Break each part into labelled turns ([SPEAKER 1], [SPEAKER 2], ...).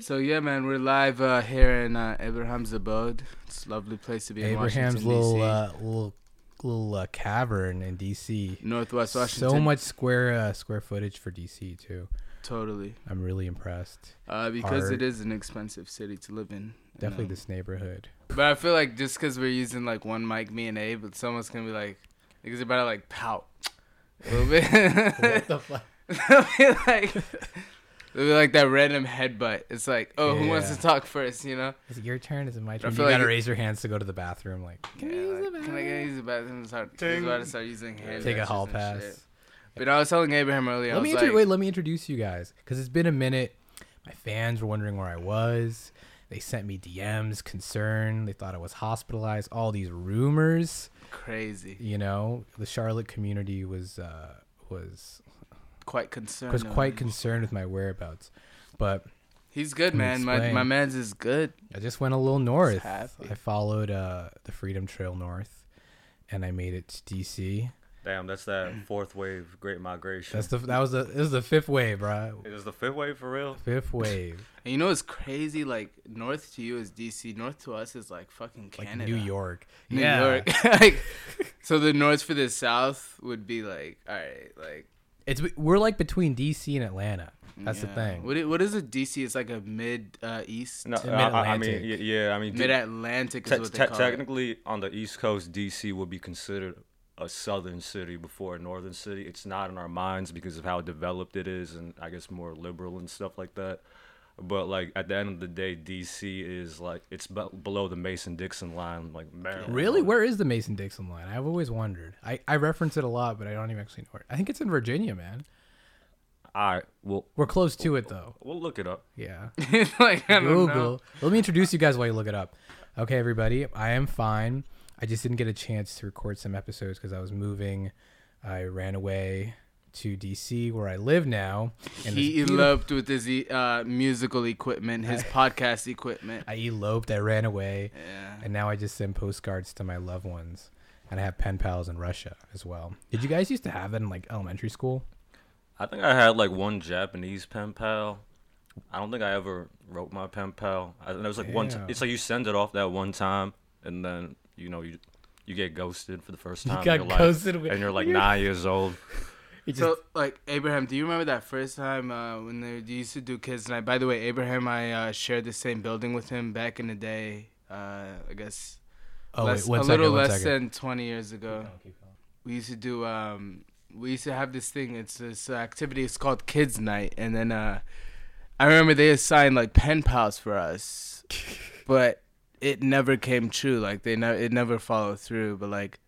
[SPEAKER 1] So yeah, man, we're live uh, here in uh, Abraham's abode. It's a lovely place to be. In
[SPEAKER 2] Abraham's
[SPEAKER 1] Washington,
[SPEAKER 2] little
[SPEAKER 1] DC.
[SPEAKER 2] uh, little little uh, cavern in D.C.
[SPEAKER 1] Northwest Washington.
[SPEAKER 2] So much square uh, square footage for D.C. too.
[SPEAKER 1] totally,
[SPEAKER 2] I'm really impressed.
[SPEAKER 1] uh, because
[SPEAKER 2] Art.
[SPEAKER 1] it is an expensive city to live in. you
[SPEAKER 2] Definitely
[SPEAKER 1] know.
[SPEAKER 2] this neighborhood.
[SPEAKER 1] But I feel like just because we're using like one mic, me and Abe, but someone's gonna be like, because they're about to like pout a little bit.
[SPEAKER 2] the fuck?
[SPEAKER 1] they'll be like, they'll be like that random headbutt. It's like, oh, who wants to
[SPEAKER 2] Yeah.
[SPEAKER 1] talk first? You know?
[SPEAKER 2] Is it your turn? Is it my turn? You
[SPEAKER 1] feel
[SPEAKER 2] gotta
[SPEAKER 1] like-
[SPEAKER 2] raise your hands to go to the bathroom. Like,
[SPEAKER 1] Can, yeah, like, can I get use the bathroom? Start, he's about to start using hand
[SPEAKER 2] take a hall
[SPEAKER 1] brushes and shit.
[SPEAKER 2] pass.
[SPEAKER 1] But I was telling Abraham earlier.
[SPEAKER 2] Let
[SPEAKER 1] I
[SPEAKER 2] me
[SPEAKER 1] was
[SPEAKER 2] intro-
[SPEAKER 1] like,
[SPEAKER 2] wait. Let me introduce you guys because it's been a minute. My fans were wondering where I was. They sent me DMs, concern. They thought I was hospitalized. All these rumors.
[SPEAKER 1] crazy,
[SPEAKER 2] You know, the Charlotte community was uh, was
[SPEAKER 1] quite concerned.
[SPEAKER 2] was
[SPEAKER 1] over
[SPEAKER 2] quite
[SPEAKER 1] him.
[SPEAKER 2] concerned with my whereabouts, but
[SPEAKER 1] He's good,
[SPEAKER 2] Can
[SPEAKER 1] man. My
[SPEAKER 2] explain.
[SPEAKER 1] my man's is good.
[SPEAKER 2] I just went a little north.
[SPEAKER 1] happy.
[SPEAKER 2] I followed uh, the Freedom Trail north, and I made it to DC.
[SPEAKER 3] Damn, that's that fourth wave Great Migration.
[SPEAKER 2] That's the that was the it was the fifth wave, bro.
[SPEAKER 3] Is the fifth wave for real?
[SPEAKER 2] Fifth wave,
[SPEAKER 1] And you know what's crazy? Like north to you is DC. North to us is like fucking
[SPEAKER 2] like
[SPEAKER 1] Canada.
[SPEAKER 2] New York.
[SPEAKER 1] New
[SPEAKER 2] Yeah.
[SPEAKER 1] York. like, so the north for the south would be like, all right, like
[SPEAKER 2] It's we're like between DC and Atlanta. That's
[SPEAKER 1] yeah.
[SPEAKER 2] the thing.
[SPEAKER 1] uh, What i- what is a DC? It's like a mid uh, east,
[SPEAKER 3] No,
[SPEAKER 2] To
[SPEAKER 3] I, I- I mean,
[SPEAKER 2] mid-Atlantic.
[SPEAKER 3] y- yeah, I mean,
[SPEAKER 1] mid Atlantic is
[SPEAKER 3] te-
[SPEAKER 1] what
[SPEAKER 3] te-
[SPEAKER 1] they call it.
[SPEAKER 3] technically, on the East Coast, DC would be considered a southern city before a northern city. It's not in our minds because of how developed it is, and I guess more liberal and stuff like that. But like at the end of the day, DC is like it's be- below the Mason-Dixon line, like Maryland.
[SPEAKER 2] Really? Where is the Mason Dixon line? I've always wondered. I, I reference it a lot, but I don't even actually know where. I think it's in Virginia, man.
[SPEAKER 3] All right, well,
[SPEAKER 2] We're close to it though.
[SPEAKER 3] we'll look it up.
[SPEAKER 2] Yeah.
[SPEAKER 1] like I don't know.
[SPEAKER 2] Google. Let me introduce you guys while you look it up. Okay, everybody. I am fine. I just didn't get a chance to record some episodes because I was moving. I ran away to DC where I live now. and this
[SPEAKER 1] He
[SPEAKER 2] beautiful-
[SPEAKER 1] eloped with his e- uh, musical equipment, his podcast equipment.
[SPEAKER 2] I eloped. I ran away.
[SPEAKER 1] Yeah.
[SPEAKER 2] And now I just send postcards to my loved ones. And I have pen pals in Russia as well. Did you guys used to have that in like elementary school?
[SPEAKER 3] I think I had like one Japanese pen pal. I don't think I ever wrote my pen pal. I think it was like one. T-
[SPEAKER 2] Damn.
[SPEAKER 3] it's like you send it off that one time, and then you know you you get ghosted for the first time. in
[SPEAKER 2] got
[SPEAKER 3] your life,
[SPEAKER 2] ghosted when-
[SPEAKER 3] and you're like nine years old.
[SPEAKER 1] So, like Abraham, do you remember that first time uh, when they they used to do kids night? By the way, Abraham, I uh, shared the same building with him back in the day. Uh, I guess
[SPEAKER 2] Oh,
[SPEAKER 1] less,
[SPEAKER 2] wait, one
[SPEAKER 1] a
[SPEAKER 2] second,
[SPEAKER 1] little
[SPEAKER 2] one
[SPEAKER 1] less
[SPEAKER 2] second.
[SPEAKER 1] than 20 years ago. We used to do um we used to have this thing. It's this uh, activity. It's called Kids Night, and then uh, I remember they assigned like pen pals for us, but it never came true. Like they never it never followed through. But like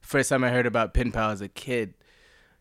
[SPEAKER 1] first time I heard about pen pal as a kid.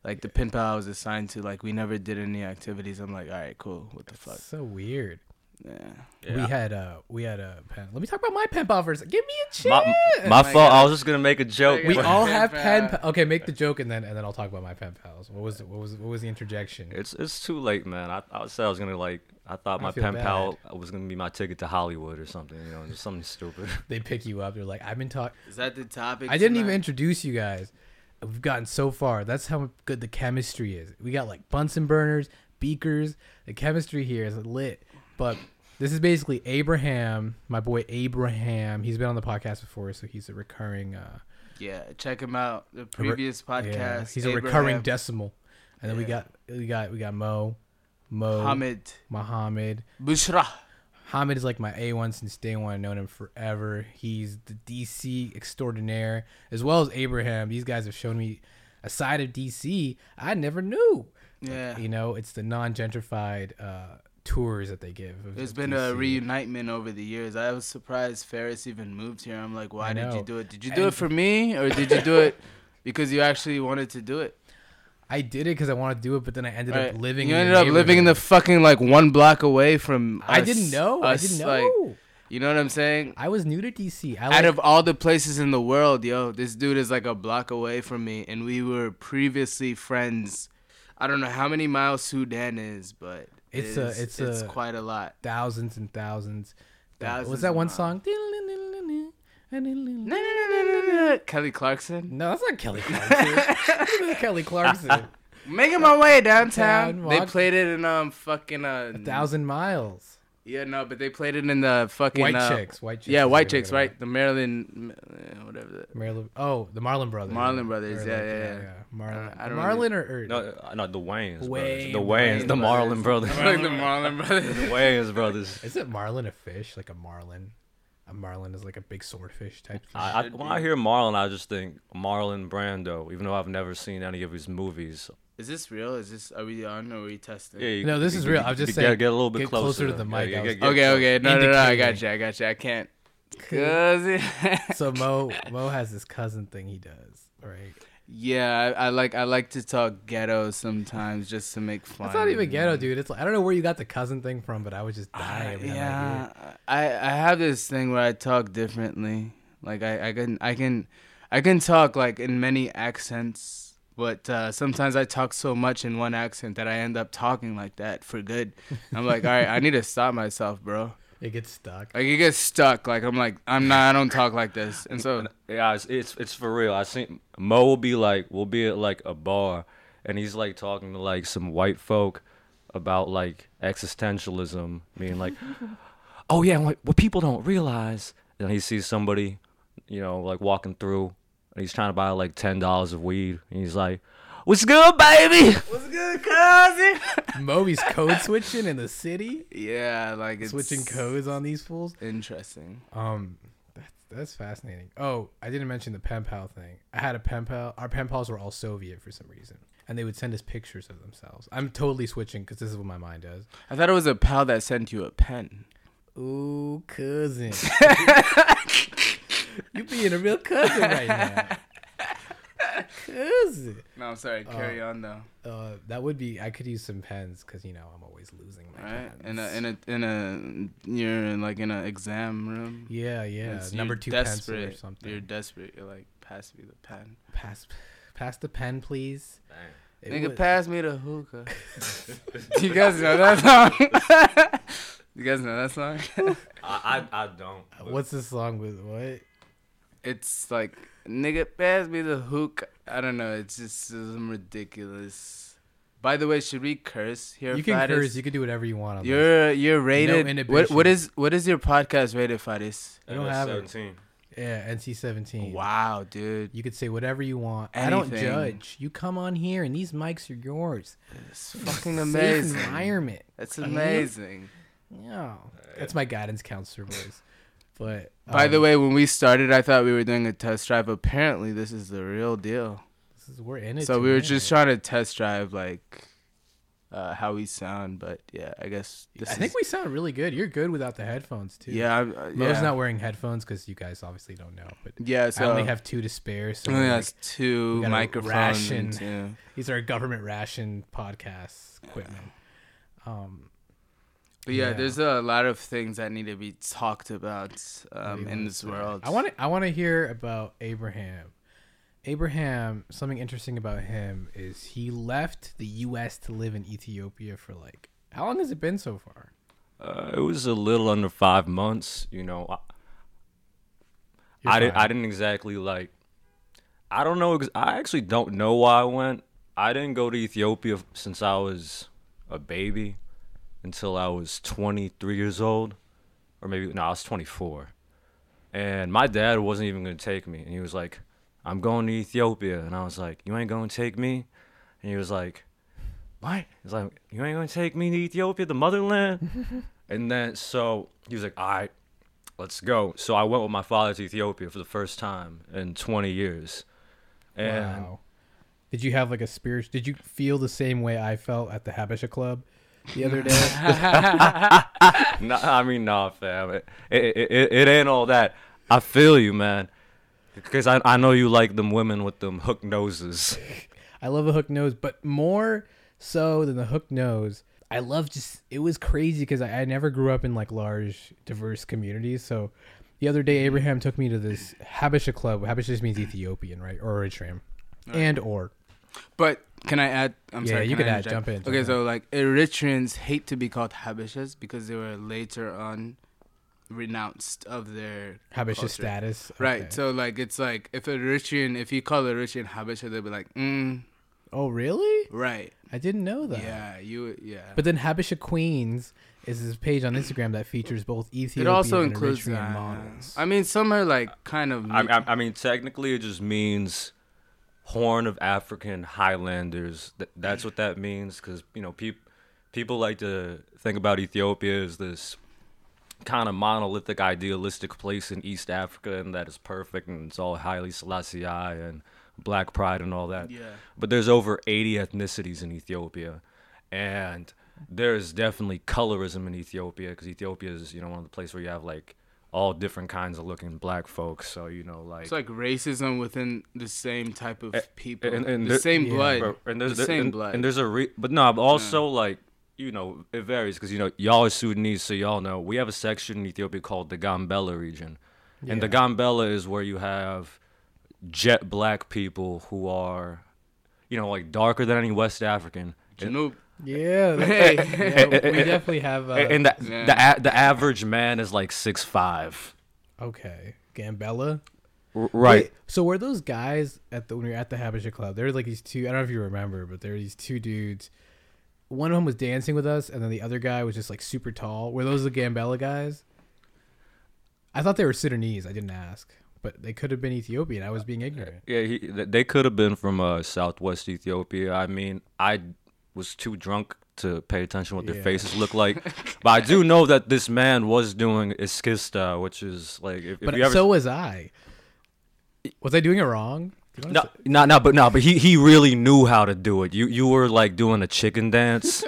[SPEAKER 1] Like the pen pal I was assigned to, like we never did any activities. I'm like, all right, cool. What the fuck?
[SPEAKER 2] So weird.
[SPEAKER 1] Yeah.
[SPEAKER 2] We had uh we had a pen. Let me talk about my pen pal first. Give me a chance.
[SPEAKER 3] My, my fault. I was just gonna make a joke.
[SPEAKER 2] We
[SPEAKER 1] Pen pal.
[SPEAKER 2] all have pen. Pa- okay, make the joke and then and then I'll talk about my pen pals. What was what was what was the interjection?
[SPEAKER 3] It's it's too late, man. I, I said I was gonna like I thought
[SPEAKER 2] I
[SPEAKER 3] my
[SPEAKER 2] feel
[SPEAKER 3] pen
[SPEAKER 2] bad.
[SPEAKER 3] pal was gonna be my ticket to Hollywood or something. You know, just something stupid.
[SPEAKER 2] They pick you up. They're like, I've been talking.
[SPEAKER 1] Is that the topic?
[SPEAKER 2] I didn't even
[SPEAKER 1] tonight?
[SPEAKER 2] introduce you guys. We've gotten so far. That's how good the chemistry is. We got like Bunsen burners, beakers. The chemistry here is lit. But this is basically Abraham, my boy Abraham. He's been on the podcast before, so he's a recurring uh
[SPEAKER 1] Yeah, check him out. The previous podcast.
[SPEAKER 2] yeah, he's a
[SPEAKER 1] Abraham
[SPEAKER 2] recurring decimal. And then we
[SPEAKER 1] Yeah.
[SPEAKER 2] got we got we got Mo, Mo
[SPEAKER 1] Hamid
[SPEAKER 2] Muhammad.
[SPEAKER 1] Bushra.
[SPEAKER 2] Hamid is like my A1 since day one. I've known him forever. He's the DC extraordinaire, as well as Abraham. These guys have shown me a side of DC I never knew.
[SPEAKER 1] Yeah.
[SPEAKER 2] You know, it's the non gentrified uh, tours that they give. of-
[SPEAKER 1] There's
[SPEAKER 2] of
[SPEAKER 1] been a
[SPEAKER 2] DC.
[SPEAKER 1] reunitement over the years. I was surprised Ferris even moved here. I'm like, why
[SPEAKER 2] I
[SPEAKER 1] did you
[SPEAKER 2] know.
[SPEAKER 1] do it? Did you do it for me or did you do it because you actually wanted to do it?
[SPEAKER 2] I did it because I wanted to do it, but then I ended
[SPEAKER 1] Right.
[SPEAKER 2] up living
[SPEAKER 1] you
[SPEAKER 2] in
[SPEAKER 1] ended up living in the fucking like one block away from
[SPEAKER 2] I
[SPEAKER 1] us-
[SPEAKER 2] didn't know. I
[SPEAKER 1] us,
[SPEAKER 2] didn't know.
[SPEAKER 1] like, you know what I'm saying?
[SPEAKER 2] I was new to DC. I
[SPEAKER 1] Out
[SPEAKER 2] like,
[SPEAKER 1] of all the places in the world, yo, this dude is like a block away from me and we were previously friends. I don't know how many miles Sudan is, but it
[SPEAKER 2] It's a-
[SPEAKER 1] is-
[SPEAKER 2] it's
[SPEAKER 1] it's
[SPEAKER 2] a-
[SPEAKER 1] quite a lot.
[SPEAKER 2] thousands and thousands.
[SPEAKER 1] Thousands
[SPEAKER 2] was that
[SPEAKER 1] of
[SPEAKER 2] one
[SPEAKER 1] miles.
[SPEAKER 2] song?
[SPEAKER 1] Kelly Clarkson.
[SPEAKER 2] No, that's not Kelly Clarkson. Kelly Clarkson.
[SPEAKER 1] Making my way downtown.
[SPEAKER 2] Downtown,
[SPEAKER 1] they
[SPEAKER 2] walk-
[SPEAKER 1] played it in um fucking uh
[SPEAKER 2] A thousand miles.
[SPEAKER 1] yeah no, but they played it in the fucking
[SPEAKER 2] White
[SPEAKER 1] uh,
[SPEAKER 2] chicks. White chicks.
[SPEAKER 1] yeah
[SPEAKER 2] is
[SPEAKER 1] white
[SPEAKER 2] what
[SPEAKER 1] chicks
[SPEAKER 2] we're
[SPEAKER 1] right the Maryland uh, whatever the,
[SPEAKER 2] Marilyn. Oh, the Marlon brothers.
[SPEAKER 1] Marlon Brothers,
[SPEAKER 2] Or
[SPEAKER 1] yeah,
[SPEAKER 2] like,
[SPEAKER 1] yeah, yeah.
[SPEAKER 2] Marlon.
[SPEAKER 1] I don't
[SPEAKER 2] Marlon or, or
[SPEAKER 3] No, uh, not the Wayans
[SPEAKER 2] Wayne
[SPEAKER 3] brothers. The Wayans, the Marlon brothers.
[SPEAKER 1] like the Marlin
[SPEAKER 3] the
[SPEAKER 1] brothers.
[SPEAKER 3] Wayans brothers.
[SPEAKER 2] is it Marlin a fish? Like a marlin? A marlin is like a big swordfish type. Thing.
[SPEAKER 3] I, I, when I hear Marlon, I just think Marlon Brando, even though I've never seen any of his movies.
[SPEAKER 1] Is this real? Is this are we on? Or are we testing?
[SPEAKER 3] Yeah, you-
[SPEAKER 2] No, this
[SPEAKER 3] you-
[SPEAKER 2] is
[SPEAKER 3] you-
[SPEAKER 2] real.
[SPEAKER 3] you
[SPEAKER 2] I'm just
[SPEAKER 3] get-
[SPEAKER 2] saying,
[SPEAKER 3] Get a little bit
[SPEAKER 2] get
[SPEAKER 3] closer,
[SPEAKER 2] closer to the mic. I was-
[SPEAKER 1] okay, okay, no, no, no, I got
[SPEAKER 2] Indicating.
[SPEAKER 1] you, I got you. I can't. Cause
[SPEAKER 2] so Mo Mo has this cousin thing he does, right?
[SPEAKER 1] yeah, I, I like I like to talk ghetto sometimes just to make fun.
[SPEAKER 2] That's not even ghetto, dude. It's like, I don't know where you got the cousin thing from, but I was just dying. every time I hear
[SPEAKER 1] yeah, I, I have this thing where I talk differently. Like I, I can I can I can talk like in many accents, but uh, sometimes I talk so much in one accent that I end up talking like that for good. I'm like, all right, I need to stop myself, bro.
[SPEAKER 2] it. It gets stuck.
[SPEAKER 1] Like you get stuck. Like I'm like I'm not. I don't talk like this. And so
[SPEAKER 3] Yeah, it's, it's it's for real. I seen Mo will be like, we'll be at like a bar, and he's like talking to like some white folk about like existentialism, being like, oh yeah, like what people don't realize. And he sees somebody, you know, like walking through, and he's trying to buy like ten dollars of weed, and he's like, what's good, baby?
[SPEAKER 1] what's good, cousin?
[SPEAKER 2] Moby's code switching in the city,
[SPEAKER 1] yeah, like it's
[SPEAKER 2] switching codes on these fools.
[SPEAKER 1] Interesting.
[SPEAKER 2] Um, that's that's fascinating. Oh, I didn't mention the pen pal thing. I had a pen pal. Our pen pals were all Soviet for some reason, and they would send us pictures of themselves. I'm totally switching because this is what my mind does.
[SPEAKER 1] I thought it was a pal that sent you a pen.
[SPEAKER 2] Ooh, cousin. you being a real cousin right now. Cousin.
[SPEAKER 1] No, I'm sorry. Carry on though.
[SPEAKER 2] Uh, that would be. I could use some pens because you know I'm always losing my
[SPEAKER 1] Right? In
[SPEAKER 2] pens.
[SPEAKER 1] a in a in a you're in like in an exam room.
[SPEAKER 2] yeah, yeah.
[SPEAKER 1] It's-
[SPEAKER 2] Number
[SPEAKER 1] you're
[SPEAKER 2] two pencil or
[SPEAKER 1] desperate.
[SPEAKER 2] something.
[SPEAKER 1] You're desperate. You're like, pass me the pen.
[SPEAKER 2] Pass, pass the pen, please. It
[SPEAKER 1] Nigga,
[SPEAKER 2] would-
[SPEAKER 1] pass me the hookah. you guys know that song? you guys know that song?
[SPEAKER 3] I I, I don't.
[SPEAKER 2] What's this song with what?
[SPEAKER 1] it's like, nigga, pass me the hookah. I don't know. It's just some ridiculous. By the way, should we curse here?
[SPEAKER 2] You can
[SPEAKER 1] Fadis?
[SPEAKER 2] curse. You can do whatever you want. On this.
[SPEAKER 1] You're you're rated. what
[SPEAKER 2] inhibition.
[SPEAKER 1] what is what is your podcast rated, Fadis?
[SPEAKER 2] You don't have it.
[SPEAKER 3] seventeen.
[SPEAKER 2] Yeah, NC-17.
[SPEAKER 1] Wow, dude.
[SPEAKER 2] You could say whatever you want. I don't
[SPEAKER 1] Anything.
[SPEAKER 2] judge. You come on here, and these mics are yours.
[SPEAKER 1] It's fucking
[SPEAKER 2] Safe
[SPEAKER 1] amazing.
[SPEAKER 2] environment.
[SPEAKER 1] That's
[SPEAKER 2] Mhm.
[SPEAKER 1] amazing.
[SPEAKER 2] Yeah, that's my guidance counselor voice. But
[SPEAKER 1] By the
[SPEAKER 2] um,
[SPEAKER 1] way, when we started, I thought we were doing a test drive. Apparently, this is the real deal.
[SPEAKER 2] this is, we're in it.
[SPEAKER 1] So we were
[SPEAKER 2] today.
[SPEAKER 1] just trying to test drive like uh, how we sound, but yeah, I guess this
[SPEAKER 2] I think
[SPEAKER 1] is.
[SPEAKER 2] we sound really good. You're good without the headphones too.
[SPEAKER 1] yeah, I'm, uh,
[SPEAKER 2] Mo's
[SPEAKER 1] yeah.
[SPEAKER 2] not wearing headphones because you guys obviously don't know. But
[SPEAKER 1] yeah, so
[SPEAKER 2] I only have two to spare. So
[SPEAKER 1] I only
[SPEAKER 2] we're
[SPEAKER 1] has two
[SPEAKER 2] we gotta
[SPEAKER 1] microphones.
[SPEAKER 2] ration.
[SPEAKER 1] and- yeah.
[SPEAKER 2] like- these are government ration podcast equipment. Um,
[SPEAKER 1] But yeah,
[SPEAKER 2] Yeah.
[SPEAKER 1] there's a lot of things that need to be talked about um,
[SPEAKER 2] Maybe
[SPEAKER 1] in
[SPEAKER 2] we'll
[SPEAKER 1] this
[SPEAKER 2] say.
[SPEAKER 1] world.
[SPEAKER 2] I want to. I want to hear about Abraham. Abraham. Something interesting about him is he left the U.S. to live in Ethiopia for like how long has it been so far?
[SPEAKER 3] Uh, it was a little under five months. You know, I,
[SPEAKER 2] You're
[SPEAKER 3] I, did,
[SPEAKER 2] fine.
[SPEAKER 3] I didn't exactly like. I don't know. ex- I actually don't know why I went. I didn't go to Ethiopia f- since I was a baby until I was 23 years old, or maybe no, I was 24. And my dad wasn't even gonna take me, and he was like, "I'm going to Ethiopia," and I was like, "You ain't gonna take me?" And he was like, "What?" He's like, "You ain't gonna take me to Ethiopia, the motherland?" and then so he was like, "All right." let's go. So I went with my father to Ethiopia for the first time in 20 years. And
[SPEAKER 2] Wow. Did you have like a spirit? Did you feel the same way I felt at the Habesha Club the other day?
[SPEAKER 3] no, I mean, nah, fam, it, it, it, it ain't all that. I feel you, man. Because I, I know you like them women with them hook noses.
[SPEAKER 2] I love a hook nose, but more so than the hook nose, I love just it was crazy because I, I never grew up in like large diverse communities. So the other
[SPEAKER 1] Mm-hmm.
[SPEAKER 2] day, Abraham took me to this Habesha Club. Habesha just means Ethiopian, right, or Eritrean, and or
[SPEAKER 1] But can I add? I'm
[SPEAKER 2] Yeah,
[SPEAKER 1] sorry.
[SPEAKER 2] you can
[SPEAKER 1] I
[SPEAKER 2] add.
[SPEAKER 1] interject?
[SPEAKER 2] Jump in, jump
[SPEAKER 1] okay,
[SPEAKER 2] in.
[SPEAKER 1] so like Eritreans hate to be called Habishas because they were later on renounced of their
[SPEAKER 2] Habesha
[SPEAKER 1] culture.
[SPEAKER 2] status.
[SPEAKER 1] Right.
[SPEAKER 2] Okay.
[SPEAKER 1] So like it's like if a Eritrean, if you call Eritrean Habesha, they'll be like, mm,
[SPEAKER 2] oh, really?
[SPEAKER 1] right.
[SPEAKER 2] I didn't know that.
[SPEAKER 1] Yeah, you yeah.
[SPEAKER 2] Uh. But then Habesha Queens is this page on Instagram that features both Ethiopian
[SPEAKER 1] it also
[SPEAKER 2] and
[SPEAKER 1] includes
[SPEAKER 2] Eritrean
[SPEAKER 1] that.
[SPEAKER 2] models.
[SPEAKER 1] I mean, some are
[SPEAKER 3] Uh,
[SPEAKER 1] like kind of.
[SPEAKER 3] I, I, I mean, technically, it just means horn of African highlanders. Th- That's what that means, because you know, people people like to think about Ethiopia as this kind of monolithic, idealistic place in East Africa, and that is perfect, and it's all highly Selassie and Black Pride and all that.
[SPEAKER 1] Yeah.
[SPEAKER 3] But there's over 80 ethnicities in Ethiopia, and there is definitely colorism in Ethiopia because Ethiopia is you know one of the places where you have like all different kinds of looking black folks. So you know like
[SPEAKER 1] it's like racism within the same type of people,
[SPEAKER 3] and- and
[SPEAKER 1] the
[SPEAKER 3] there-
[SPEAKER 1] same
[SPEAKER 2] Yeah.
[SPEAKER 1] blood,
[SPEAKER 3] Bro, and there's
[SPEAKER 1] the same
[SPEAKER 3] and,
[SPEAKER 1] blood.
[SPEAKER 3] and there's a re- but no, but also like you know it varies because you know y'all are Sudanese, so y'all know we have a section in Ethiopia called the Gambela region, and the
[SPEAKER 2] Yeah.
[SPEAKER 3] Gambela is where you have jet black people who are, you know, like darker than any West African. And-
[SPEAKER 1] Janub.
[SPEAKER 2] yeah, that-
[SPEAKER 1] Hey.
[SPEAKER 2] yeah, we definitely have. Uh,
[SPEAKER 3] and the
[SPEAKER 1] Yeah.
[SPEAKER 3] the, a- the average man is like six five.
[SPEAKER 2] okay, Gambella.
[SPEAKER 3] Right.
[SPEAKER 2] Wait, so were those guys at the when we were at the Habesha Club? There were like these two. I don't know if you remember, but there were these two dudes. One of them was dancing with us, and then the other guy was just like super tall. Were those the Gambella guys? I thought they were Sudanese. I didn't ask, but they could have been Ethiopian. I was being ignorant.
[SPEAKER 3] Yeah, he, th- they could have been from uh, Southwest Ethiopia. I mean, I was too drunk to pay attention what their
[SPEAKER 2] Yeah.
[SPEAKER 3] faces looked like, but I do know that this man was doing iskista, which is like if, if
[SPEAKER 2] But
[SPEAKER 3] you ever
[SPEAKER 2] so was I. Was I doing it wrong? Do you wanna
[SPEAKER 3] no, no, no, but no, but he he really knew how to do it. You you were like doing a chicken dance,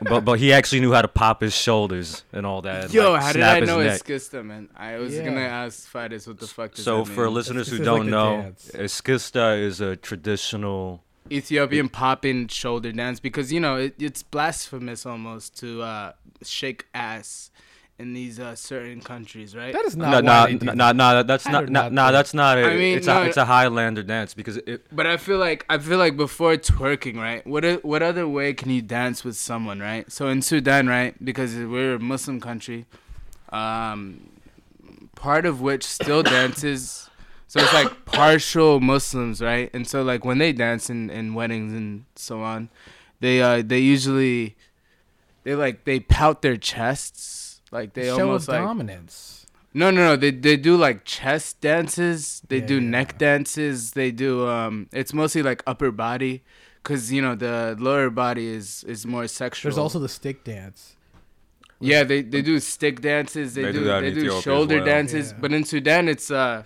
[SPEAKER 3] but but he actually knew how to pop his shoulders and all that. and,
[SPEAKER 1] Yo,
[SPEAKER 3] like,
[SPEAKER 1] how did
[SPEAKER 3] snap
[SPEAKER 1] I
[SPEAKER 3] his
[SPEAKER 1] know
[SPEAKER 3] neck.
[SPEAKER 1] it's Skista, man? I was
[SPEAKER 2] Yeah.
[SPEAKER 1] gonna ask fighters what the fuck. Does
[SPEAKER 3] So
[SPEAKER 1] that
[SPEAKER 3] for
[SPEAKER 1] mean?
[SPEAKER 3] listeners who
[SPEAKER 2] This is like
[SPEAKER 3] don't
[SPEAKER 2] the
[SPEAKER 3] know,
[SPEAKER 2] dance.
[SPEAKER 3] iskista is a traditional.
[SPEAKER 1] Ethiopian popping shoulder dance because you know it, it's blasphemous almost to uh, shake ass in these uh, certain countries, right?
[SPEAKER 2] That is not.
[SPEAKER 3] No,
[SPEAKER 2] why
[SPEAKER 3] no,
[SPEAKER 2] they do
[SPEAKER 3] no,
[SPEAKER 2] that.
[SPEAKER 3] no, no, that's
[SPEAKER 2] I
[SPEAKER 3] not,
[SPEAKER 2] do
[SPEAKER 3] no,
[SPEAKER 2] not
[SPEAKER 3] no,
[SPEAKER 2] think-
[SPEAKER 3] that's not it.
[SPEAKER 1] I mean,
[SPEAKER 3] it's
[SPEAKER 1] no,
[SPEAKER 3] a, it's a Highlander dance because it,
[SPEAKER 1] But I feel like I feel like before twerking, right? What o- what other way can you dance with someone, right? So in Sudan, right, because we're a Muslim country, um, part of which still dances. So it's like partial Muslims, right? And so like when they dance in, in weddings and so on, they uh they usually they like they pout their chests, like they
[SPEAKER 2] Show
[SPEAKER 1] almost
[SPEAKER 2] of
[SPEAKER 1] like
[SPEAKER 2] dominance.
[SPEAKER 1] no, no, no. They they do like chest dances. They
[SPEAKER 2] Yeah,
[SPEAKER 1] do
[SPEAKER 2] yeah.
[SPEAKER 1] neck dances. They do um. It's mostly like upper body, cause you know the lower body is is more sexual.
[SPEAKER 2] There's also the stick dance.
[SPEAKER 1] yeah. They they do stick dances. They,
[SPEAKER 3] They do
[SPEAKER 1] do,
[SPEAKER 3] that in
[SPEAKER 1] they do
[SPEAKER 3] Ethiopia as
[SPEAKER 1] shoulder
[SPEAKER 3] well.
[SPEAKER 1] dances.
[SPEAKER 2] Yeah.
[SPEAKER 1] But in Sudan, it's uh,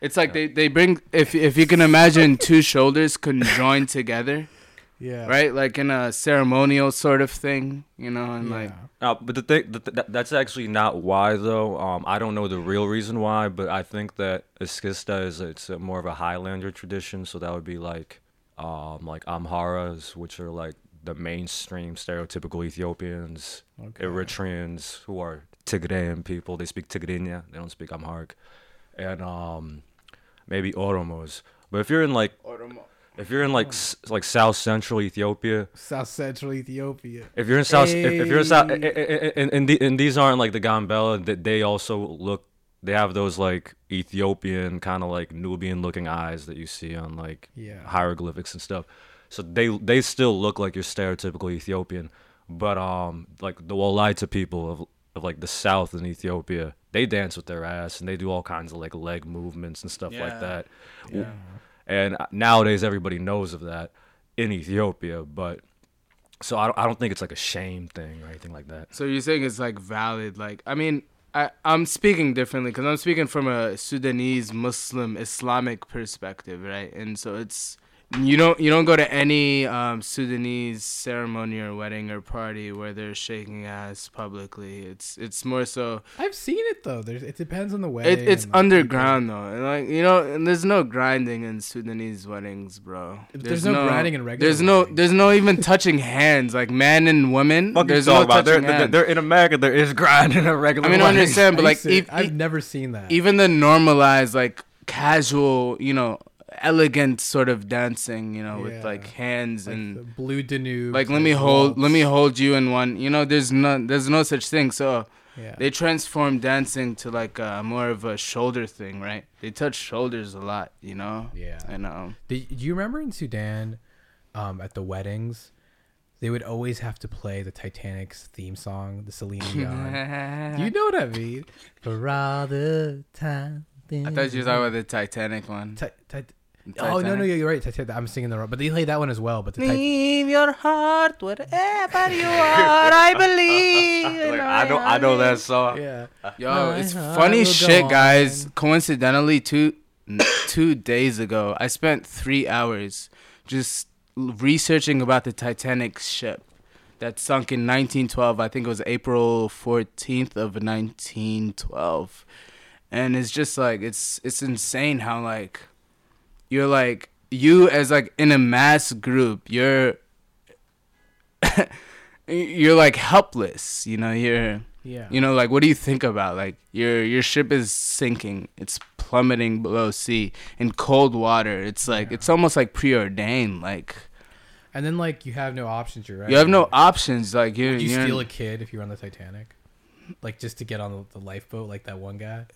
[SPEAKER 1] it's like they they bring if if you can imagine two shoulders conjoined together,
[SPEAKER 2] Yeah.
[SPEAKER 1] right? Like in a ceremonial sort of thing, you know, and
[SPEAKER 2] Yeah.
[SPEAKER 1] like
[SPEAKER 3] uh, but the thing, the, th- that's actually not why though. Um, I don't know the real reason why, but I think that Eskista is it's a, more of a Highlander tradition. So that would be like, um, like Amharas, which are like the mainstream stereotypical Ethiopians,
[SPEAKER 2] Okay.
[SPEAKER 3] Eritreans who are Tigrayan people. They speak Tigrinya. They don't speak Amharic, and um, maybe Oromos. But if you're in like If you're in like s- like South Central Ethiopia,
[SPEAKER 2] South Central Ethiopia.
[SPEAKER 3] if you're in South, if, if you're in South, eh,
[SPEAKER 2] Hey.
[SPEAKER 3] and, and, and, the, and these aren't like the Gambella, that they also look, they have those like Ethiopian kind of like Nubian looking eyes that you see on like
[SPEAKER 2] Yeah.
[SPEAKER 3] hieroglyphics and stuff. So they they still look like your stereotypical Ethiopian, but um like the Wolaita people of of like the South in Ethiopia, they dance with their ass and they do all kinds of like leg movements and stuff
[SPEAKER 1] Yeah.
[SPEAKER 3] like that. And nowadays everybody knows of that in Ethiopia, but so I don't, I don't think it's like a shame thing or anything like that.
[SPEAKER 1] So you're saying it's like valid? Like I mean, I I'm speaking differently because I'm speaking from a Sudanese Muslim Islamic perspective, right? And so it's you don't you don't go to any um, Sudanese ceremony or wedding or party where they're shaking ass publicly. It's it's more so
[SPEAKER 2] I've seen it though. There's it depends on the way.
[SPEAKER 1] it, it's
[SPEAKER 2] and the
[SPEAKER 1] underground though, and like you know, and there's no grinding in Sudanese weddings, bro.
[SPEAKER 2] There's no grinding in regular
[SPEAKER 1] There's no
[SPEAKER 2] weddings.
[SPEAKER 1] there's no even touching hands like man and woman. there's no touching hands.
[SPEAKER 3] in America. There is grinding a regular.
[SPEAKER 1] I mean, I understand,
[SPEAKER 2] people.
[SPEAKER 1] but
[SPEAKER 2] I
[SPEAKER 1] like,
[SPEAKER 2] used
[SPEAKER 1] if,
[SPEAKER 2] to- I've never seen that.
[SPEAKER 1] even the normalized like casual you know elegant sort of dancing you know with
[SPEAKER 2] Yeah.
[SPEAKER 1] like hands
[SPEAKER 2] Like
[SPEAKER 1] and
[SPEAKER 2] the blue Danube.
[SPEAKER 1] like let me
[SPEAKER 2] the
[SPEAKER 1] hold let me
[SPEAKER 2] waltz.
[SPEAKER 1] hold you in one you know there's no there's no such thing so
[SPEAKER 2] Yeah.
[SPEAKER 1] They transformed dancing to like a, more of a shoulder thing, right? They touch shoulders a lot, you know.
[SPEAKER 2] Yeah.
[SPEAKER 1] And um,
[SPEAKER 2] Did, do you remember in Sudan, um, at the weddings, they would always have to play the Titanic's theme song, the Celine Dion. you know what I mean? For all the time.
[SPEAKER 1] I thought you were talking about the Titanic one.
[SPEAKER 2] Ti- ti- oh no no
[SPEAKER 1] Titanic.
[SPEAKER 2] you're right. Titanic. I'm singing the wrong, but they played that one as well. But the Titanic.
[SPEAKER 1] Leave your heart wherever you are. I believe.
[SPEAKER 3] Like, I know I know that song.
[SPEAKER 2] Yeah.
[SPEAKER 1] Yo,
[SPEAKER 2] My
[SPEAKER 1] it's
[SPEAKER 2] heart
[SPEAKER 1] funny
[SPEAKER 2] will
[SPEAKER 1] shit,
[SPEAKER 2] go
[SPEAKER 1] guys.
[SPEAKER 2] on.
[SPEAKER 1] Coincidentally, two two days ago, I spent three hours just l- researching about the Titanic ship that sunk in 1912. I think it was April 14th of 1912, and it's just like it's it's insane how like you're like you as like in a mass group you're you're like helpless you know you're
[SPEAKER 2] Yeah.
[SPEAKER 1] you know like what do you think about like your your ship is sinking it's plummeting below sea in cold water it's like it's almost like preordained like
[SPEAKER 2] and then like you have no options. You're right.
[SPEAKER 1] you have no options like you're,
[SPEAKER 2] You
[SPEAKER 1] you're
[SPEAKER 2] steal a kid if you're on the Titanic, like just to get on the, the lifeboat, like that one guy.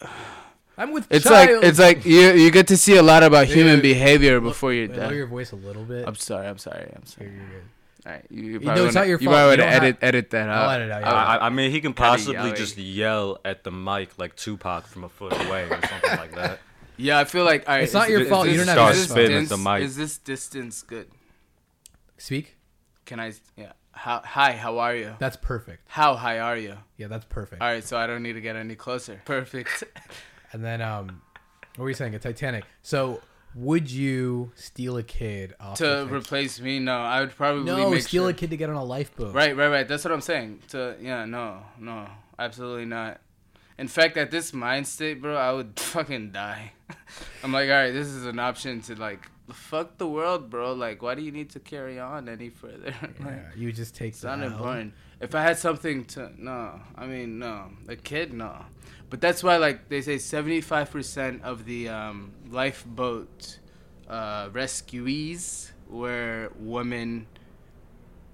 [SPEAKER 2] I'm with.
[SPEAKER 1] it's
[SPEAKER 2] child.
[SPEAKER 1] like it's like you you get to see a lot about human
[SPEAKER 2] Dude,
[SPEAKER 1] behavior before you're
[SPEAKER 2] Wait, lower
[SPEAKER 1] dead
[SPEAKER 2] your voice a little bit.
[SPEAKER 1] i'm sorry i'm sorry i'm
[SPEAKER 2] Here,
[SPEAKER 1] sorry
[SPEAKER 2] you're good.
[SPEAKER 1] all right you, you
[SPEAKER 2] know,
[SPEAKER 1] probably
[SPEAKER 2] it's
[SPEAKER 1] wanna-
[SPEAKER 2] not your
[SPEAKER 1] you
[SPEAKER 2] fault.
[SPEAKER 1] probably
[SPEAKER 2] You
[SPEAKER 1] wanna
[SPEAKER 2] don't have-
[SPEAKER 1] edit edit that out
[SPEAKER 2] I'll edit it out.
[SPEAKER 1] Uh,
[SPEAKER 2] yeah.
[SPEAKER 3] I, I- I mean, he can
[SPEAKER 1] Kinda
[SPEAKER 3] possibly
[SPEAKER 1] yelling.
[SPEAKER 3] just yell at the mic like Tupac from a foot away or something like that.
[SPEAKER 1] yeah i feel like all right,
[SPEAKER 2] It's not
[SPEAKER 1] is-
[SPEAKER 2] your
[SPEAKER 1] is
[SPEAKER 2] fault, you
[SPEAKER 1] this-
[SPEAKER 2] don't have
[SPEAKER 1] is
[SPEAKER 2] to
[SPEAKER 1] this
[SPEAKER 2] spit
[SPEAKER 3] at the
[SPEAKER 1] distance-
[SPEAKER 3] mic.
[SPEAKER 1] is this distance good
[SPEAKER 2] Speak.
[SPEAKER 1] can i yeah how, hi how are you
[SPEAKER 2] That's perfect.
[SPEAKER 1] how high are you
[SPEAKER 2] Yeah, that's perfect.
[SPEAKER 1] All right, so I don't need to get any closer. Perfect.
[SPEAKER 2] And then um, what were you saying? A Titanic. So would you steal a kid off the
[SPEAKER 1] to
[SPEAKER 2] Titan-
[SPEAKER 1] replace me, no, I would probably
[SPEAKER 2] No,
[SPEAKER 1] make
[SPEAKER 2] steal
[SPEAKER 1] sure.
[SPEAKER 2] a kid to get on a lifeboat.
[SPEAKER 1] Right, right, right. That's what I'm saying. To yeah, no, no, absolutely not. In fact, at this mind state, bro, I would fucking die. I'm like, all right, this is an option to like fuck the world, bro. Like, why do you need to carry on any further? like,
[SPEAKER 2] Yeah, you just take
[SPEAKER 1] It's
[SPEAKER 2] the
[SPEAKER 1] not
[SPEAKER 2] L.
[SPEAKER 1] important. If I had something to no, I mean no, a kid no, but that's why like they say seventy five percent of the um, lifeboat uh, rescuees were women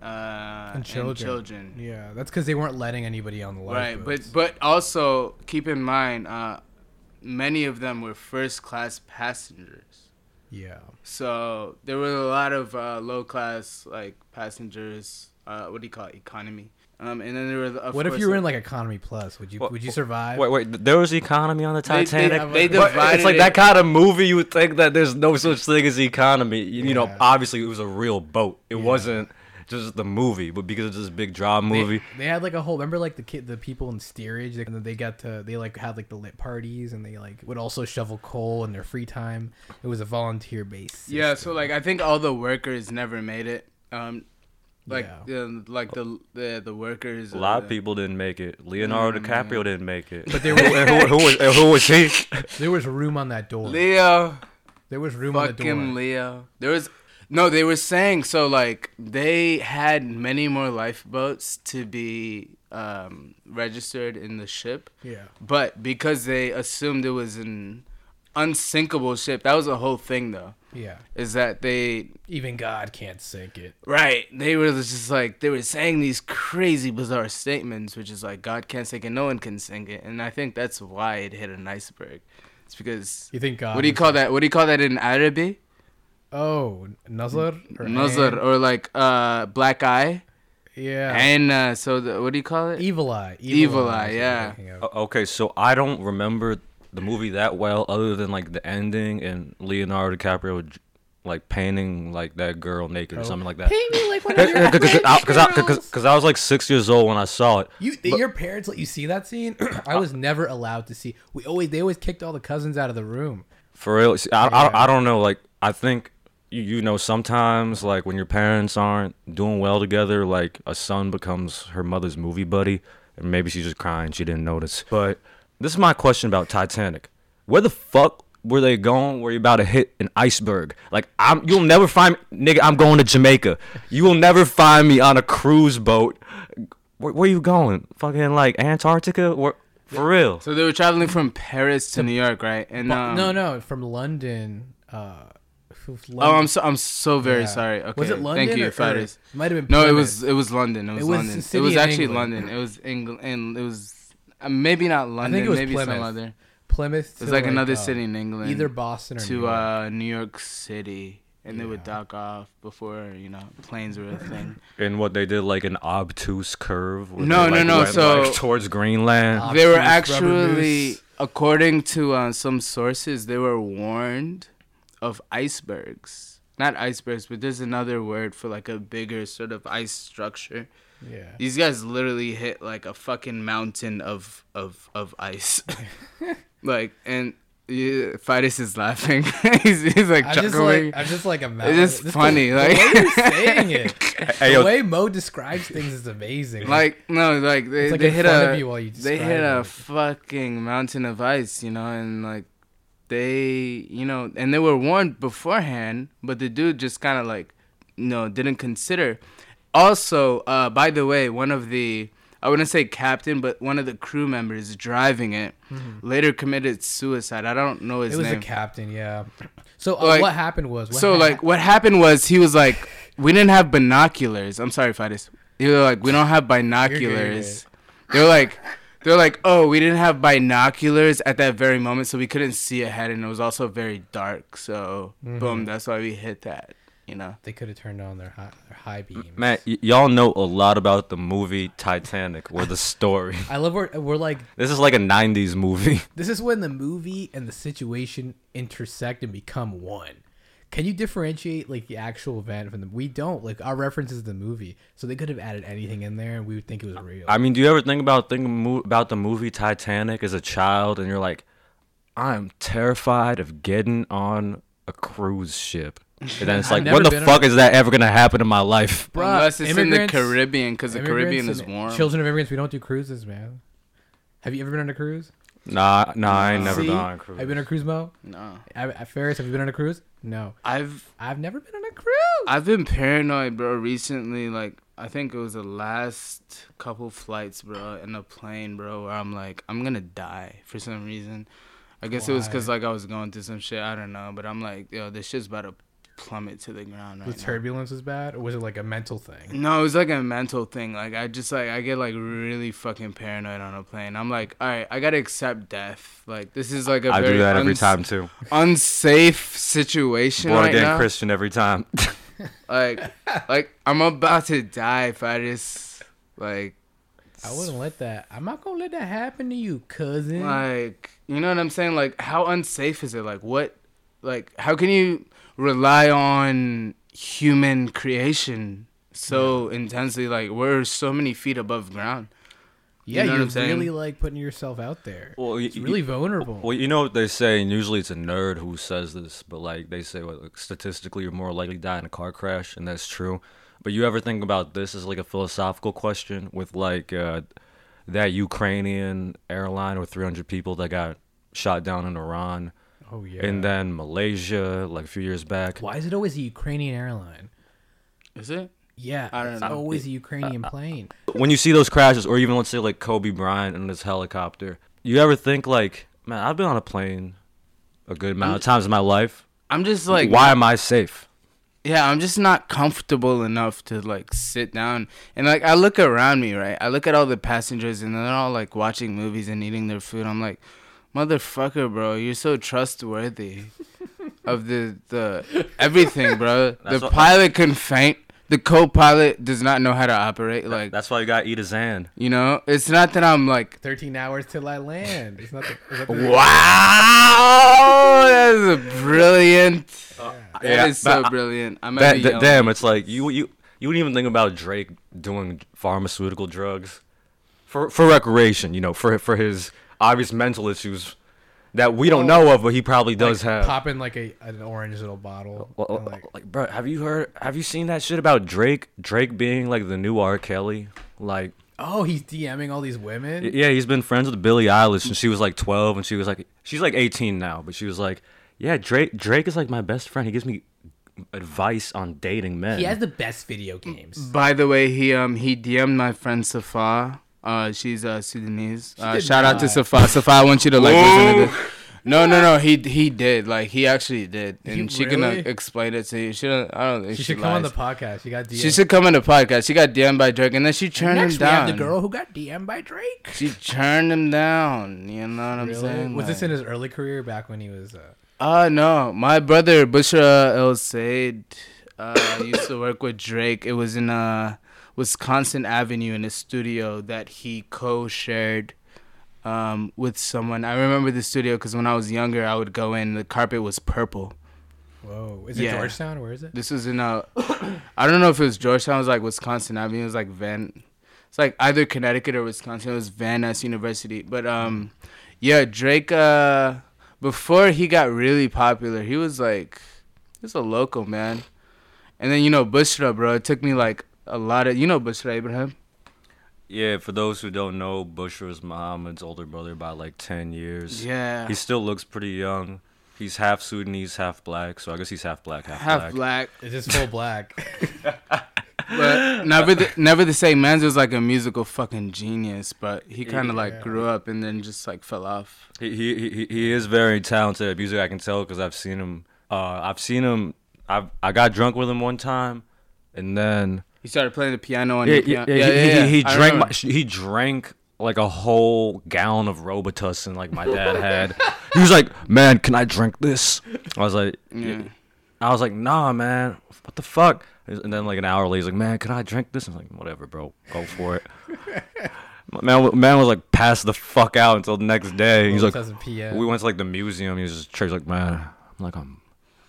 [SPEAKER 1] uh, and children.
[SPEAKER 2] Yeah, that's because they weren't letting anybody on the
[SPEAKER 1] Right,
[SPEAKER 2] lifeboat.
[SPEAKER 1] but but also keep in mind, uh, many of them were first class passengers.
[SPEAKER 2] yeah,
[SPEAKER 1] So there were a lot of uh, low class like passengers. Uh, what do you call it? Economy. Um, and then there were. Of
[SPEAKER 2] what if
[SPEAKER 1] course,
[SPEAKER 2] you were in like economy plus? Would you
[SPEAKER 3] What-
[SPEAKER 2] would you survive?
[SPEAKER 3] Wait, wait. th- There was economy on the
[SPEAKER 1] They- they-
[SPEAKER 3] Titanic.
[SPEAKER 1] they
[SPEAKER 3] But
[SPEAKER 1] divided
[SPEAKER 3] it's like
[SPEAKER 1] it.
[SPEAKER 3] that kind of movie. You would think that there's no such thing as economy. You, you know,
[SPEAKER 2] Yeah.
[SPEAKER 3] obviously it was a real boat. It wasn't just the movie, but because it's this big drama
[SPEAKER 2] They-
[SPEAKER 3] movie.
[SPEAKER 2] They, had like a whole. Remember, like the kid, the people in steerage, like, and then they got to they like had like the lit parties, and they like would also shovel coal in their free time. It was a volunteer base.
[SPEAKER 1] Yeah, so like I think all the workers never made it. Um, like um, like the the, the workers. uh,
[SPEAKER 3] A lot of people didn't make it. Leonardo
[SPEAKER 1] Mm.
[SPEAKER 3] DiCaprio didn't make it.
[SPEAKER 2] But there was
[SPEAKER 3] And who, who was and who was he?
[SPEAKER 2] there was room on that door.
[SPEAKER 1] Leo,
[SPEAKER 2] There was room on the door.
[SPEAKER 1] fucking Leo. There was no. They were saying so. Like they had many more lifeboats to be um, registered in the ship.
[SPEAKER 2] yeah,
[SPEAKER 1] But because they assumed it was an unsinkable ship, that was a whole thing though.
[SPEAKER 2] yeah.
[SPEAKER 1] Is that they
[SPEAKER 2] Even God can't sink it.
[SPEAKER 1] right? They were just like they were saying these crazy bizarre statements, which is like God can't sink it, no one can sink it, and I think that's why it hit an iceberg. It's because
[SPEAKER 2] You think God?
[SPEAKER 1] what do you
[SPEAKER 2] was-
[SPEAKER 1] call that? What do you call that in Arabic?
[SPEAKER 2] Oh, Nazar. or
[SPEAKER 1] Nazar
[SPEAKER 2] Ayn?
[SPEAKER 1] or like uh black eye
[SPEAKER 2] Yeah. E
[SPEAKER 1] and uh, so the, what do you call it?
[SPEAKER 2] Evil Eye.
[SPEAKER 1] Evil Eye,
[SPEAKER 2] is what
[SPEAKER 1] yeah. Uh,
[SPEAKER 2] I'm thinking of.
[SPEAKER 3] O- Okay, so I don't remember the movie that well, other than like the ending and Leonardo DiCaprio j- like painting like that girl naked or something like that.
[SPEAKER 2] me like one
[SPEAKER 3] Because I, 'cause- 'cause I was like six years old when I saw it.
[SPEAKER 2] You, your parents let you see that scene? I was never allowed to see. We always, they always kicked all the cousins out of the room.
[SPEAKER 3] For real, see, I, I, I don't know. Like I think you, you know sometimes like when your parents aren't doing well together, like a son becomes her mother's movie buddy, and maybe she's just crying she didn't notice. But this is my question about Titanic. Where the fuck were they going? Were you about to hit an iceberg? Like I'm, you'll never find nigga. I'm going to Jamaica. You will never find me on a cruise boat. Where, where you going? Fucking like Antarctica? Where, for real?
[SPEAKER 1] So they were traveling from Paris to New York, right? And um,
[SPEAKER 2] no, no, from London. Uh, from
[SPEAKER 1] Oh, I'm
[SPEAKER 2] London-
[SPEAKER 1] so I'm so very
[SPEAKER 2] yeah.
[SPEAKER 1] sorry. Okay,
[SPEAKER 2] Was it London?
[SPEAKER 1] Thank you,
[SPEAKER 2] or-
[SPEAKER 1] if that
[SPEAKER 2] or-
[SPEAKER 1] is.
[SPEAKER 2] Might have been.
[SPEAKER 1] No, it
[SPEAKER 2] Plymouth.
[SPEAKER 1] was it was London. It was,
[SPEAKER 2] was the
[SPEAKER 1] London.
[SPEAKER 2] city
[SPEAKER 1] It was
[SPEAKER 2] in
[SPEAKER 1] actually
[SPEAKER 2] England.
[SPEAKER 1] London. It was England, and it was Uh, maybe not London.
[SPEAKER 2] it was
[SPEAKER 1] maybe some
[SPEAKER 2] Plymouth.
[SPEAKER 1] other.
[SPEAKER 2] Plymouth.
[SPEAKER 1] It's
[SPEAKER 2] to,
[SPEAKER 1] like another
[SPEAKER 2] uh,
[SPEAKER 1] city in England.
[SPEAKER 2] Either Boston or
[SPEAKER 1] to
[SPEAKER 2] New York.
[SPEAKER 1] uh New York City, and they would
[SPEAKER 2] Yeah.
[SPEAKER 1] dock off before you know planes were a thing.
[SPEAKER 3] And what they did, like an obtuse curve. where
[SPEAKER 1] No,
[SPEAKER 3] they,
[SPEAKER 1] no,
[SPEAKER 3] like,
[SPEAKER 1] no,
[SPEAKER 3] went,
[SPEAKER 1] so-
[SPEAKER 3] like, towards Greenland.
[SPEAKER 2] Obtuse
[SPEAKER 1] they were
[SPEAKER 2] rubber
[SPEAKER 1] actually,
[SPEAKER 2] moose.
[SPEAKER 1] according to uh, some sources, they were warned of icebergs. Not icebergs, but there's another word for like a bigger sort of ice structure.
[SPEAKER 2] yeah.
[SPEAKER 1] These guys literally hit like a fucking mountain of of of ice. like and yeah, Fidus is laughing. he's, he's like
[SPEAKER 2] I just
[SPEAKER 1] chuckling.
[SPEAKER 2] like I just like imagine.
[SPEAKER 1] it's just funny.
[SPEAKER 2] The,
[SPEAKER 1] like
[SPEAKER 2] the way you're saying it,
[SPEAKER 3] Hey,
[SPEAKER 2] the
[SPEAKER 3] yo.
[SPEAKER 2] way Mo describes things is amazing.
[SPEAKER 1] like no like they,
[SPEAKER 2] It's like
[SPEAKER 1] they
[SPEAKER 2] in
[SPEAKER 1] hit
[SPEAKER 2] front
[SPEAKER 1] a
[SPEAKER 2] of you while you
[SPEAKER 1] they hit
[SPEAKER 2] describe
[SPEAKER 1] a
[SPEAKER 2] it.
[SPEAKER 1] fucking mountain of ice you know and like they you know and they were warned beforehand but the dude just kind of like no didn't consider also uh by the way one of the i wouldn't say captain but one of the crew members driving it later committed suicide i don't know his
[SPEAKER 2] Mm-hmm. it was
[SPEAKER 1] name
[SPEAKER 2] the captain. Yeah. So uh,
[SPEAKER 1] Like-
[SPEAKER 2] what happened was what
[SPEAKER 1] so
[SPEAKER 2] hap-
[SPEAKER 1] like what happened was he was like we didn't have binoculars i'm sorry Fidus. he was like we don't have binoculars they're like they're like oh we didn't have binoculars at that very moment so we couldn't see ahead and it was also very dark so
[SPEAKER 2] Mm-hmm.
[SPEAKER 1] boom that's why we hit that you know
[SPEAKER 2] they could have turned on their high, their high beams.
[SPEAKER 3] Man, y- y'all know a lot about the movie Titanic or the story.
[SPEAKER 2] I love where we're like
[SPEAKER 3] this is like a 90s movie.
[SPEAKER 2] This is when the movie and the situation intersect and become one. Can you differentiate like the actual event from the? We don't like our reference is the movie, so they could have added anything in there and we would think it was real.
[SPEAKER 3] I mean, do you ever think about think mo- about the movie Titanic as a child, and you're like, I'm terrified of getting on a cruise ship, and then it's like,
[SPEAKER 2] never
[SPEAKER 3] when the
[SPEAKER 2] been on
[SPEAKER 3] fuck is that ever gonna happen in my life?
[SPEAKER 2] Bruh,
[SPEAKER 1] unless it's in the
[SPEAKER 2] immigrants-
[SPEAKER 1] caribbean because the caribbean
[SPEAKER 2] Immigrants
[SPEAKER 1] is
[SPEAKER 2] and
[SPEAKER 1] warm
[SPEAKER 2] Children of immigrants, we don't do cruises, man. Have you ever been on a cruise?
[SPEAKER 3] Nah, nah, I ain't never
[SPEAKER 2] See?
[SPEAKER 3] been on a cruise.
[SPEAKER 2] Have you been on a cruise, Mo?
[SPEAKER 1] no
[SPEAKER 2] I, I, Ferris, have you been on a cruise? No,
[SPEAKER 1] i've
[SPEAKER 2] I've never been on a cruise.
[SPEAKER 1] I've been paranoid, bro, recently. Like, I think it was the last couple flights, bro, in a plane, bro, where I'm like, I'm gonna die for some reason. I guess it was because, like, I was going through some shit. I don't know. But I'm like, yo, this shit's about to plummet to the ground
[SPEAKER 2] the
[SPEAKER 1] right now.
[SPEAKER 2] turbulence is bad, or was it like a mental thing?
[SPEAKER 1] No, it was like a mental thing. Like, I just, like, I get, like, really fucking paranoid on a plane. I'm like, all right, I gotta accept death. Like, this is, like, a
[SPEAKER 3] I
[SPEAKER 1] very
[SPEAKER 3] do that every
[SPEAKER 1] uns-
[SPEAKER 3] time too.
[SPEAKER 1] unsafe situation
[SPEAKER 3] Born
[SPEAKER 1] right
[SPEAKER 3] again
[SPEAKER 1] now.
[SPEAKER 3] Christian every time.
[SPEAKER 1] Like, like I'm about to die if I just like,
[SPEAKER 2] I wouldn't let that. I'm not gonna let that happen to you, cousin.
[SPEAKER 1] like, you know what I'm saying? Like, how unsafe is it? Like, what, like, how can you rely on human creation so intensely? Like, we're so many feet above ground.
[SPEAKER 2] yeah,
[SPEAKER 1] you know what
[SPEAKER 2] you're
[SPEAKER 1] I'm saying?
[SPEAKER 2] really like putting yourself out there.
[SPEAKER 3] Well,
[SPEAKER 2] it's
[SPEAKER 3] you-
[SPEAKER 2] really
[SPEAKER 3] you-
[SPEAKER 2] vulnerable.
[SPEAKER 3] Well, you know what they say, and usually it's a nerd who says this, but like they say, what, like, statistically, you're more likely to die in a car crash, and that's true. But you ever think about this as like a philosophical question with like uh, that Ukrainian airline with 300 people that got shot down in Iran,
[SPEAKER 2] oh yeah.
[SPEAKER 3] and then Malaysia like a few years back.
[SPEAKER 2] Why is it always a Ukrainian airline?
[SPEAKER 1] Is it?
[SPEAKER 2] Yeah,
[SPEAKER 1] I don't
[SPEAKER 2] it's
[SPEAKER 1] know.
[SPEAKER 2] always a Ukrainian plane.
[SPEAKER 3] when you see those crashes, or even let's say like Kobe Bryant in his helicopter, you ever think like, man, I've been on a plane a good amount of
[SPEAKER 2] Mm-hmm.
[SPEAKER 3] times in my life.
[SPEAKER 1] I'm just like,
[SPEAKER 3] why am I safe?
[SPEAKER 1] Yeah, I'm just not comfortable enough to like sit down and like I look around me, right? I look at all the passengers and they're all like watching movies and eating their food. I'm like, motherfucker, bro, you're so trustworthy of the the everything, bro.
[SPEAKER 3] That's
[SPEAKER 1] the
[SPEAKER 3] what-
[SPEAKER 1] pilot can faint. The co-pilot does not know how to operate. Like
[SPEAKER 3] That's why you gotta eat a Zan.
[SPEAKER 1] you know, it's not that I'm like,
[SPEAKER 2] Thirteen hours till I land. It's not. The, is that the-
[SPEAKER 3] Oh!
[SPEAKER 1] wow, that's a brilliant. That is
[SPEAKER 3] Uh, yeah,
[SPEAKER 1] so
[SPEAKER 3] but I-
[SPEAKER 1] brilliant. I'm
[SPEAKER 3] That, that- damn, it's like you you you wouldn't even think about Drake doing pharmaceutical drugs for for recreation, you know, for for his obvious mental issues that we don't know of, but he probably does have.
[SPEAKER 2] popping like a an orange little bottle?
[SPEAKER 1] Oh,
[SPEAKER 3] Well, uh,
[SPEAKER 2] and,
[SPEAKER 3] like, bro, have you heard? Have you seen that shit about Drake? Drake being like the new R. Kelly. Like,
[SPEAKER 2] oh, he's DMing all these women.
[SPEAKER 3] y- yeah, he's been friends with Billie Eilish, and she was like 12, and she was like, she's like 18 now, but she was like, yeah, Drake. Drake is like my best friend. He gives me advice on dating men.
[SPEAKER 2] He has the best video games.
[SPEAKER 1] By the way, he um he DM'd my friend Safa. Uh, she's uh Sudanese. Uh,
[SPEAKER 2] did
[SPEAKER 1] shout out to
[SPEAKER 2] not.
[SPEAKER 1] Safa. Safa, I want you to like listen to this. No, no, no. He he did. Like he actually did,
[SPEAKER 2] He
[SPEAKER 1] and she can uh,
[SPEAKER 2] really?
[SPEAKER 1] explain it to you. She don't. I don't think
[SPEAKER 2] She
[SPEAKER 1] she,
[SPEAKER 2] should come
[SPEAKER 1] lies.
[SPEAKER 2] on the podcast. She got DM.
[SPEAKER 1] She should come on the podcast. She got DM'd by Drake, and then she turned
[SPEAKER 2] Next,
[SPEAKER 1] him
[SPEAKER 2] we
[SPEAKER 1] down.
[SPEAKER 2] have the girl who got DM by Drake.
[SPEAKER 1] She turned him down. You know what I'm saying?
[SPEAKER 2] Was this
[SPEAKER 1] Like-
[SPEAKER 2] in his early career back when he was? Uh,
[SPEAKER 1] Uh no, my brother Bushra El Said uh, used to work with Drake. It was in uh, Wisconsin Avenue in a studio that he co-shared um, with someone. I remember the studio because when I was younger, I would go in. The carpet was purple.
[SPEAKER 2] whoa, is it
[SPEAKER 1] Yeah.
[SPEAKER 2] Georgetown? Where is it?
[SPEAKER 1] This was in uh, I don't know if it was Georgetown. It was like Wisconsin Avenue. It was like Van. It's like either Connecticut or Wisconsin. It was Van Ness University. But um, yeah, Drake. Uh, before he got really popular, he was like, he was a local man. And then you know Bushra, bro. It took me like a lot of you know Bushra Ibrahim.
[SPEAKER 3] Yeah, for those who don't know, Bushra is Muhammad's older brother by like 10 years.
[SPEAKER 1] Yeah,
[SPEAKER 3] He
[SPEAKER 1] he's
[SPEAKER 3] still looks pretty young. He's half Sudanese, half black, so I guess he's half black, half,
[SPEAKER 1] half
[SPEAKER 3] black.
[SPEAKER 1] black,
[SPEAKER 2] It's just full black.
[SPEAKER 1] but never the, never the same. Man's was like a musical fucking genius, but he kind of like
[SPEAKER 2] Yeah.
[SPEAKER 1] grew up and then just like fell off.
[SPEAKER 3] He, he, he, he is very talented at music, I can tell, because I've seen him. Uh, I've seen him. I've, I got drunk with him one time, and then.
[SPEAKER 1] He started playing the piano on
[SPEAKER 3] Yeah,
[SPEAKER 1] the piano.
[SPEAKER 3] yeah, yeah, he, he, he
[SPEAKER 1] I
[SPEAKER 3] drank my,
[SPEAKER 1] remember.
[SPEAKER 3] he drank like a whole gallon of Robitussin like my dad had. he was like, "Man, can I drink this?" I was like,
[SPEAKER 1] Yeah.
[SPEAKER 3] I was like, "Nah, man. What the fuck?" And then like an hour later, he's like, "Man, can I drink this?" I'm like, "Whatever, bro. Go for it." My man, wa- man was like passed the fuck out until the next day. He's like,
[SPEAKER 2] Robitussin PM.
[SPEAKER 3] "We went to like the museum." He was just church like, "Man, I'm like I'm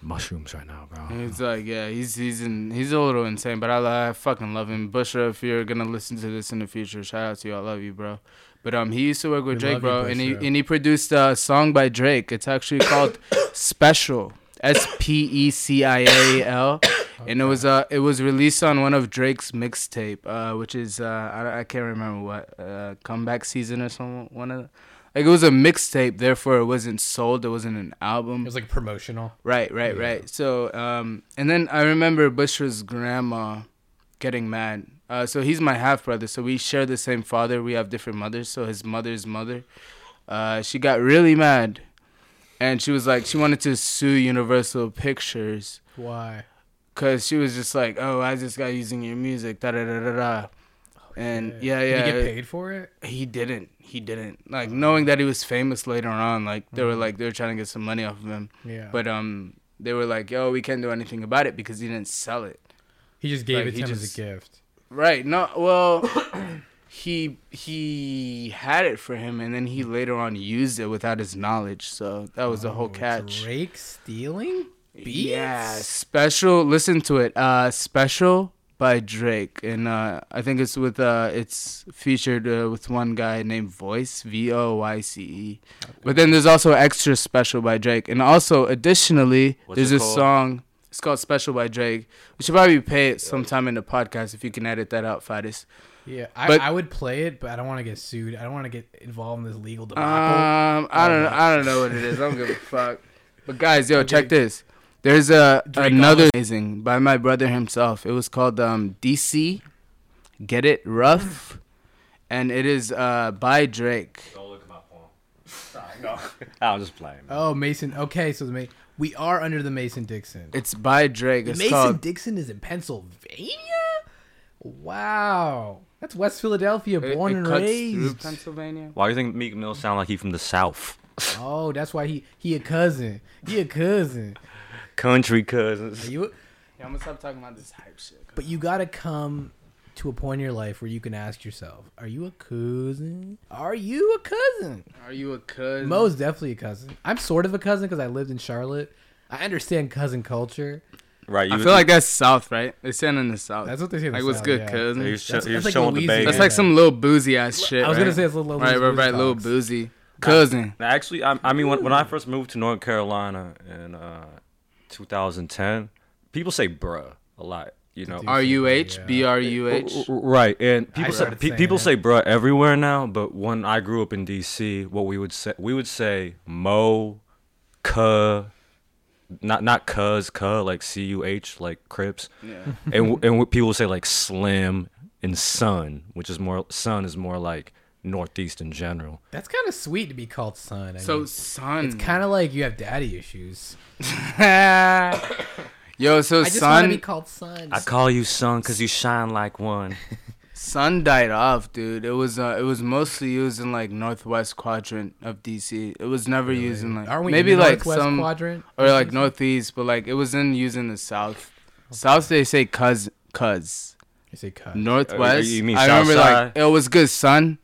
[SPEAKER 3] mushrooms right now, bro."
[SPEAKER 1] He's like, yeah, he's he's in, he's a little insane, but I, li- I fucking love him. Bushra, if you're gonna listen to this in the future, shout out to you, I love you, bro. But um, he used to work with
[SPEAKER 2] We
[SPEAKER 1] Drake,
[SPEAKER 2] love you,
[SPEAKER 1] bro, and he
[SPEAKER 2] Bushra.
[SPEAKER 1] and he produced a song by Drake. It's actually called Special, S P E C I A L, and it was uh it was released on one of Drake's mixtape, uh, which is uh I, I can't remember what uh comeback season or some one of. The, like it was a mixtape, therefore it wasn't sold. It wasn't an album.
[SPEAKER 2] It was like promotional.
[SPEAKER 1] Right, right,
[SPEAKER 2] Yeah.
[SPEAKER 1] right. So, um, and then I remember Bushra's grandma getting mad. Uh, so he's my half brother. So we share the same father. We have different mothers. So his mother's mother, uh, she got really mad, and she was like, she wanted to sue Universal Pictures
[SPEAKER 2] Why?
[SPEAKER 1] because she was just like, oh, I just got using your music, da da da da da. And yeah, yeah.
[SPEAKER 2] Oh, Did he get paid Oh. for it?
[SPEAKER 1] He didn't. He didn't. Like knowing that he was famous later on, like they
[SPEAKER 2] Mm-hmm.
[SPEAKER 1] were like they were trying to get some money off of him.
[SPEAKER 2] Yeah.
[SPEAKER 1] But um, they were like, "Yo, we can't do anything about it because he didn't sell it."
[SPEAKER 2] he just gave
[SPEAKER 1] like,
[SPEAKER 2] it to
[SPEAKER 1] he
[SPEAKER 2] him as
[SPEAKER 1] just-
[SPEAKER 2] a gift.
[SPEAKER 1] Right? No. Well, he he had it for him, and then he later on used it without his knowledge. So that was the whole catch.
[SPEAKER 2] Drake stealing beats.
[SPEAKER 1] Yeah, special. Listen to it. Uh, special by Drake, and uh, I think it's with uh, it's featured uh, with one guy named Voice V O Y C E. But then there's also extra special by Drake, and also additionally,
[SPEAKER 3] What's
[SPEAKER 1] there's
[SPEAKER 3] it
[SPEAKER 1] a
[SPEAKER 3] called?
[SPEAKER 1] song. It's called Special by Drake. We should probably play it sometime in the podcast if you can edit that out, Fatis.
[SPEAKER 2] Yeah, I,
[SPEAKER 1] But-
[SPEAKER 2] I would play it, but I don't want to get sued. I don't want to get involved in this legal debacle.
[SPEAKER 1] Um, I don't, I don't know what it is. I don't give a fuck. But guys, yo, check this. There's a
[SPEAKER 2] Drake
[SPEAKER 1] another
[SPEAKER 2] almost-
[SPEAKER 1] amazing by my brother himself. It was called um, DC, Get It Rough, and it is uh, by Drake.
[SPEAKER 3] Don't look at my phone. I was just playing. man.
[SPEAKER 2] oh, Mason. Okay, so the Ma- we are under the Mason Dixon.
[SPEAKER 1] It's by Drake. It's
[SPEAKER 2] Mason
[SPEAKER 1] called.
[SPEAKER 2] Dixon is in Pennsylvania. Wow, that's West Philadelphia,
[SPEAKER 1] It,
[SPEAKER 2] born
[SPEAKER 1] it
[SPEAKER 2] and
[SPEAKER 1] cuts through
[SPEAKER 2] raised.
[SPEAKER 1] Pennsylvania.
[SPEAKER 3] Why do you think Meek Mill sound like he from the South?
[SPEAKER 2] Oh, that's why he he a cousin. He a cousin.
[SPEAKER 3] Country cousins.
[SPEAKER 2] You,
[SPEAKER 1] Yeah, I'm gonna stop talking about this hype shit.
[SPEAKER 2] but you gotta come to a point in your life where you can ask yourself, Are you a cousin? Are you a cousin?
[SPEAKER 1] Are you a cousin?
[SPEAKER 2] Mo's definitely a cousin. I'm sort of a cousin because I lived in Charlotte. I understand cousin culture.
[SPEAKER 3] Right. You
[SPEAKER 1] I feel like that's South, right? They're saying in the South.
[SPEAKER 2] That's what they say in the
[SPEAKER 1] Like, what's
[SPEAKER 2] South,
[SPEAKER 1] good,
[SPEAKER 2] yeah.
[SPEAKER 1] cousin?
[SPEAKER 3] You're, sh-
[SPEAKER 2] That's-
[SPEAKER 3] you're
[SPEAKER 2] that's like
[SPEAKER 3] showing the
[SPEAKER 2] Louisiana.
[SPEAKER 3] baby.
[SPEAKER 1] That's like some little boozy ass shit.
[SPEAKER 2] I was gonna
[SPEAKER 1] right?
[SPEAKER 2] say it's little
[SPEAKER 1] right,
[SPEAKER 2] boozy
[SPEAKER 1] right, right, little
[SPEAKER 2] talks.
[SPEAKER 1] boozy cousin.
[SPEAKER 3] Actually, I, I mean, when, when I first moved to North Carolina in uh, 2010, people say "bruh" a lot. You know,
[SPEAKER 2] Dude.
[SPEAKER 1] R U H
[SPEAKER 2] Yeah.
[SPEAKER 1] B R U
[SPEAKER 3] R-
[SPEAKER 1] H.
[SPEAKER 3] r- right? And
[SPEAKER 2] I
[SPEAKER 3] people say,
[SPEAKER 2] started
[SPEAKER 3] pe-
[SPEAKER 2] saying
[SPEAKER 3] people
[SPEAKER 2] that.
[SPEAKER 3] say "bruh" everywhere now. But when I grew up in D.C., what we would say, we would say "mo," "cuh," not not "cuz," "cuh," like C U H, like Crips.
[SPEAKER 1] Yeah.
[SPEAKER 3] and w- and what people say like slim and sun, which is more sun is more like Northeast in general.
[SPEAKER 2] That's kind of sweet to be called son. I
[SPEAKER 1] So
[SPEAKER 2] mean,
[SPEAKER 1] son,
[SPEAKER 2] it's kind of like you have daddy issues.
[SPEAKER 1] yo. So
[SPEAKER 2] I just want to
[SPEAKER 1] son,
[SPEAKER 2] be called son.
[SPEAKER 3] I call you son because you shine like one.
[SPEAKER 1] sun died off, dude. It was uh, it was mostly used in like northwest quadrant of DC. It was never used in like
[SPEAKER 2] Aren't we
[SPEAKER 1] maybe
[SPEAKER 2] in the
[SPEAKER 1] like
[SPEAKER 2] Northwest
[SPEAKER 1] some
[SPEAKER 2] quadrant?
[SPEAKER 1] or like northeast, but like it was in using the south. South they say cuz cuz
[SPEAKER 2] I say cut.
[SPEAKER 1] northwest.
[SPEAKER 3] you mean
[SPEAKER 1] I
[SPEAKER 3] south
[SPEAKER 1] remember
[SPEAKER 3] side?
[SPEAKER 1] like it was good sun.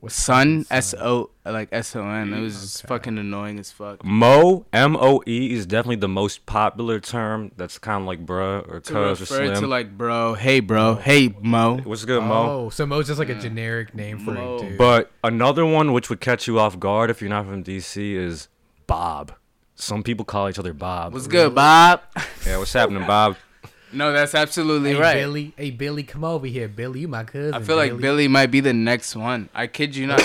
[SPEAKER 2] What's
[SPEAKER 1] Sun
[SPEAKER 2] son?
[SPEAKER 1] S O like S O N. It was just fucking annoying as fuck.
[SPEAKER 3] Mo M O E is definitely the most popular term. That's kind of like bruh or
[SPEAKER 1] To
[SPEAKER 3] cuz or
[SPEAKER 1] refer
[SPEAKER 3] slim.
[SPEAKER 1] to like bro, hey bro, hey mo.
[SPEAKER 3] What's good, Mo?
[SPEAKER 2] Oh, so Mo's just like a generic name for
[SPEAKER 1] Mo.
[SPEAKER 2] a dude.
[SPEAKER 3] But another one which would catch you off guard if you're not from DC is Bob. Some people call each other Bob.
[SPEAKER 1] What's good, Bob?
[SPEAKER 3] Yeah, what's happening, Bob?
[SPEAKER 1] No, that's absolutely
[SPEAKER 2] hey
[SPEAKER 1] right.
[SPEAKER 2] Billy, hey Billy, come over here, Billy. You my cousin.
[SPEAKER 1] I feel like Billy might be the next one. I kid you not.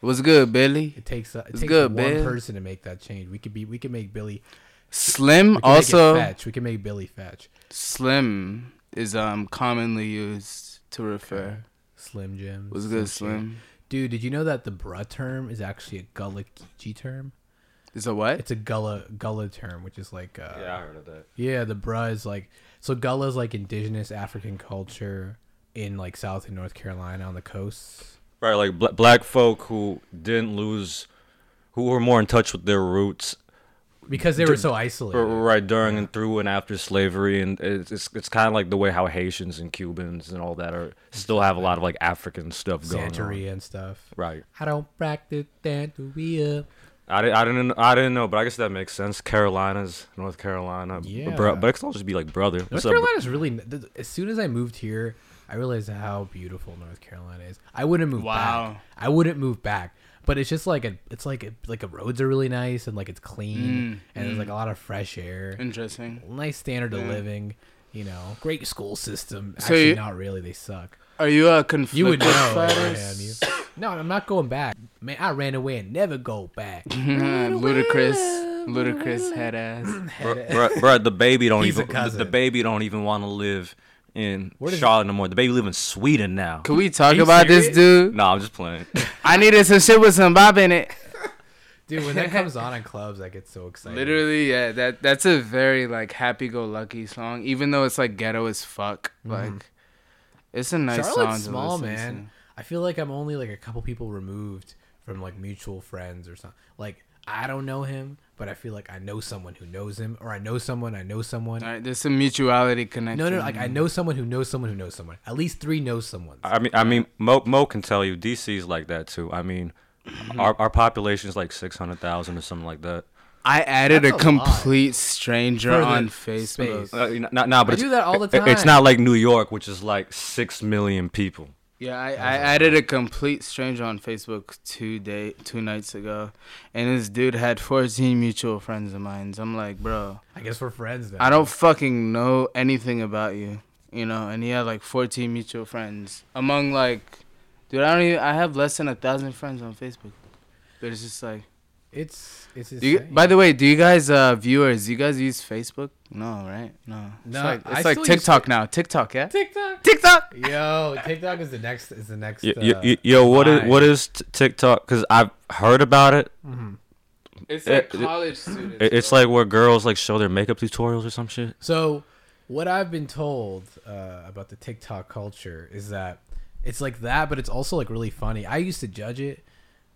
[SPEAKER 1] What's good, Billy?
[SPEAKER 2] It takes, a, it
[SPEAKER 1] It's
[SPEAKER 2] takes
[SPEAKER 1] good,
[SPEAKER 2] one
[SPEAKER 1] Bill.
[SPEAKER 2] person to make that change. We could be, we could make Billy.
[SPEAKER 1] Slim
[SPEAKER 2] We could make it
[SPEAKER 1] also
[SPEAKER 2] fetch. We can make Billy fetch.
[SPEAKER 1] Slim is um commonly used to refer.
[SPEAKER 2] Slim Jim.
[SPEAKER 1] What's good,
[SPEAKER 2] some shit.
[SPEAKER 1] Slim?
[SPEAKER 2] Dude, did you know that the bruh term is actually a Gullah Geechee term?
[SPEAKER 1] Is a what?
[SPEAKER 2] It's a Gullah Gullah term, which is like uh,
[SPEAKER 3] Yeah, I heard of that.
[SPEAKER 2] Yeah, the bruh is like so Gullah is like indigenous African culture in like South and North Carolina on the coasts.
[SPEAKER 3] Right, like bla black folk who didn't lose, who were more in touch with their roots,
[SPEAKER 2] Because they were so
[SPEAKER 3] r-
[SPEAKER 2] isolated.
[SPEAKER 3] right during and through and after slavery, and it's it's, it's kind of like the way how Haitians and Cubans and all that are still have a lot of like African stuff going on.
[SPEAKER 2] Santeria and stuff.
[SPEAKER 3] Right.
[SPEAKER 2] I don't practice Santeria.
[SPEAKER 3] I, di- I didn't I didn't know, but I guess that makes sense. Carolinas, North Carolina, yeah.
[SPEAKER 2] Yeah.
[SPEAKER 3] bro, but it could all just be like brother.
[SPEAKER 2] North
[SPEAKER 3] What's up, bro?
[SPEAKER 2] Carolina's really th- as soon as I moved here, I realized how beautiful North Carolina is. I wouldn't move
[SPEAKER 1] Wow.
[SPEAKER 2] back. I wouldn't move back. But it's just like a it's like a, like the roads are really nice and like it's clean and there's like a lot of fresh air.
[SPEAKER 1] Interesting.
[SPEAKER 2] nice standard of living, you know. Great school system.
[SPEAKER 1] So
[SPEAKER 2] Actually
[SPEAKER 1] you-
[SPEAKER 2] not really, they suck.
[SPEAKER 1] Are you a conflicted
[SPEAKER 2] You would know. Abraham,
[SPEAKER 1] status?
[SPEAKER 2] you. No, I'm not going back. Man, I ran away and never go back.
[SPEAKER 1] Mm-hmm. ludicrous, ludicrous head ass.
[SPEAKER 3] Bro, bro, bro, the baby don't
[SPEAKER 2] He's a
[SPEAKER 3] even the,
[SPEAKER 2] cousin.
[SPEAKER 3] the baby don't even want to live in
[SPEAKER 2] does-
[SPEAKER 3] Charlotte no more. The baby live in Sweden now.
[SPEAKER 1] Can we talk
[SPEAKER 2] you
[SPEAKER 1] about this,
[SPEAKER 2] serious?
[SPEAKER 1] dude?
[SPEAKER 3] Nah, I'm just playing.
[SPEAKER 1] I needed some shit with some bob in it.
[SPEAKER 2] Dude, when that comes on in clubs, I get so excited.
[SPEAKER 1] Literally, yeah. That that's a very like happy-go-lucky song, even though it's like ghetto as fuck. Like, it's a nice song.
[SPEAKER 2] Charlotte's
[SPEAKER 1] to
[SPEAKER 2] small,
[SPEAKER 1] listen to.
[SPEAKER 2] man. I feel like I'm only like a couple people removed from like mutual friends or something. Like I don't know him, but I feel like I know someone who knows him, or I know someone I know someone.
[SPEAKER 1] All right, there's some mutuality connection.
[SPEAKER 2] No, no, like I know someone who knows someone who knows someone. At least three know someone.
[SPEAKER 3] I mean, I mean, Mo, Mo can tell you DC's like that too. I mean,
[SPEAKER 2] Mm-hmm.
[SPEAKER 3] our our population is like six hundred thousand or something like that.
[SPEAKER 1] I added
[SPEAKER 2] That's
[SPEAKER 1] a
[SPEAKER 2] a
[SPEAKER 1] complete stranger
[SPEAKER 2] For the
[SPEAKER 1] on Facebook.
[SPEAKER 2] space.
[SPEAKER 3] Uh, n- not now, but
[SPEAKER 2] I
[SPEAKER 3] it's-
[SPEAKER 2] do that all the
[SPEAKER 3] it- It's
[SPEAKER 2] time.
[SPEAKER 3] not like New York, which is like six million people.
[SPEAKER 1] Yeah, I, I added a complete stranger on Facebook two day two nights ago, and this dude had 14 mutual friends of mine. I'm like, bro,
[SPEAKER 2] I guess we're friends then.
[SPEAKER 1] I don't fucking know anything about you, you know. And he had like 14 mutual friends among like, dude, I don't even. I have less than a thousand friends on Facebook. But it's just like,
[SPEAKER 2] It's it's.
[SPEAKER 1] do you,
[SPEAKER 2] insane.
[SPEAKER 1] by the way, do you guys, uh, viewers, do you guys use Facebook? No, right? No. It's
[SPEAKER 2] No,
[SPEAKER 1] like,
[SPEAKER 2] I
[SPEAKER 1] it's like
[SPEAKER 2] still use
[SPEAKER 1] TikTok now. TikTok, yeah.
[SPEAKER 2] TikTok.
[SPEAKER 1] TikTok.
[SPEAKER 2] Yo, TikTok is the next is the next.
[SPEAKER 3] Yo,
[SPEAKER 2] uh,
[SPEAKER 3] yo, yo, yo what is
[SPEAKER 2] vibe.
[SPEAKER 3] what is t- TikTok? Because I've heard about it.
[SPEAKER 1] It's
[SPEAKER 3] like
[SPEAKER 1] like
[SPEAKER 3] Uh, It- it-
[SPEAKER 1] college students.
[SPEAKER 3] It- It's like where girls like show their makeup tutorials or some shit.
[SPEAKER 2] So, what I've been told uh, about the TikTok culture is that it's like that, but it's also like really funny. I used to judge it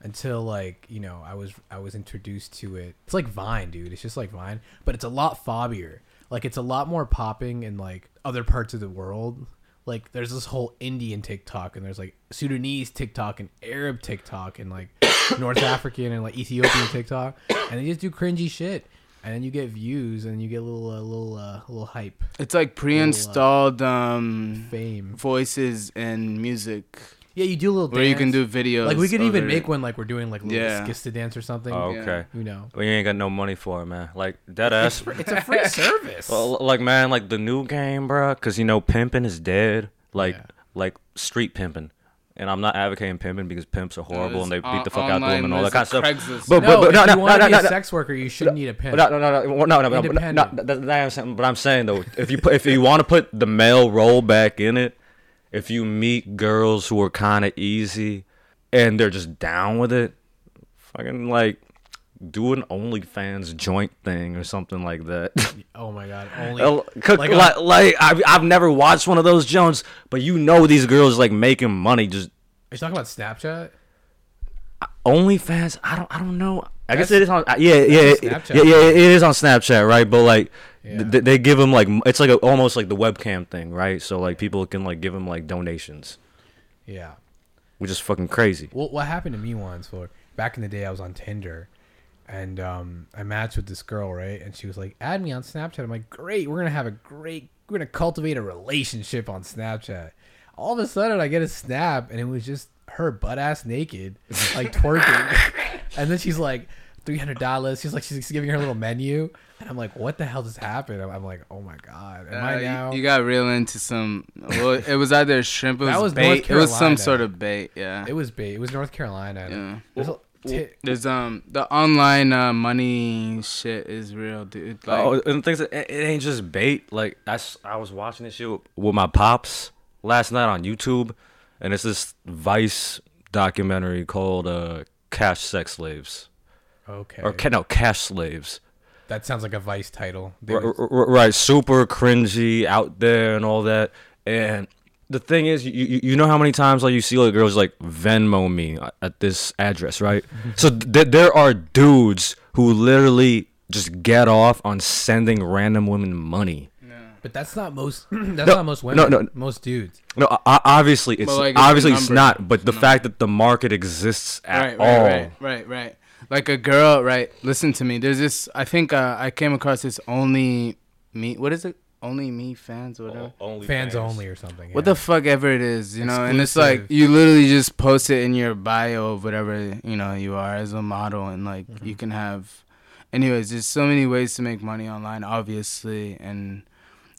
[SPEAKER 2] until like you know I was I was introduced to it. It's like Vine, dude. It's just like Vine, but it's a lot fobbier. Like it's a lot more popping in like other parts of the world. Like there's this whole Indian TikTok and there's like Sudanese TikTok and Arab TikTok and like North African and like Ethiopian TikTok and they just do cringy shit and then you get views and you get a little uh, little uh, little hype
[SPEAKER 1] It's like pre-installed um,
[SPEAKER 2] fame.
[SPEAKER 1] voices and music
[SPEAKER 2] Yeah, you do a little
[SPEAKER 1] where you can
[SPEAKER 2] dance.
[SPEAKER 1] do videos.
[SPEAKER 2] like we could even
[SPEAKER 1] over
[SPEAKER 2] make
[SPEAKER 1] it.
[SPEAKER 2] one like we're doing like little
[SPEAKER 1] Yeah.
[SPEAKER 2] skits to dance or something.
[SPEAKER 3] Oh, okay.
[SPEAKER 2] You know.
[SPEAKER 3] Well, you ain't got no money for it, man. Like dead ass.
[SPEAKER 2] It's a free service.
[SPEAKER 3] Well, l- like man, like the new game, bro. Cause you know, pimping is dead. Like
[SPEAKER 2] Yeah.
[SPEAKER 3] like street pimping, and I'm not advocating pimping because pimps are horrible and they
[SPEAKER 1] There's
[SPEAKER 3] beat the
[SPEAKER 1] on-
[SPEAKER 3] fuck out of them and all that
[SPEAKER 1] online,
[SPEAKER 3] kind of stuff.
[SPEAKER 1] there's a Craigslist.
[SPEAKER 3] But,
[SPEAKER 2] no,
[SPEAKER 3] but, but no,
[SPEAKER 2] if
[SPEAKER 3] no,
[SPEAKER 2] you want to
[SPEAKER 3] no, no,
[SPEAKER 2] be
[SPEAKER 3] no,
[SPEAKER 2] a
[SPEAKER 3] no.
[SPEAKER 2] sex worker, you shouldn't need a pen.
[SPEAKER 3] No, no, no, no, no, no, no, but- no,
[SPEAKER 2] Independent.
[SPEAKER 3] no, that- that I understand, But I'm saying though, if you put, if you want to put the male role back in it, if you meet girls who are kind of easy and they're just down with it, fucking like do an OnlyFans joint thing or something like that.
[SPEAKER 2] Oh my god! Only
[SPEAKER 3] El- cook-
[SPEAKER 2] like oh,
[SPEAKER 3] like,
[SPEAKER 2] a-
[SPEAKER 3] like, I've, I've never watched one of those joints, but you know these girls like making money just
[SPEAKER 2] are you talking about Snapchat?
[SPEAKER 3] OnlyFans. I don't I don't know. I guess
[SPEAKER 2] That's-
[SPEAKER 3] it is on. Yeah, yeah,
[SPEAKER 2] on
[SPEAKER 3] it-
[SPEAKER 2] Snapchat.
[SPEAKER 3] yeah, yeah. It is on Snapchat, right? But like,
[SPEAKER 2] Yeah.
[SPEAKER 3] th- they give them like it's like a, almost like the webcam thing, right? So like people can like give them like donations,
[SPEAKER 2] Yeah.
[SPEAKER 3] which is fucking crazy.
[SPEAKER 2] Well, what happened to me once? For back in the day, I was on Tinder, and um, I matched with this girl, right? And she was like, "Add me on Snapchat." I'm like, "Great, we're gonna have a great, we're gonna cultivate a relationship on Snapchat." All of a sudden, I get a snap, and it was just her butt ass naked, like twerking, and then she's like. Three hundred dollars. She's like, she's giving her a little menu, and I'm like, what the hell just happened? I'm, I'm like, oh my god, am
[SPEAKER 1] Uh,
[SPEAKER 2] I
[SPEAKER 1] you-
[SPEAKER 2] now?
[SPEAKER 1] You, got real into some. Well, it was either shrimp. It was,
[SPEAKER 2] That was North
[SPEAKER 1] bait. It was some
[SPEAKER 2] Carolina.
[SPEAKER 1] sort of bait. Yeah.
[SPEAKER 2] it was bait. It was North Carolina.
[SPEAKER 1] Yeah.
[SPEAKER 2] There's a- ti-
[SPEAKER 1] There's um the online uh, money shit is real, dude. Like,
[SPEAKER 3] oh, and things it, it ain't just bait. Like that's I was watching this shit with, with my pops last night on YouTube, and it's this Vice documentary called uh, "Cash Sex Slaves"
[SPEAKER 2] okay.
[SPEAKER 3] or ca- no, "Cash Slaves."
[SPEAKER 2] That sounds like a Vice title. They
[SPEAKER 3] R-
[SPEAKER 2] would-
[SPEAKER 3] r- r- right, super cringy out there and all that. And the thing is, you, you you know how many times like you see like girls like Venmo me at this address, right? so th- there are dudes who literally just get off on sending random women money.
[SPEAKER 2] But that's not most. that's
[SPEAKER 3] No,
[SPEAKER 2] not most
[SPEAKER 3] no,
[SPEAKER 2] women.
[SPEAKER 3] no.
[SPEAKER 2] Most dudes.
[SPEAKER 3] No, o- o- obviously it's
[SPEAKER 1] But, like, it's a
[SPEAKER 3] obviously it's
[SPEAKER 1] number.
[SPEAKER 3] not, but the fact that the market exists
[SPEAKER 1] right,
[SPEAKER 3] at
[SPEAKER 1] right,
[SPEAKER 3] all.
[SPEAKER 1] right, right, right. Like a girl, right? Listen to me. There's this. I think uh, I came across this only me. What is it? Only me fans or whatever.
[SPEAKER 3] Only
[SPEAKER 2] Fans only or something.
[SPEAKER 1] What
[SPEAKER 2] yeah.
[SPEAKER 1] the fuck ever it is, you know, and it's like
[SPEAKER 2] Exclusive.
[SPEAKER 1] you literally just post it in your bio of whatever you know you are as a model, and like
[SPEAKER 2] Mm-hmm.
[SPEAKER 1] you can have. Anyways, there's so many ways to make money online, obviously, and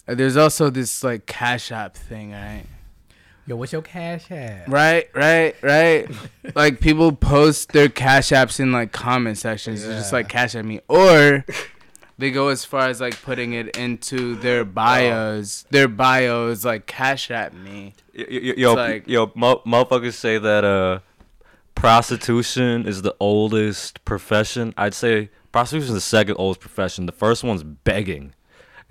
[SPEAKER 1] there's also this like Cash App thing, right?
[SPEAKER 2] Yo, what's your cash at?
[SPEAKER 1] Right, right, right. like people post their cash apps in like comment sections. It's just
[SPEAKER 2] Yeah.
[SPEAKER 1] like cash at me. Or they go as far as like putting it into
[SPEAKER 2] Oh.
[SPEAKER 1] their bios. Their bios like cash at me.
[SPEAKER 3] Yo, yo, yo,
[SPEAKER 1] like-
[SPEAKER 3] yo mo- motherfuckers say that uh, prostitution is the oldest profession. I'd say prostitution is the second oldest profession. The first one's begging,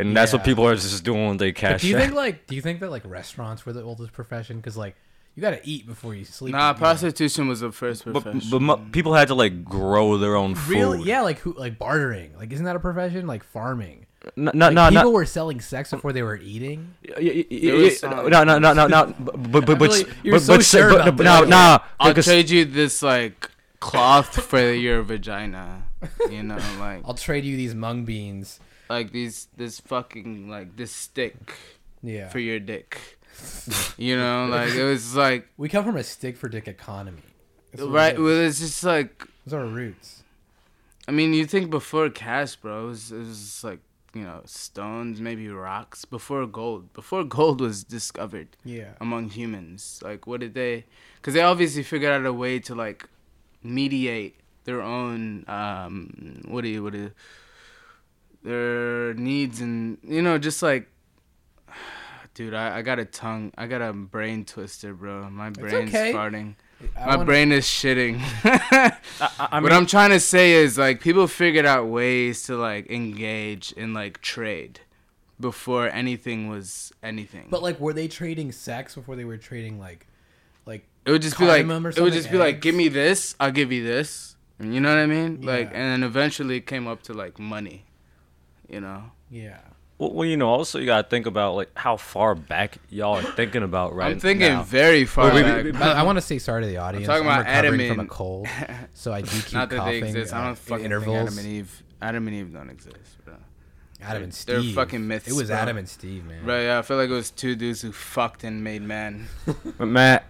[SPEAKER 3] and that's
[SPEAKER 2] Yeah.
[SPEAKER 3] what people are just doing when they cash
[SPEAKER 2] Do you
[SPEAKER 3] out.
[SPEAKER 2] think like? Do you think that like restaurants were the oldest profession? Because like, you gotta eat before you sleep.
[SPEAKER 1] Nah,
[SPEAKER 2] you know?
[SPEAKER 1] prostitution was the first
[SPEAKER 3] but
[SPEAKER 1] profession.
[SPEAKER 3] but mo- people had to like grow their own food.
[SPEAKER 2] Really? Yeah, like who? Like bartering. Like, isn't that a profession? Like farming.
[SPEAKER 3] No, no,
[SPEAKER 2] Like,
[SPEAKER 3] no,
[SPEAKER 2] people
[SPEAKER 3] no.
[SPEAKER 2] were selling sex before they were eating.
[SPEAKER 3] Y- y-
[SPEAKER 1] There was
[SPEAKER 3] y-
[SPEAKER 1] some-
[SPEAKER 3] No, no, no, no, no. But but but
[SPEAKER 2] really-
[SPEAKER 3] but
[SPEAKER 2] you were
[SPEAKER 3] but-
[SPEAKER 2] so
[SPEAKER 3] but-
[SPEAKER 2] sure
[SPEAKER 3] but-
[SPEAKER 2] about
[SPEAKER 3] but-
[SPEAKER 2] that.
[SPEAKER 3] no, nah.
[SPEAKER 1] I'll
[SPEAKER 3] because-
[SPEAKER 1] trade you this like cloth for your vagina. You know, like
[SPEAKER 2] I'll trade you these mung beans.
[SPEAKER 1] like these this fucking like this stick
[SPEAKER 2] Yeah.
[SPEAKER 1] for your dick. You know, like it was like
[SPEAKER 2] we come from a stick for dick economy. That's what it
[SPEAKER 1] right.
[SPEAKER 2] is.
[SPEAKER 1] Well, it's just like
[SPEAKER 2] Those are our roots.
[SPEAKER 1] I mean, you think before cash, bro, it was, it was just like you know stones, maybe rocks. Before gold, before gold was discovered
[SPEAKER 2] Yeah.
[SPEAKER 1] among humans, like what did they? Because they obviously figured out a way to like mediate their own um, what do you what do you, their needs and you know just like. Dude, I, I got a tongue. I got a brain twister, bro. My brain's
[SPEAKER 2] okay.
[SPEAKER 1] farting.
[SPEAKER 2] I
[SPEAKER 1] My
[SPEAKER 2] wanna-
[SPEAKER 1] brain is shitting.
[SPEAKER 3] I, I
[SPEAKER 1] what I'm trying to say is like people figured out ways to like engage and like trade before anything was anything.
[SPEAKER 2] But like, were they trading sex before they were trading like, like
[SPEAKER 1] it would just be like
[SPEAKER 2] cardamom or
[SPEAKER 1] it would
[SPEAKER 2] something,
[SPEAKER 1] just be like
[SPEAKER 2] eggs?
[SPEAKER 1] give me this, I'll give you this. You know what I mean? Like
[SPEAKER 2] Yeah.
[SPEAKER 1] and then eventually it came up to like money. You know.
[SPEAKER 2] yeah?
[SPEAKER 3] Well, well, you know, also you gotta think about like how far back y'all are thinking about right
[SPEAKER 1] I'm thinking
[SPEAKER 3] now.
[SPEAKER 1] very far
[SPEAKER 3] Wait, wait,
[SPEAKER 1] back.
[SPEAKER 3] wait,
[SPEAKER 2] I, want to say sorry to the audience.
[SPEAKER 1] talking
[SPEAKER 2] I'm
[SPEAKER 1] about
[SPEAKER 2] recovering
[SPEAKER 1] Adam
[SPEAKER 2] from a
[SPEAKER 1] and-
[SPEAKER 2] cold, so I do keep
[SPEAKER 1] Not that
[SPEAKER 2] coughing.
[SPEAKER 1] they exist.
[SPEAKER 2] uh,
[SPEAKER 1] I
[SPEAKER 2] in
[SPEAKER 1] don't fucking intervals. think Adam
[SPEAKER 2] intervals.
[SPEAKER 1] and Eve. Adam and Eve don't exist, bro.
[SPEAKER 2] Adam and
[SPEAKER 1] they're
[SPEAKER 2] Steve.
[SPEAKER 1] fucking myths,
[SPEAKER 2] It was
[SPEAKER 1] bro.
[SPEAKER 2] Adam and Steve, man.
[SPEAKER 1] Right? Yeah, I feel like it was two dudes who fucked and made man.
[SPEAKER 3] But Matt,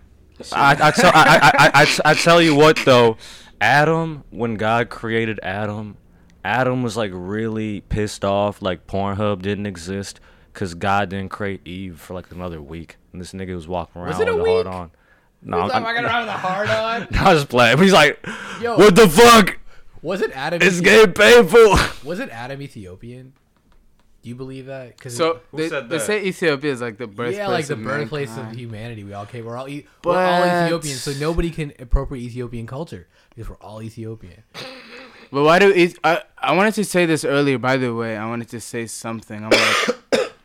[SPEAKER 3] I, I, tell, I, I, I, I- I tell you what though, Adam, when God created Adam, Adam was like really pissed off, like Pornhub didn't exist, cause God didn't create Eve for like another week, and this nigga was walking around
[SPEAKER 2] it a
[SPEAKER 3] with a hard
[SPEAKER 2] week?
[SPEAKER 3] on. No, I'm,
[SPEAKER 2] I
[SPEAKER 3] I'm,
[SPEAKER 2] got around with a hard on.
[SPEAKER 3] I was playing. He's like,
[SPEAKER 2] Yo.
[SPEAKER 3] what the fuck?
[SPEAKER 2] Was it Adam?
[SPEAKER 3] It's
[SPEAKER 2] Ethi-
[SPEAKER 3] getting painful.
[SPEAKER 2] Was it Adam Ethiopian? Do Do you believe that? Because
[SPEAKER 1] So
[SPEAKER 3] Who
[SPEAKER 1] they,
[SPEAKER 3] said
[SPEAKER 1] they
[SPEAKER 3] that?
[SPEAKER 1] say Ethiopia is like the birthplace.
[SPEAKER 2] yeah, like the
[SPEAKER 1] of
[SPEAKER 2] birthplace
[SPEAKER 1] mankind.
[SPEAKER 2] of humanity. We all came. We're all, e- we're all
[SPEAKER 1] But-
[SPEAKER 2] Ethiopian, so nobody can appropriate Ethiopian culture because we're all Ethiopian.
[SPEAKER 1] But why do it, I? I wanted to say this earlier. By the way, I wanted to say something. I'm like,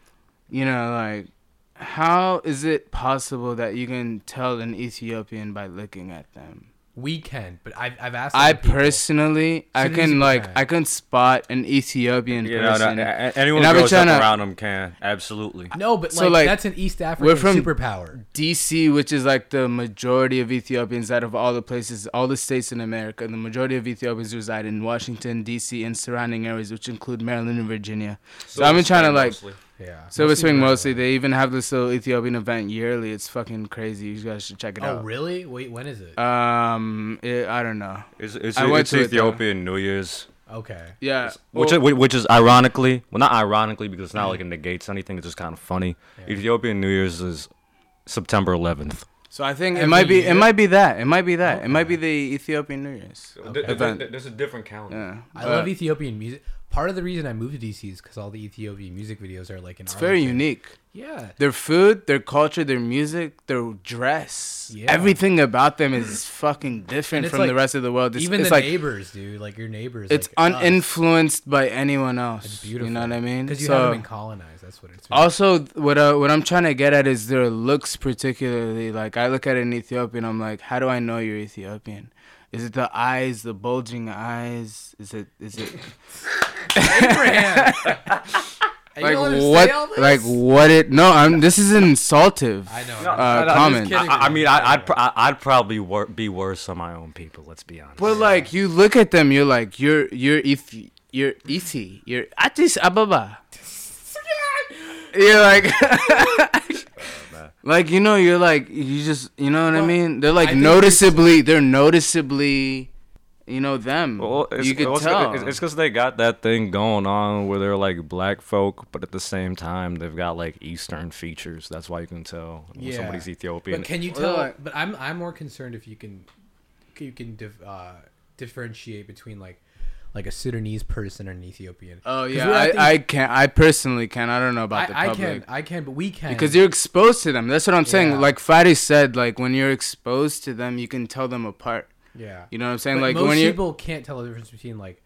[SPEAKER 1] you know, like, how is it possible that you can tell an Ethiopian by looking at them?
[SPEAKER 2] We can, but I've, I've asked.
[SPEAKER 1] I
[SPEAKER 2] other people.
[SPEAKER 1] personally, I
[SPEAKER 2] Sudanese
[SPEAKER 1] can like,
[SPEAKER 2] guy.
[SPEAKER 1] I can spot an Ethiopian
[SPEAKER 3] You know,
[SPEAKER 1] person.
[SPEAKER 3] no, a- a- anyone
[SPEAKER 1] And I've
[SPEAKER 3] who
[SPEAKER 1] been
[SPEAKER 3] grows up
[SPEAKER 1] tryna-
[SPEAKER 3] around them can absolutely.
[SPEAKER 2] No, but
[SPEAKER 1] So,
[SPEAKER 2] like,
[SPEAKER 1] like,
[SPEAKER 2] that's an East African
[SPEAKER 1] we're from-
[SPEAKER 2] superpower.
[SPEAKER 1] DC, which is like the majority of Ethiopians out of all the places, all the states in America, the majority of Ethiopians reside in Washington, DC, and surrounding areas, which include Maryland and Virginia. So, I've been trying to like.
[SPEAKER 2] Yeah.
[SPEAKER 1] Silver Swing
[SPEAKER 2] Superpower.
[SPEAKER 1] mostly. They even have this little Ethiopian event yearly. It's fucking crazy. You guys should check it
[SPEAKER 2] Oh
[SPEAKER 1] out.
[SPEAKER 2] really? Wait, when is it?
[SPEAKER 1] Um, it, I don't know.
[SPEAKER 3] It's, it's,
[SPEAKER 1] I went
[SPEAKER 3] it's
[SPEAKER 1] to it, though.
[SPEAKER 3] Ethiopian New Year's,
[SPEAKER 2] okay.
[SPEAKER 1] Yeah,
[SPEAKER 3] which
[SPEAKER 1] well,
[SPEAKER 3] is, which is ironically, well, not ironically because it's not like it negates anything. It's just kind of funny. Ethiopian New Year's is September 11th.
[SPEAKER 1] so I think it
[SPEAKER 2] every
[SPEAKER 1] might be.
[SPEAKER 2] year?
[SPEAKER 1] It might be that. It might be that. It might be the Ethiopian New Year's. Event.
[SPEAKER 3] There's a different calendar.
[SPEAKER 1] Yeah,
[SPEAKER 2] I
[SPEAKER 1] but
[SPEAKER 2] love Ethiopian music. Part of the reason I moved to DC is because all the Ethiopian music videos are like in.
[SPEAKER 1] It's very unique.
[SPEAKER 2] Yeah.
[SPEAKER 1] Their food, their culture, their music, their dress.
[SPEAKER 2] Yeah.
[SPEAKER 1] Everything about them is fucking
[SPEAKER 2] And
[SPEAKER 1] different
[SPEAKER 2] it's
[SPEAKER 1] from the
[SPEAKER 2] like-
[SPEAKER 1] rest of the world. It's,
[SPEAKER 2] Even
[SPEAKER 1] it's
[SPEAKER 2] the
[SPEAKER 1] like
[SPEAKER 2] neighbors, dude. Like your neighbors.
[SPEAKER 1] it's
[SPEAKER 2] like,
[SPEAKER 1] uninfluenced by anyone else.
[SPEAKER 2] It's beautiful.
[SPEAKER 1] You know what I mean?
[SPEAKER 2] Because you
[SPEAKER 1] So-
[SPEAKER 2] haven't been colonized. That's what it's.
[SPEAKER 1] Also, th- what uh, what I'm trying to get at is their looks, particularly. Like I look at an Ethiopian, I'm like, how do I know you're Ethiopian? Is it the eyes, the bulging eyes? Is it is it
[SPEAKER 2] Abraham.
[SPEAKER 1] like what like what it? No, I'm. This is insultive.
[SPEAKER 2] I know.
[SPEAKER 1] Uh,
[SPEAKER 2] No, no,
[SPEAKER 3] no, just
[SPEAKER 1] comment.
[SPEAKER 2] kidding.
[SPEAKER 3] I, I mean, I, I'd pr- I- I'd probably wor- be worse on my own people. Let's be honest.
[SPEAKER 1] But like, you look at them, you're like, you're you're if you're Ethi, you're Addis Ababa. you're like. Like you know, you're like you just you know what I
[SPEAKER 2] Well,
[SPEAKER 1] mean. They're
[SPEAKER 2] I
[SPEAKER 1] like
[SPEAKER 2] think
[SPEAKER 1] noticeably, they're noticeably, you know them.
[SPEAKER 3] Well,
[SPEAKER 1] Mm.
[SPEAKER 3] it's,
[SPEAKER 1] you could
[SPEAKER 3] also-
[SPEAKER 1] tell.
[SPEAKER 3] It's because they got that thing going on where they're like black folk, but at the same time they've got like Eastern features. That's why you can tell when
[SPEAKER 2] Yeah.
[SPEAKER 3] somebody's Ethiopian.
[SPEAKER 2] But can you
[SPEAKER 1] Well,
[SPEAKER 2] tell?
[SPEAKER 1] like-
[SPEAKER 2] but I'm I'm more concerned if you can, you can dif, uh, differentiate between like, like a Sudanese person and an Ethiopian.
[SPEAKER 1] oh
[SPEAKER 2] 'Cause
[SPEAKER 1] yeah,
[SPEAKER 2] what
[SPEAKER 1] I,
[SPEAKER 2] think-
[SPEAKER 1] I can't. I personally can. I don't know about the
[SPEAKER 2] I, I
[SPEAKER 1] public
[SPEAKER 2] can I can, but we can
[SPEAKER 1] because you're exposed to them. That's what I'm saying.
[SPEAKER 2] Yeah.
[SPEAKER 1] Like Friday said, like when you're exposed to them, you can tell them apart.
[SPEAKER 2] yeah.
[SPEAKER 1] You know what I'm saying?
[SPEAKER 2] But
[SPEAKER 1] like
[SPEAKER 2] most
[SPEAKER 1] when you
[SPEAKER 2] people can't tell the difference between like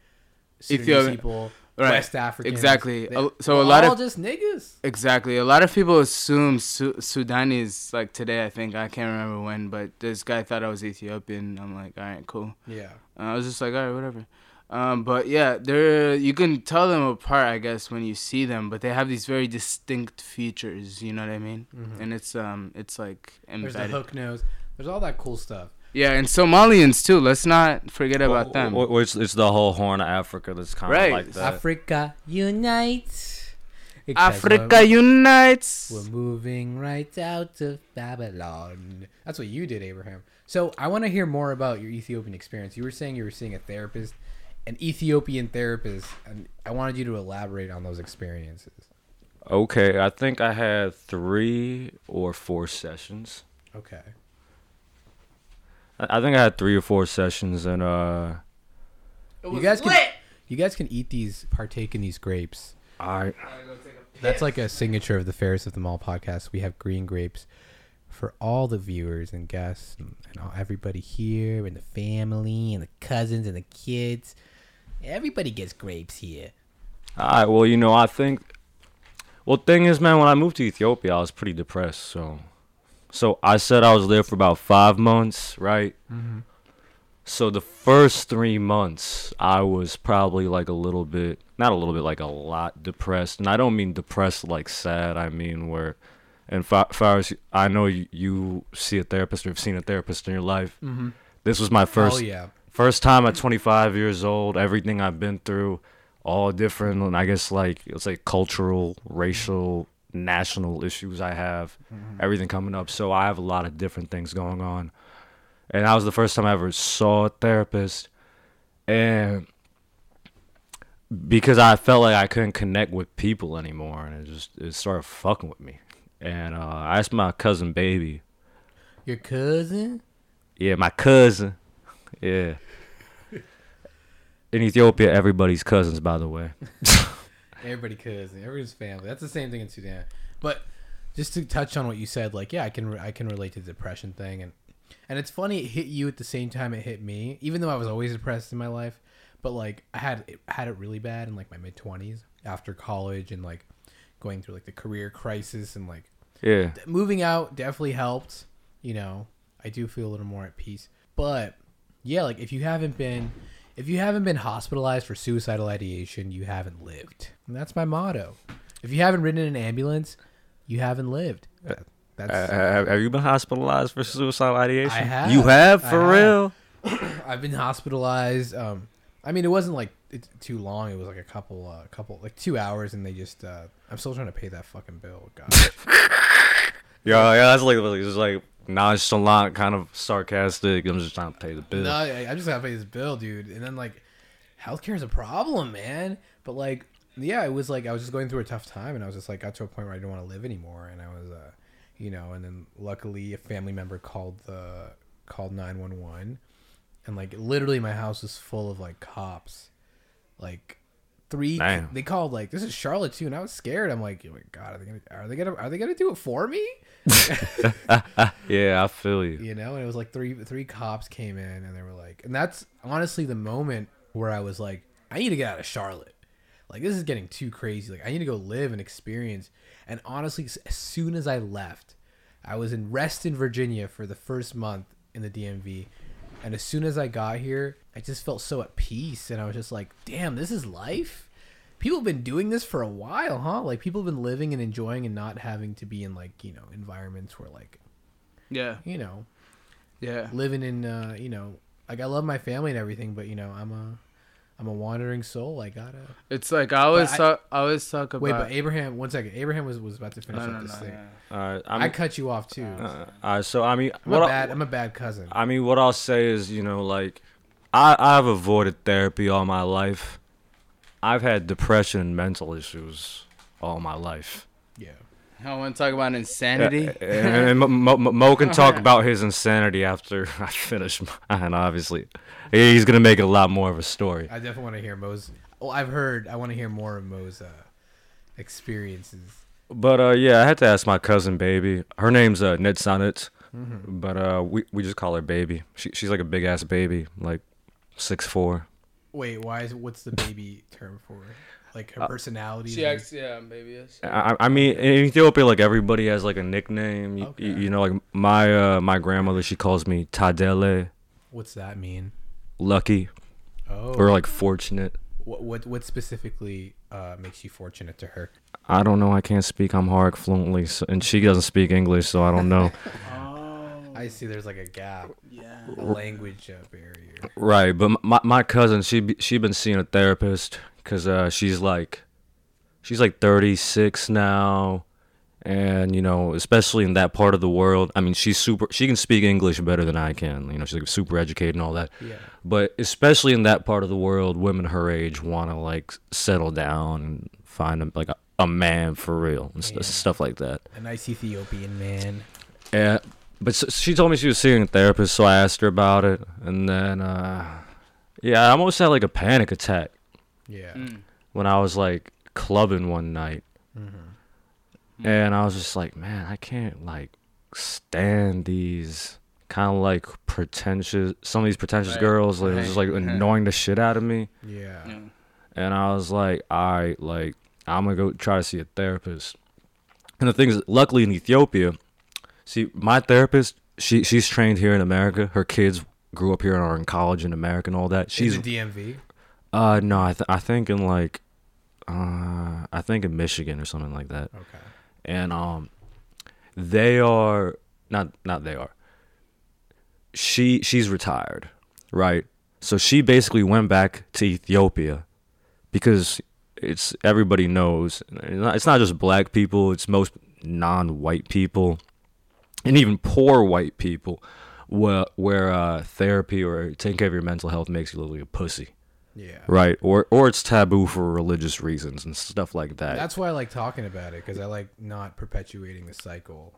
[SPEAKER 2] Sudanese
[SPEAKER 1] Ethiopian-
[SPEAKER 2] people,
[SPEAKER 1] Right.
[SPEAKER 2] West Africans.
[SPEAKER 1] Exactly.
[SPEAKER 2] They-
[SPEAKER 1] A- so a
[SPEAKER 2] we're
[SPEAKER 1] lot
[SPEAKER 2] all
[SPEAKER 1] of-
[SPEAKER 2] just niggas.
[SPEAKER 1] Exactly. A lot of people assume Su- Sudanese, like today, I think. I can't remember when, but this guy thought I was Ethiopian. I'm like, all right, cool.
[SPEAKER 2] Yeah.
[SPEAKER 1] Uh, I was just like, all right, whatever. Um, but yeah, they're you can tell them apart, I guess, when you see them. But they have these very distinct features. You know what I mean? And it's um, it's like
[SPEAKER 2] Mm-hmm. There's the
[SPEAKER 1] embedded.
[SPEAKER 2] hook nose. There's all that cool stuff.
[SPEAKER 1] yeah, and Somalians too. Let's not forget about them.
[SPEAKER 3] Well, well, it's, it's the whole Horn of Africa that's kind of
[SPEAKER 1] Right.
[SPEAKER 3] like that.
[SPEAKER 2] Africa unite. Because
[SPEAKER 1] Africa unites.
[SPEAKER 2] We're moving right out of Babylon. That's what you did, Abraham. So I want to hear more about your Ethiopian experience. You were saying you were seeing a therapist, an Ethiopian therapist, and I wanted you to elaborate on those experiences.
[SPEAKER 3] okay, I think I had three or four sessions.
[SPEAKER 2] Okay.
[SPEAKER 3] I, I think I had three or four sessions, and uh,
[SPEAKER 2] you guys can you guys can eat these, partake in these grapes.
[SPEAKER 3] I
[SPEAKER 2] That's like a signature of the Ferris of them all podcast. We have green grapes for all the viewers and guests and, and all, everybody here and the family and the cousins and the kids. Everybody gets grapes here.
[SPEAKER 3] All right. Well, you know, I think. Well, thing is, man, when I moved to Ethiopia, I was pretty depressed. So, so I said I was there for about five months, right?
[SPEAKER 2] Mm-hmm.
[SPEAKER 3] So the first three months, I was probably like a little bit, not a little bit, like a lot depressed, and I don't mean depressed like sad. I mean where, and fa- far as I know, you, you see a therapist or have seen a therapist in your life. Mm-hmm. This was my first
[SPEAKER 2] oh yeah.
[SPEAKER 3] first time at 25 years old everything i've been through all different and i guess like it's like cultural racial national issues i have everything coming up so i have a lot of different things going on and that was the first time i ever saw a therapist and because i felt like i couldn't connect with people anymore and it just it started fucking with me and uh, i asked my cousin baby
[SPEAKER 2] Your cousin?
[SPEAKER 3] yeah, my cousin. Yeah. In Ethiopia, everybody's cousins, by the way.
[SPEAKER 2] Everybody cousin, everyone's family. That's the same thing in Sudan. But just to touch on what you said, like yeah, I can re- I can relate to the depression thing, and and it's funny it hit you at the same time it hit me, even though I was always depressed in my life. But like I had it, had it really bad in like my mid twenties after college and like going through like the career crisis and like
[SPEAKER 3] Yeah.
[SPEAKER 2] moving out definitely helped. You know, I do feel a little more at peace. But yeah, like if you haven't been if you haven't been hospitalized for suicidal ideation, you haven't lived. And that's my motto. If you haven't ridden in an ambulance, you haven't lived. That-
[SPEAKER 3] Uh,
[SPEAKER 2] That's
[SPEAKER 3] have have you been hospitalized for suicidal ideation?
[SPEAKER 2] I have.
[SPEAKER 3] You have
[SPEAKER 2] I
[SPEAKER 3] for
[SPEAKER 2] have.
[SPEAKER 3] real?
[SPEAKER 2] I've been hospitalized. Um, I mean, it wasn't like it, too long. It was like a couple, uh, couple, like two hours, and they just. Uh, I'm still trying to pay that fucking bill. Gosh.
[SPEAKER 3] Yeah, yeah. That's like it's just like nonchalant, kind of sarcastic. I'm just trying to pay the bill.
[SPEAKER 2] No, I, I just gotta pay this bill, dude. And then like, healthcare is a problem, man. But like, yeah, it was like I was just going through a tough time, and I was just like got to a point where I didn't want to live anymore, and I was, uh, you know, and then luckily a family member called the called nine one one, and like literally my house was full of like cops, like. Three,
[SPEAKER 3] Damn.
[SPEAKER 2] they called like this is Charlotte too, and I was scared. I'm like, oh my god, are they gonna are they gonna are they gonna do it for me?
[SPEAKER 3] Yeah, I feel you.
[SPEAKER 2] you know and it was like three three cops came in and they were like and that's honestly the moment where i was like i need to get out of charlotte like this is getting too crazy like i need to go live and experience and honestly s- as soon as i left i was in reston virginia for the first month in the dmv and as soon as i got here i just felt so at peace and i was just like damn this is life people have been doing this for a while huh like people have been living and enjoying and not having to be in like you know environments where like
[SPEAKER 1] Yeah,
[SPEAKER 2] you know
[SPEAKER 1] yeah.
[SPEAKER 2] living in uh, you know like I love my family and everything, but you know I'm a I'm a wandering soul. I gotta
[SPEAKER 1] It's like I always
[SPEAKER 2] I-
[SPEAKER 1] talk. I always talk about.
[SPEAKER 2] wait. But Abraham, one second. Abraham was, was about to finish
[SPEAKER 1] no,
[SPEAKER 2] up
[SPEAKER 1] no,
[SPEAKER 2] this
[SPEAKER 1] no,
[SPEAKER 2] thing.
[SPEAKER 1] no.
[SPEAKER 3] All right.
[SPEAKER 2] i
[SPEAKER 3] I'm,
[SPEAKER 2] cut you off too.
[SPEAKER 3] uh, all right, so I mean,
[SPEAKER 2] I'm
[SPEAKER 3] what
[SPEAKER 2] a
[SPEAKER 3] I-
[SPEAKER 2] bad. I, am a bad cousin.
[SPEAKER 3] I mean, what I'll say is, you know, like, I, I've avoided therapy all my life. I've had depression and mental issues all my life.
[SPEAKER 2] yeah.
[SPEAKER 1] I want to talk about
[SPEAKER 3] And,
[SPEAKER 1] insanity.
[SPEAKER 3] and, and Mo, Mo, Mo- Mo can talk about his insanity after I finish mine, obviously. He's going to make it a lot more of a story.
[SPEAKER 2] I definitely want to hear Mo's. Oh, I've heard. I want to hear more of Mo's uh, experiences.
[SPEAKER 3] But uh, yeah, I had to ask my cousin, baby. Her name's uh, Ned Sonnet, but uh, we, we just call her baby. She, she's like a big ass baby, like six four.
[SPEAKER 2] Wait, why is what's the baby term for? it? Like her personality.
[SPEAKER 1] Uh, she
[SPEAKER 2] is-
[SPEAKER 1] acts, yeah, maybe yes.
[SPEAKER 3] I, I mean, in Ethiopia, like everybody has like a nickname. You,
[SPEAKER 2] Okay.
[SPEAKER 3] you, you know, like my uh, my grandmother, she calls me Tadele,
[SPEAKER 2] what's that mean?
[SPEAKER 3] lucky
[SPEAKER 2] Oh,
[SPEAKER 3] or like fortunate.
[SPEAKER 2] what what what specifically uh, makes you fortunate to her?
[SPEAKER 3] I don't know. I can't speak Amharic fluently, so, and she doesn't speak English, so I don't know.
[SPEAKER 1] Oh,
[SPEAKER 2] I see. There's like a gap.
[SPEAKER 1] yeah.
[SPEAKER 2] a language uh, barrier.
[SPEAKER 3] right, but my my cousin, she be- she been seeing a therapist because uh, she's like, she's like 36 now, and you know, especially in that part of the world. I mean, she's super. She can speak English better than I can. You know, she's like super educated and all that.
[SPEAKER 2] Yeah.
[SPEAKER 3] but especially in that part of the world women her age want to like settle down and find a, like a, a man for real and st-
[SPEAKER 2] Yeah.
[SPEAKER 3] stuff like that
[SPEAKER 2] A nice Ethiopian man.
[SPEAKER 3] and, but s she told me she was seeing a therapist so i asked her about it and then uh, yeah i almost had like a panic attack
[SPEAKER 2] Yeah.
[SPEAKER 1] Mm.
[SPEAKER 3] when i was like clubbing one night
[SPEAKER 1] Mm-hmm.
[SPEAKER 3] and i was just like man i can't like stand these kind of like pretentious some of these pretentious
[SPEAKER 1] Right.
[SPEAKER 3] girls like, it was just like
[SPEAKER 1] Right.
[SPEAKER 3] annoying the shit out of me
[SPEAKER 2] Yeah.
[SPEAKER 1] Yeah.
[SPEAKER 3] and I was like, all right, like I'm gonna go try to see a therapist. And the thing is, luckily in Ethiopia, see, my therapist, she she's trained here in America. Her kids grew up here and are in college in America and all that.
[SPEAKER 2] She's
[SPEAKER 3] She's
[SPEAKER 2] in the DMV.
[SPEAKER 3] uh no, I th- I think in like, uh, I think in Michigan or something like that
[SPEAKER 2] Okay.
[SPEAKER 3] and um they are not not they are she she's retired right so she basically went back to ethiopia because it's everybody knows it's not- it's not just black people it's most non-white people and even poor white people where where uh, therapy or taking care of your mental health makes you look like a pussy
[SPEAKER 2] Yeah.
[SPEAKER 3] right or or it's taboo for religious reasons and stuff like that
[SPEAKER 2] That's why I like talking about it because I like not perpetuating the cycle,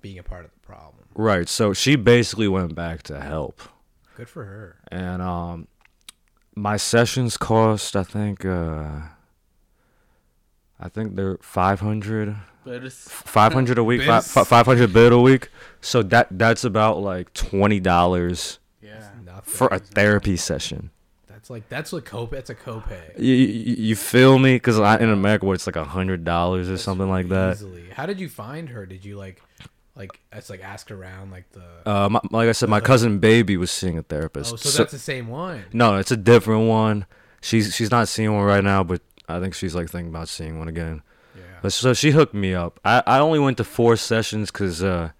[SPEAKER 2] being a part of the problem.
[SPEAKER 3] Right. So she basically went back to help.
[SPEAKER 2] Good for her.
[SPEAKER 3] And um my sessions cost I think uh I think they're 500,
[SPEAKER 1] But it's
[SPEAKER 3] 500 a week, five,
[SPEAKER 2] Biz.
[SPEAKER 3] 500 bid a week. So that that's about like twenty dollars
[SPEAKER 1] yeah.
[SPEAKER 2] Nothing.
[SPEAKER 3] for a therapy session.
[SPEAKER 2] that's like that's a copay. That's a copay.
[SPEAKER 3] You, you, you feel me? Because in America, where it's like a hundred dollars or something like that.
[SPEAKER 2] Easily. How did you find her? Did you like, like, it's like ask around like the?
[SPEAKER 3] Uh, my, like I said, my cousin baby was seeing a therapist.
[SPEAKER 2] Uh-huh. oh, so,
[SPEAKER 3] So-
[SPEAKER 2] that's the same one.
[SPEAKER 3] no, it's a different one. She's she's not seeing one right now, but I think she's like thinking about seeing one again.
[SPEAKER 2] Yeah.
[SPEAKER 3] But so she hooked me up. I, I only went to four sessions because uh,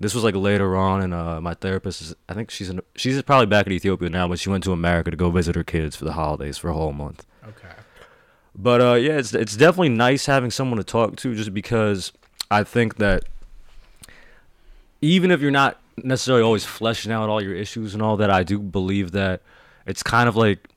[SPEAKER 3] this was like later on, and uh, my therapist is I think she's in, she's probably back in Ethiopia now, but she went to America to go visit her kids for the holidays for a whole month.
[SPEAKER 2] Okay.
[SPEAKER 3] But uh, yeah, it's it's definitely nice having someone to talk to, just because I think that even if you're not necessarily always fleshing out all your issues and all that, I do believe that it's kind of like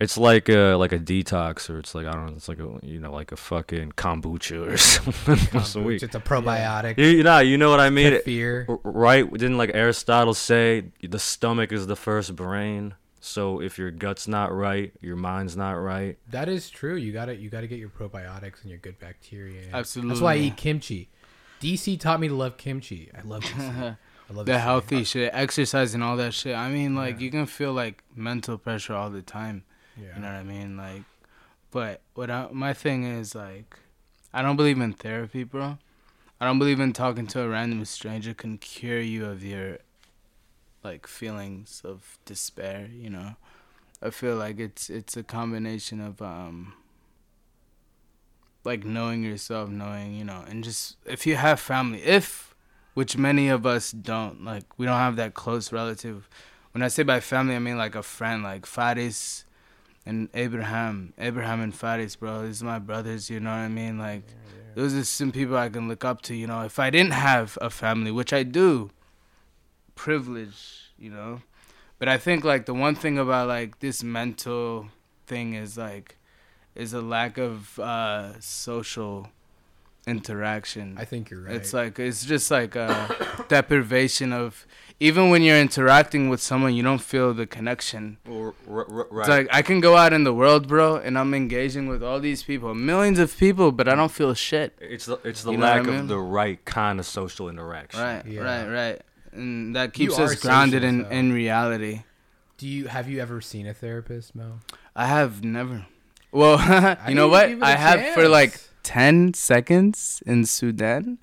[SPEAKER 3] it's like a like a detox, or it's like I don't know, it's like a you know like a fucking kombucha or something. once a week.
[SPEAKER 2] It's a probiotic.
[SPEAKER 3] You, you know, you know what I mean?
[SPEAKER 2] to fear.
[SPEAKER 3] R- Right? Didn't like Aristotle say the stomach is the first brain? So if your gut's not right, your mind's not right.
[SPEAKER 2] That is true. You gotta you gotta get your probiotics and your good bacteria. in. That's why I
[SPEAKER 1] Absolutely.
[SPEAKER 2] eat kimchi. DC taught me to love kimchi. I love DC. I love
[SPEAKER 1] The
[SPEAKER 2] this.
[SPEAKER 1] healthy shit, exercise and all that shit. I mean, like you can feel like mental pressure all the time. You know
[SPEAKER 2] Yeah.
[SPEAKER 1] what I mean? Like, but what I, my thing is like, I don't believe in therapy, bro. I don't believe in talking to a random stranger can cure you of your like feelings of despair. You know, I feel like it's it's a combination of um like knowing yourself, knowing you know, and just if you have family, if which many of us don't like, we don't have that close relative. When I say by family, I mean like a friend, like Faris and Abraham, Abraham and Faris, bro. These are my brothers. You know what I mean? Like, those are some people I can look up to. You know, if I didn't have a family, which I do, privilege, you know. But I think like the one thing about like this mental thing is like, is a lack of uh, social interaction.
[SPEAKER 2] I think you're right.
[SPEAKER 1] It's like it's just like a deprivation of even when you're interacting with someone, you don't feel the connection. It's like I can go out in the world, bro, and I'm engaging with all these people, millions of people, but I don't feel shit.
[SPEAKER 3] It's the it's the
[SPEAKER 1] You know what
[SPEAKER 3] lack
[SPEAKER 1] I mean?
[SPEAKER 3] of the right kind of social interaction.
[SPEAKER 1] Right,
[SPEAKER 2] Yeah.
[SPEAKER 1] right, right. And that keeps
[SPEAKER 2] are
[SPEAKER 1] us grounded in,
[SPEAKER 2] social, so-
[SPEAKER 1] in reality.
[SPEAKER 2] Do you have you ever seen a therapist, Mo?
[SPEAKER 1] I have never. Well, you know
[SPEAKER 2] didn't
[SPEAKER 1] what?
[SPEAKER 2] give it a
[SPEAKER 1] I have for like
[SPEAKER 2] chance.
[SPEAKER 1] 10 seconds in Sudan.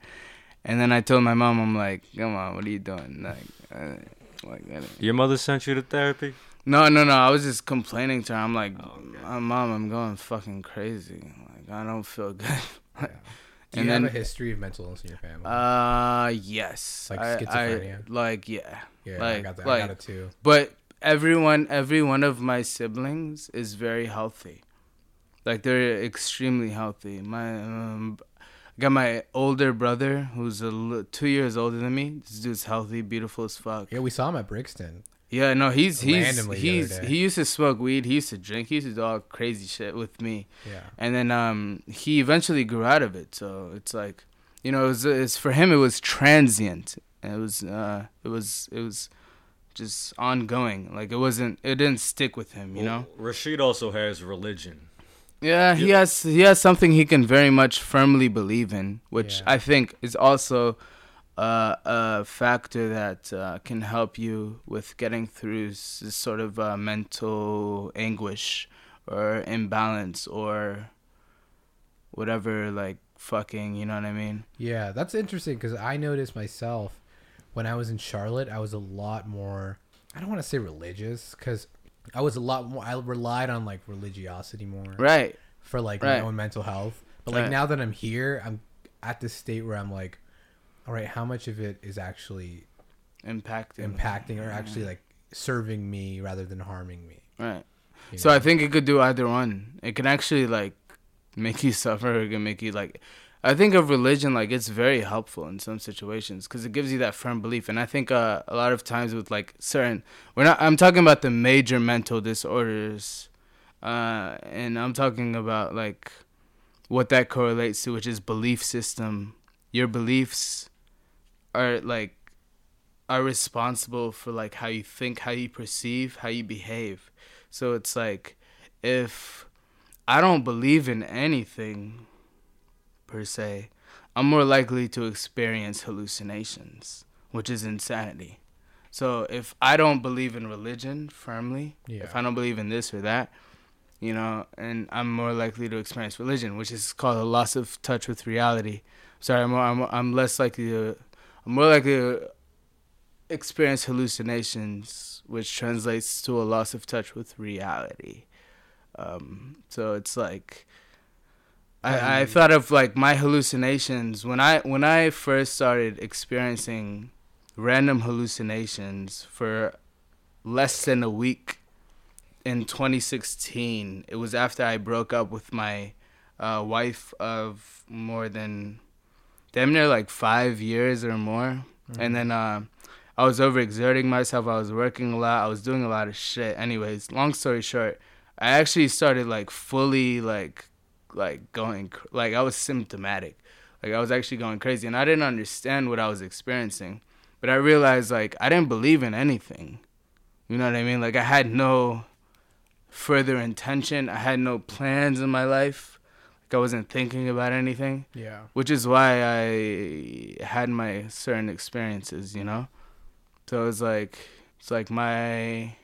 [SPEAKER 1] And then I told my mom, I'm like, come on, what are you doing? Like, uh, like I don't-
[SPEAKER 3] Your mother sent you to therapy?
[SPEAKER 1] No, no, no. I was just complaining to her. I'm like,
[SPEAKER 2] Oh,
[SPEAKER 1] "Uh, mom, I'm going fucking crazy. Like, I don't feel good.
[SPEAKER 2] Do
[SPEAKER 1] And
[SPEAKER 2] you
[SPEAKER 1] then-
[SPEAKER 2] have a history of mental illness in your family?
[SPEAKER 1] Uh, yes.
[SPEAKER 2] Like
[SPEAKER 1] I- I-
[SPEAKER 2] schizophrenia?
[SPEAKER 1] like, yeah.
[SPEAKER 2] yeah, I
[SPEAKER 1] like-
[SPEAKER 2] got that. I
[SPEAKER 1] like-
[SPEAKER 2] got it too.
[SPEAKER 1] But everyone, every one of my siblings is very healthy. Like, they're extremely healthy. My, um, I got my older brother who's a l- two years older than me. This dude's healthy, beautiful as fuck.
[SPEAKER 2] Yeah, we saw him at Brixton.
[SPEAKER 1] Yeah, no, he's he's
[SPEAKER 2] Randomly the other
[SPEAKER 1] he's
[SPEAKER 2] day.
[SPEAKER 1] he used to smoke weed. He used to drink. He used to do all crazy shit with me.
[SPEAKER 2] Yeah.
[SPEAKER 1] and then um, he eventually grew out of it. So it's like, you know, it was, it's for him. It was transient. And It was uh, it was it was just ongoing. Like it wasn't. It didn't stick with him. You know.
[SPEAKER 3] Rashid also has religion.
[SPEAKER 1] Yeah, he has he has something he can very much firmly believe in, which
[SPEAKER 2] Yeah.
[SPEAKER 1] I think is also uh, a factor that uh, can help you with getting through s- this sort of uh, mental anguish or imbalance or whatever, like fucking, you know what I mean?
[SPEAKER 2] Yeah, that's interesting because I noticed myself when I was in Charlotte, I was a lot more. I don't want to say religious because I was a lot more. I relied on like religiosity more
[SPEAKER 1] Right.
[SPEAKER 2] for like
[SPEAKER 1] right.
[SPEAKER 2] my own mental health. But like
[SPEAKER 1] Right.
[SPEAKER 2] now that I'm here, I'm at this state where I'm like, all right, how much of it is actually
[SPEAKER 1] Impacting.
[SPEAKER 2] impacting or actually like serving me rather than harming me?
[SPEAKER 1] Right.
[SPEAKER 2] you
[SPEAKER 1] So
[SPEAKER 2] know?
[SPEAKER 1] I think it could do either one. It can actually like make you suffer. Or it can make you like. I think of religion like it's very helpful in some situations because it gives you that firm belief. And I think uh, a lot of times with like certain, we're not. I'm talking about the major mental disorders, uh, and I'm talking about like what that correlates to, which is belief system. Your beliefs are like are responsible for like how you think, how you perceive, how you behave. So it's like if I don't believe in anything, per se, I'm more likely to experience hallucinations, which is insanity. So if I don't believe in religion firmly,
[SPEAKER 2] Yeah.
[SPEAKER 1] if I don't believe in this or that, you know, and I'm more likely to experience religion, which is called a loss of touch with reality. Sorry, I'm I'm, I'm less likely to, I'm more likely to experience hallucinations, which translates to a loss of touch with reality. Um, so it's like I, I
[SPEAKER 2] Um,
[SPEAKER 1] thought of like my hallucinations when I when I first started experiencing random hallucinations for less than a week in 2016. It was after I broke up with my uh, wife of more than damn near like five years or more. And then uh, I was overexerting myself. I was working a lot. I was doing a lot of shit. Anyways, long story short, I actually started like fully like like going cr- like I was symptomatic. Like I was actually going crazy, and I didn't understand what I was experiencing. But I realized like I didn't believe in anything. You know what I mean? Like I had no further intention. I had no plans in my life. Like I wasn't thinking about anything
[SPEAKER 2] Yeah.
[SPEAKER 1] which is why I had my certain experiences, you know. So it's like it's like my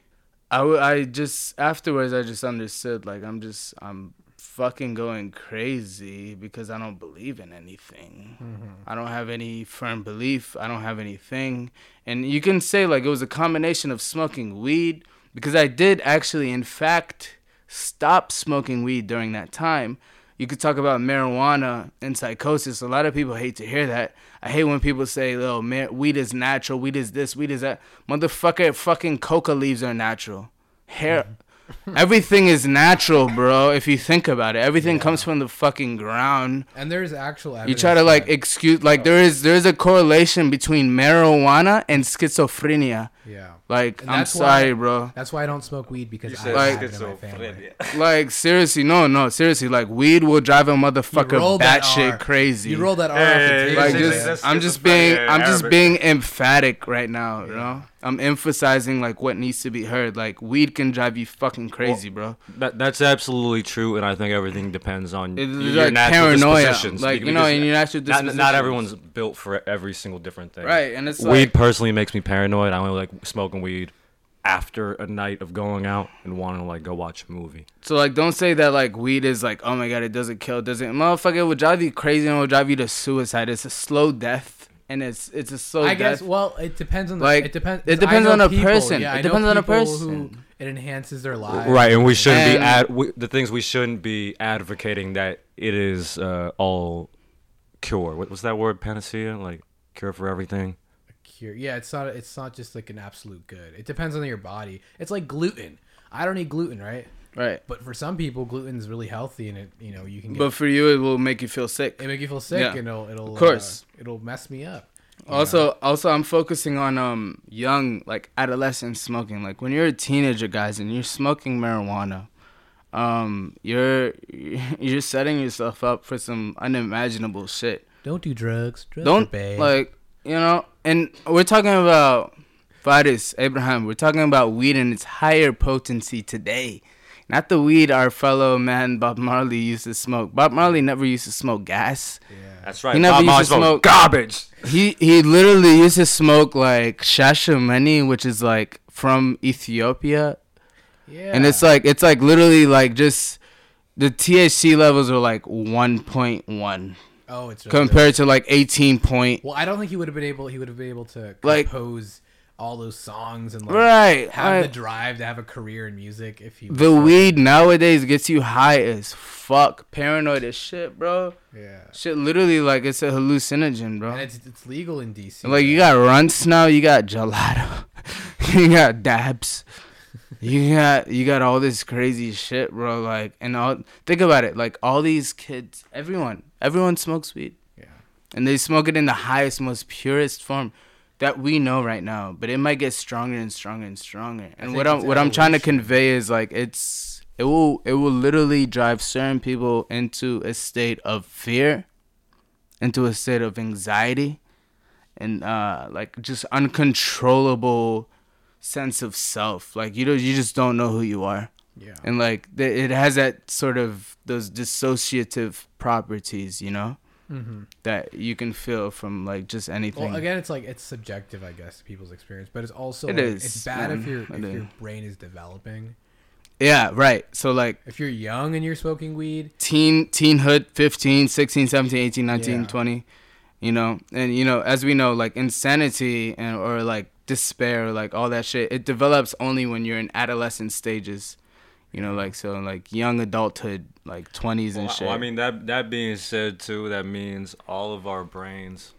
[SPEAKER 1] I w- I just afterwards I just understood like I'm just I'm fucking going crazy because I don't believe in anything. I don't have any firm belief. I don't have anything. And you can say like it was a combination of smoking weed because I did actually in fact stop smoking weed during that time. You could talk about marijuana and psychosis. A lot of people hate to hear that. I hate when people say, "Oh, mar- weed is natural. Weed is this. Weed is that." Motherfucker, fucking coca leaves are natural. Hair, everything is natural, bro. If you think about it, everything comes from the fucking ground.
[SPEAKER 2] And there's actual evidence.
[SPEAKER 1] You try to like
[SPEAKER 2] that-
[SPEAKER 1] excuse like there is there is a correlation between marijuana and schizophrenia.
[SPEAKER 2] yeah.
[SPEAKER 1] Like
[SPEAKER 2] And
[SPEAKER 1] I'm
[SPEAKER 2] that's
[SPEAKER 1] sorry,
[SPEAKER 2] why-
[SPEAKER 1] bro.
[SPEAKER 2] That's why I don't smoke weed because
[SPEAKER 3] You
[SPEAKER 2] I
[SPEAKER 3] said
[SPEAKER 1] Like-
[SPEAKER 2] have it in my family.
[SPEAKER 3] schizophrenia.
[SPEAKER 1] Like seriously, no, no, seriously. Like weed will drive a
[SPEAKER 2] You roll
[SPEAKER 1] motherfucker
[SPEAKER 2] that
[SPEAKER 1] batshit
[SPEAKER 2] R.
[SPEAKER 1] crazy.
[SPEAKER 2] You roll that R
[SPEAKER 3] Yeah,
[SPEAKER 2] off the
[SPEAKER 3] yeah, yeah,
[SPEAKER 2] table.
[SPEAKER 1] like
[SPEAKER 3] Yeah,
[SPEAKER 1] just,
[SPEAKER 3] that's
[SPEAKER 1] I'm just
[SPEAKER 3] schizophrenia
[SPEAKER 1] being
[SPEAKER 3] in
[SPEAKER 1] I'm just
[SPEAKER 3] Arabic.
[SPEAKER 1] being emphatic right now, you know. I'm emphasizing like what needs to be heard. Like weed can drive you fucking crazy, bro.
[SPEAKER 3] That, that's absolutely true, and I think everything depends on
[SPEAKER 1] It's
[SPEAKER 3] your
[SPEAKER 1] like
[SPEAKER 3] natural
[SPEAKER 1] paranoia,
[SPEAKER 3] dispositions.
[SPEAKER 1] like,
[SPEAKER 3] be-
[SPEAKER 1] you know,
[SPEAKER 3] because
[SPEAKER 1] and your natural
[SPEAKER 3] Not, not
[SPEAKER 1] dispositions.
[SPEAKER 3] everyone's built for every single different thing.
[SPEAKER 1] Right, and it's like
[SPEAKER 3] weed personally makes me paranoid. I only like smoking weed after a night of going out and wanting to like go watch a movie.
[SPEAKER 1] So like, don't say that like weed is like, oh my god, it doesn't kill, it doesn't motherfucker. It will drive you crazy and it will drive you to suicide. It's a slow death, and it's it's a slow
[SPEAKER 2] I
[SPEAKER 1] death.
[SPEAKER 2] guess. Well, it depends on the.
[SPEAKER 1] Like,
[SPEAKER 2] it depends.
[SPEAKER 1] it
[SPEAKER 2] I
[SPEAKER 1] depends
[SPEAKER 2] know
[SPEAKER 1] on a
[SPEAKER 2] people-
[SPEAKER 1] person.
[SPEAKER 2] Yeah,
[SPEAKER 1] It
[SPEAKER 2] I know
[SPEAKER 1] depends on a
[SPEAKER 2] people Who
[SPEAKER 1] person.
[SPEAKER 2] it enhances their lives.
[SPEAKER 3] Right, and we shouldn't
[SPEAKER 1] And-
[SPEAKER 3] be ad- we, the things we shouldn't be advocating that it is uh, all cure. What was that word? Panacea, like cure for everything.
[SPEAKER 2] Cure. Yeah, it's not. It's not just like an absolute good. It depends on your body. It's like gluten. I don't eat gluten, right?
[SPEAKER 1] right.
[SPEAKER 2] But for some people, gluten is really healthy, and it you know you can. Get,
[SPEAKER 1] But for you, it will make you feel sick.
[SPEAKER 2] it make you feel sick,
[SPEAKER 1] Yeah.
[SPEAKER 2] and it'll it'll of
[SPEAKER 1] course.
[SPEAKER 2] it'll mess me up.
[SPEAKER 1] Also, also, I'm focusing on um young like adolescent smoking. Like when you're a teenager, guys, and you're smoking marijuana, um, you're you're setting yourself up for some unimaginable shit.
[SPEAKER 2] Don't do drugs. drugs are
[SPEAKER 1] don't
[SPEAKER 2] bad.
[SPEAKER 1] like you know and we're talking about Faris Abraham we're talking about weed and its higher potency today not the weed our fellow man Bob Marley used to smoke Bob Marley never used to smoke gas
[SPEAKER 2] Yeah.
[SPEAKER 3] That's right.
[SPEAKER 1] He never used
[SPEAKER 3] Bob
[SPEAKER 1] to
[SPEAKER 3] Marley's smoking
[SPEAKER 1] smoke-
[SPEAKER 3] garbage.
[SPEAKER 1] he he literally used to smoke like shashamani which is like from Ethiopia
[SPEAKER 2] Yeah.
[SPEAKER 1] and it's like it's like literally like just the THC levels are like 1.1
[SPEAKER 2] oh, it's really
[SPEAKER 1] compared to like 18 point
[SPEAKER 2] Well, I don't think he would have been able. He would have been able to
[SPEAKER 1] Like-
[SPEAKER 2] compose all those songs and like
[SPEAKER 1] right
[SPEAKER 2] have
[SPEAKER 1] like-
[SPEAKER 2] the drive to have a career in music if he.
[SPEAKER 1] The weed nowadays gets you high as fuck, paranoid as shit, bro.
[SPEAKER 2] yeah,
[SPEAKER 1] Shit, literally, like it's a hallucinogen, bro.
[SPEAKER 2] and it's it's legal in DC.
[SPEAKER 1] like you got runts now, you got gelato, you got dabs, you got you got all this crazy shit, bro. Like and all think about it, like all these kids, everyone, everyone smokes weed,
[SPEAKER 2] yeah.
[SPEAKER 1] and they smoke it in the highest, most purest form that we know right now. But it might get stronger and stronger and stronger. And
[SPEAKER 2] think
[SPEAKER 1] what I'm
[SPEAKER 2] it's
[SPEAKER 1] what I'm trying to
[SPEAKER 2] evolution.
[SPEAKER 1] convey is like it's it will it will literally drive certain people into a state of fear, into a state of anxiety, and uh like just uncontrollable sense of self. Like you don't you just don't know who you are
[SPEAKER 2] yeah.
[SPEAKER 1] and like th- it has that sort of those dissociative properties you know
[SPEAKER 2] Mm-hmm.
[SPEAKER 1] that you can feel from like just anything.
[SPEAKER 2] Well, again, it's like it's subjective, I guess, to people's experience, but it's also
[SPEAKER 1] It
[SPEAKER 2] like,
[SPEAKER 1] is,
[SPEAKER 2] it's bad if
[SPEAKER 1] man.
[SPEAKER 2] your
[SPEAKER 1] It
[SPEAKER 2] if your
[SPEAKER 1] is.
[SPEAKER 2] brain is developing.
[SPEAKER 1] yeah, right. So like
[SPEAKER 2] If you're young and you're smoking weed,
[SPEAKER 1] teen teenhood 15 16 17 18 19
[SPEAKER 2] Yeah.
[SPEAKER 1] 20 you know and you know as we know like insanity and or like despair like all that shit it develops only when you're in adolescent stages you know like so like young adulthood like 20s and
[SPEAKER 3] Well,
[SPEAKER 1] shit
[SPEAKER 3] I mean that that being said too, that means all of our brains.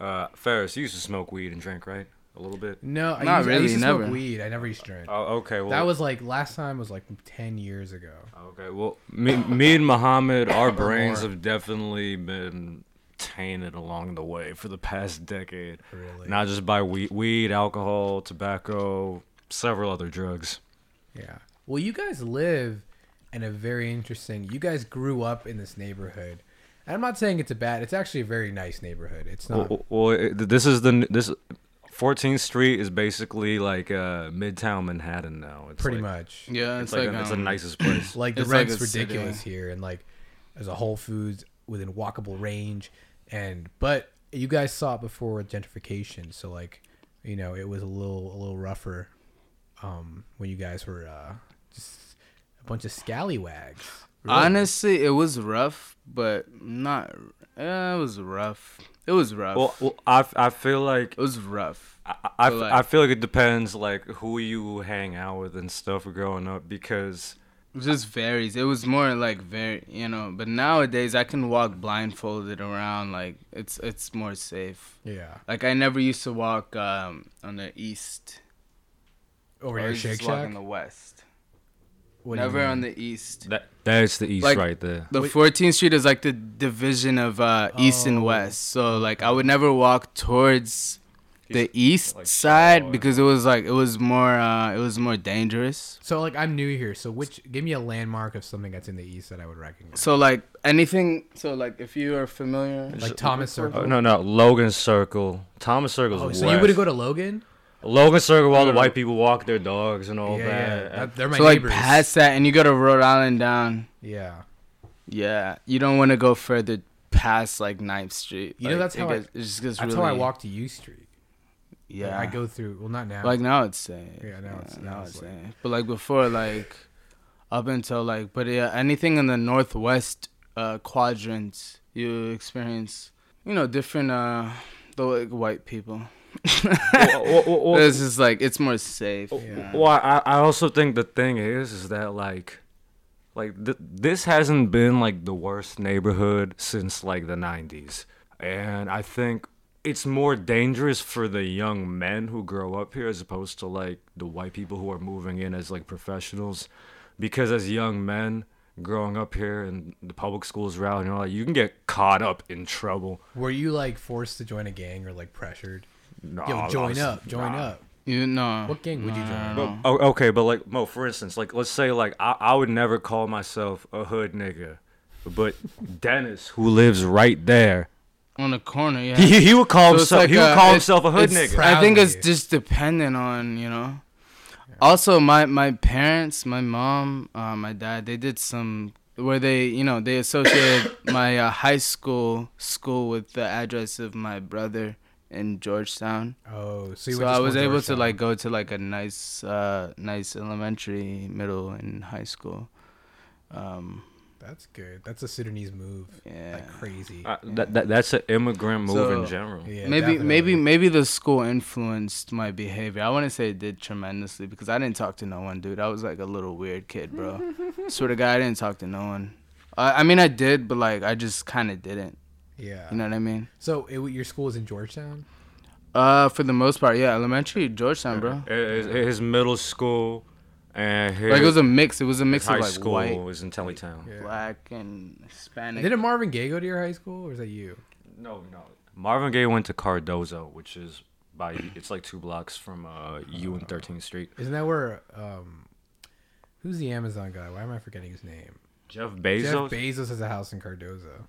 [SPEAKER 3] Uh, Ferris, you used to smoke weed and drink, right? A little bit.
[SPEAKER 2] no, I
[SPEAKER 1] Not
[SPEAKER 2] used, I
[SPEAKER 1] really,
[SPEAKER 2] used to smoke
[SPEAKER 1] never.
[SPEAKER 2] weed. I never used to drink.
[SPEAKER 3] Oh, okay. Well,
[SPEAKER 2] that was like last time was like ten years ago.
[SPEAKER 3] okay. Well, me, me and Muhammad, our brains
[SPEAKER 2] more.
[SPEAKER 3] have definitely been tainted along the way for the past decade.
[SPEAKER 2] Really?
[SPEAKER 3] Not just by weed, weed, alcohol, tobacco, several other drugs.
[SPEAKER 2] Yeah. Well, you guys live in a very interesting. You guys grew up in this neighborhood, and I'm not saying it's a bad. It's actually a very nice neighborhood. It's not.
[SPEAKER 3] Well, well it, this is the n- this 14th Street is basically like uh, Midtown Manhattan now. It's
[SPEAKER 2] pretty
[SPEAKER 3] like-
[SPEAKER 2] much.
[SPEAKER 1] yeah
[SPEAKER 3] It's, like, a- it's the
[SPEAKER 1] um,
[SPEAKER 3] nicest place.
[SPEAKER 2] Like the
[SPEAKER 1] It's like
[SPEAKER 2] rent's
[SPEAKER 1] a city.
[SPEAKER 2] ridiculous here, and like there's a Whole Foods within walkable range, and but you guys saw it before with gentrification, so like you know it was a little a little rougher um, when you guys were uh, just a bunch of scallywags.
[SPEAKER 1] honestly it was rough but not eh, it was rough it was rough
[SPEAKER 3] Well, well I, f- I feel like
[SPEAKER 1] it was rough
[SPEAKER 3] I, I,
[SPEAKER 1] So, like-
[SPEAKER 3] I feel like it depends like who you hang out with and stuff growing up because
[SPEAKER 1] It just varies. It was more like very, you know. But nowadays, I can walk blindfolded around. Like it's it's more safe.
[SPEAKER 2] Yeah,
[SPEAKER 1] Like I never used to walk um, on the east.
[SPEAKER 2] over
[SPEAKER 1] I
[SPEAKER 2] here,
[SPEAKER 1] always
[SPEAKER 2] Shake
[SPEAKER 1] used to walk
[SPEAKER 2] Shack.
[SPEAKER 1] on the west.
[SPEAKER 2] What do you
[SPEAKER 1] never
[SPEAKER 2] mean?
[SPEAKER 1] on the east.
[SPEAKER 3] that that's the east
[SPEAKER 1] Like-
[SPEAKER 3] right there.
[SPEAKER 1] The 14th Street is like the division of uh, east
[SPEAKER 2] Oh.
[SPEAKER 1] and west. So like I would never walk towards the east
[SPEAKER 3] like,
[SPEAKER 1] side
[SPEAKER 3] Shaw.
[SPEAKER 1] because it was like it was more uh, it was more dangerous.
[SPEAKER 2] So like I'm new here, so which give me a landmark of something that's in the east that I would recognize.
[SPEAKER 1] So like anything. So like if you are familiar,
[SPEAKER 2] Like Thomas Circle.
[SPEAKER 3] Oh, no, no, Logan Circle. Thomas Circle's
[SPEAKER 2] Oh,
[SPEAKER 3] west.
[SPEAKER 2] so you would go to Logan?
[SPEAKER 3] Logan Circle, where all the
[SPEAKER 1] No.
[SPEAKER 3] white people walk their dogs and all
[SPEAKER 2] yeah,
[SPEAKER 3] that.
[SPEAKER 2] yeah. That- they're my
[SPEAKER 1] so like
[SPEAKER 2] neighbors.
[SPEAKER 1] past that, and you go to Rhode Island down.
[SPEAKER 2] yeah.
[SPEAKER 1] Yeah, you don't want to go further past like 9th Street.
[SPEAKER 2] You know,
[SPEAKER 1] Like,
[SPEAKER 2] that's
[SPEAKER 1] it
[SPEAKER 2] how I-
[SPEAKER 1] gets- it just gets
[SPEAKER 2] That's
[SPEAKER 1] really,
[SPEAKER 2] how I walk to U Street.
[SPEAKER 1] Yeah,
[SPEAKER 2] Like, I go through. Well, not now.
[SPEAKER 1] like now it's safe.
[SPEAKER 2] Yeah, now it's- now it's like-
[SPEAKER 1] safe. But like before, like up until like, but yeah, anything in the northwest uh, quadrant, you experience, you know, different uh, the like, white people.
[SPEAKER 3] Well, well, well, well,
[SPEAKER 1] it's just like it's more safe.
[SPEAKER 2] Yeah.
[SPEAKER 3] Well, I, I also think the thing is, is that like, like th- this hasn't been like the worst neighborhood since like the '90s, and I think it's more dangerous for the young men who grow up here as opposed to like the white people who are moving in as like professionals, because as young men growing up here and the public schools route and all that, you can get caught up in trouble.
[SPEAKER 2] Were you like forced to join a gang or like pressured?
[SPEAKER 3] No,
[SPEAKER 2] Yo,
[SPEAKER 3] I
[SPEAKER 2] join
[SPEAKER 3] was-
[SPEAKER 2] up, join
[SPEAKER 3] nah.
[SPEAKER 2] up.
[SPEAKER 1] You know,
[SPEAKER 2] What gang would you join?
[SPEAKER 3] But, oh, okay, but like Mo, for instance, like let's say like I, I would never call myself a hood nigga, but Dennis, who lives right there,
[SPEAKER 1] on the corner, yeah.
[SPEAKER 3] he, he would call
[SPEAKER 1] So it's
[SPEAKER 3] himself
[SPEAKER 1] like,
[SPEAKER 3] he would
[SPEAKER 1] uh,
[SPEAKER 3] call
[SPEAKER 1] it-
[SPEAKER 3] himself a hood
[SPEAKER 1] it's-
[SPEAKER 3] nigga.
[SPEAKER 2] Proud
[SPEAKER 1] I think
[SPEAKER 2] of
[SPEAKER 1] it's
[SPEAKER 2] you.
[SPEAKER 1] just dependent on you know. Also, my my parents, my mom, uh, my dad, they did some where they you know they associated my uh, high school school with the address of my brother in Georgetown.
[SPEAKER 2] Oh, so you
[SPEAKER 1] So
[SPEAKER 2] went to
[SPEAKER 1] I was
[SPEAKER 2] school in
[SPEAKER 1] able to
[SPEAKER 2] Georgetown.
[SPEAKER 1] like go to like a nice uh, nice elementary, middle, and high school. Um,
[SPEAKER 2] That's good. That's a Sudanese move.
[SPEAKER 1] yeah.
[SPEAKER 2] Like crazy.
[SPEAKER 3] Uh, that, that that's an immigrant move in
[SPEAKER 1] So-
[SPEAKER 3] general.
[SPEAKER 2] yeah,
[SPEAKER 1] maybe maybe
[SPEAKER 2] definitely.
[SPEAKER 1] maybe the school influenced my behavior. I wouldn't say it did tremendously because I didn't talk to no one, dude. I was like a little weird kid, bro. Swear to God, I didn't talk to no one. I, I mean, I did, but like I just kind of didn't.
[SPEAKER 2] Yeah.
[SPEAKER 1] You know what I mean?
[SPEAKER 2] so it, your school is in Georgetown?
[SPEAKER 1] Uh, for the most part, yeah. Elementary Georgetown, bro.
[SPEAKER 3] His, his middle school and his,
[SPEAKER 1] Like it was a mix. It was a
[SPEAKER 3] his
[SPEAKER 1] mix
[SPEAKER 3] high
[SPEAKER 1] of like
[SPEAKER 3] school
[SPEAKER 1] white,
[SPEAKER 3] was in Tellytown.
[SPEAKER 2] Yeah.
[SPEAKER 1] black, and Hispanic.
[SPEAKER 2] Didn't Marvin Gaye go to your high school, or is that you?
[SPEAKER 3] No, no. Marvin Gaye went to Cardozo, which is by it's like two blocks from uh, U and Thirteenth Street.
[SPEAKER 2] Isn't that where um who's the Amazon guy? Why am I forgetting his name?
[SPEAKER 3] Jeff
[SPEAKER 2] Jeff
[SPEAKER 3] Bezos.
[SPEAKER 2] Bezos has a house in Cardozo.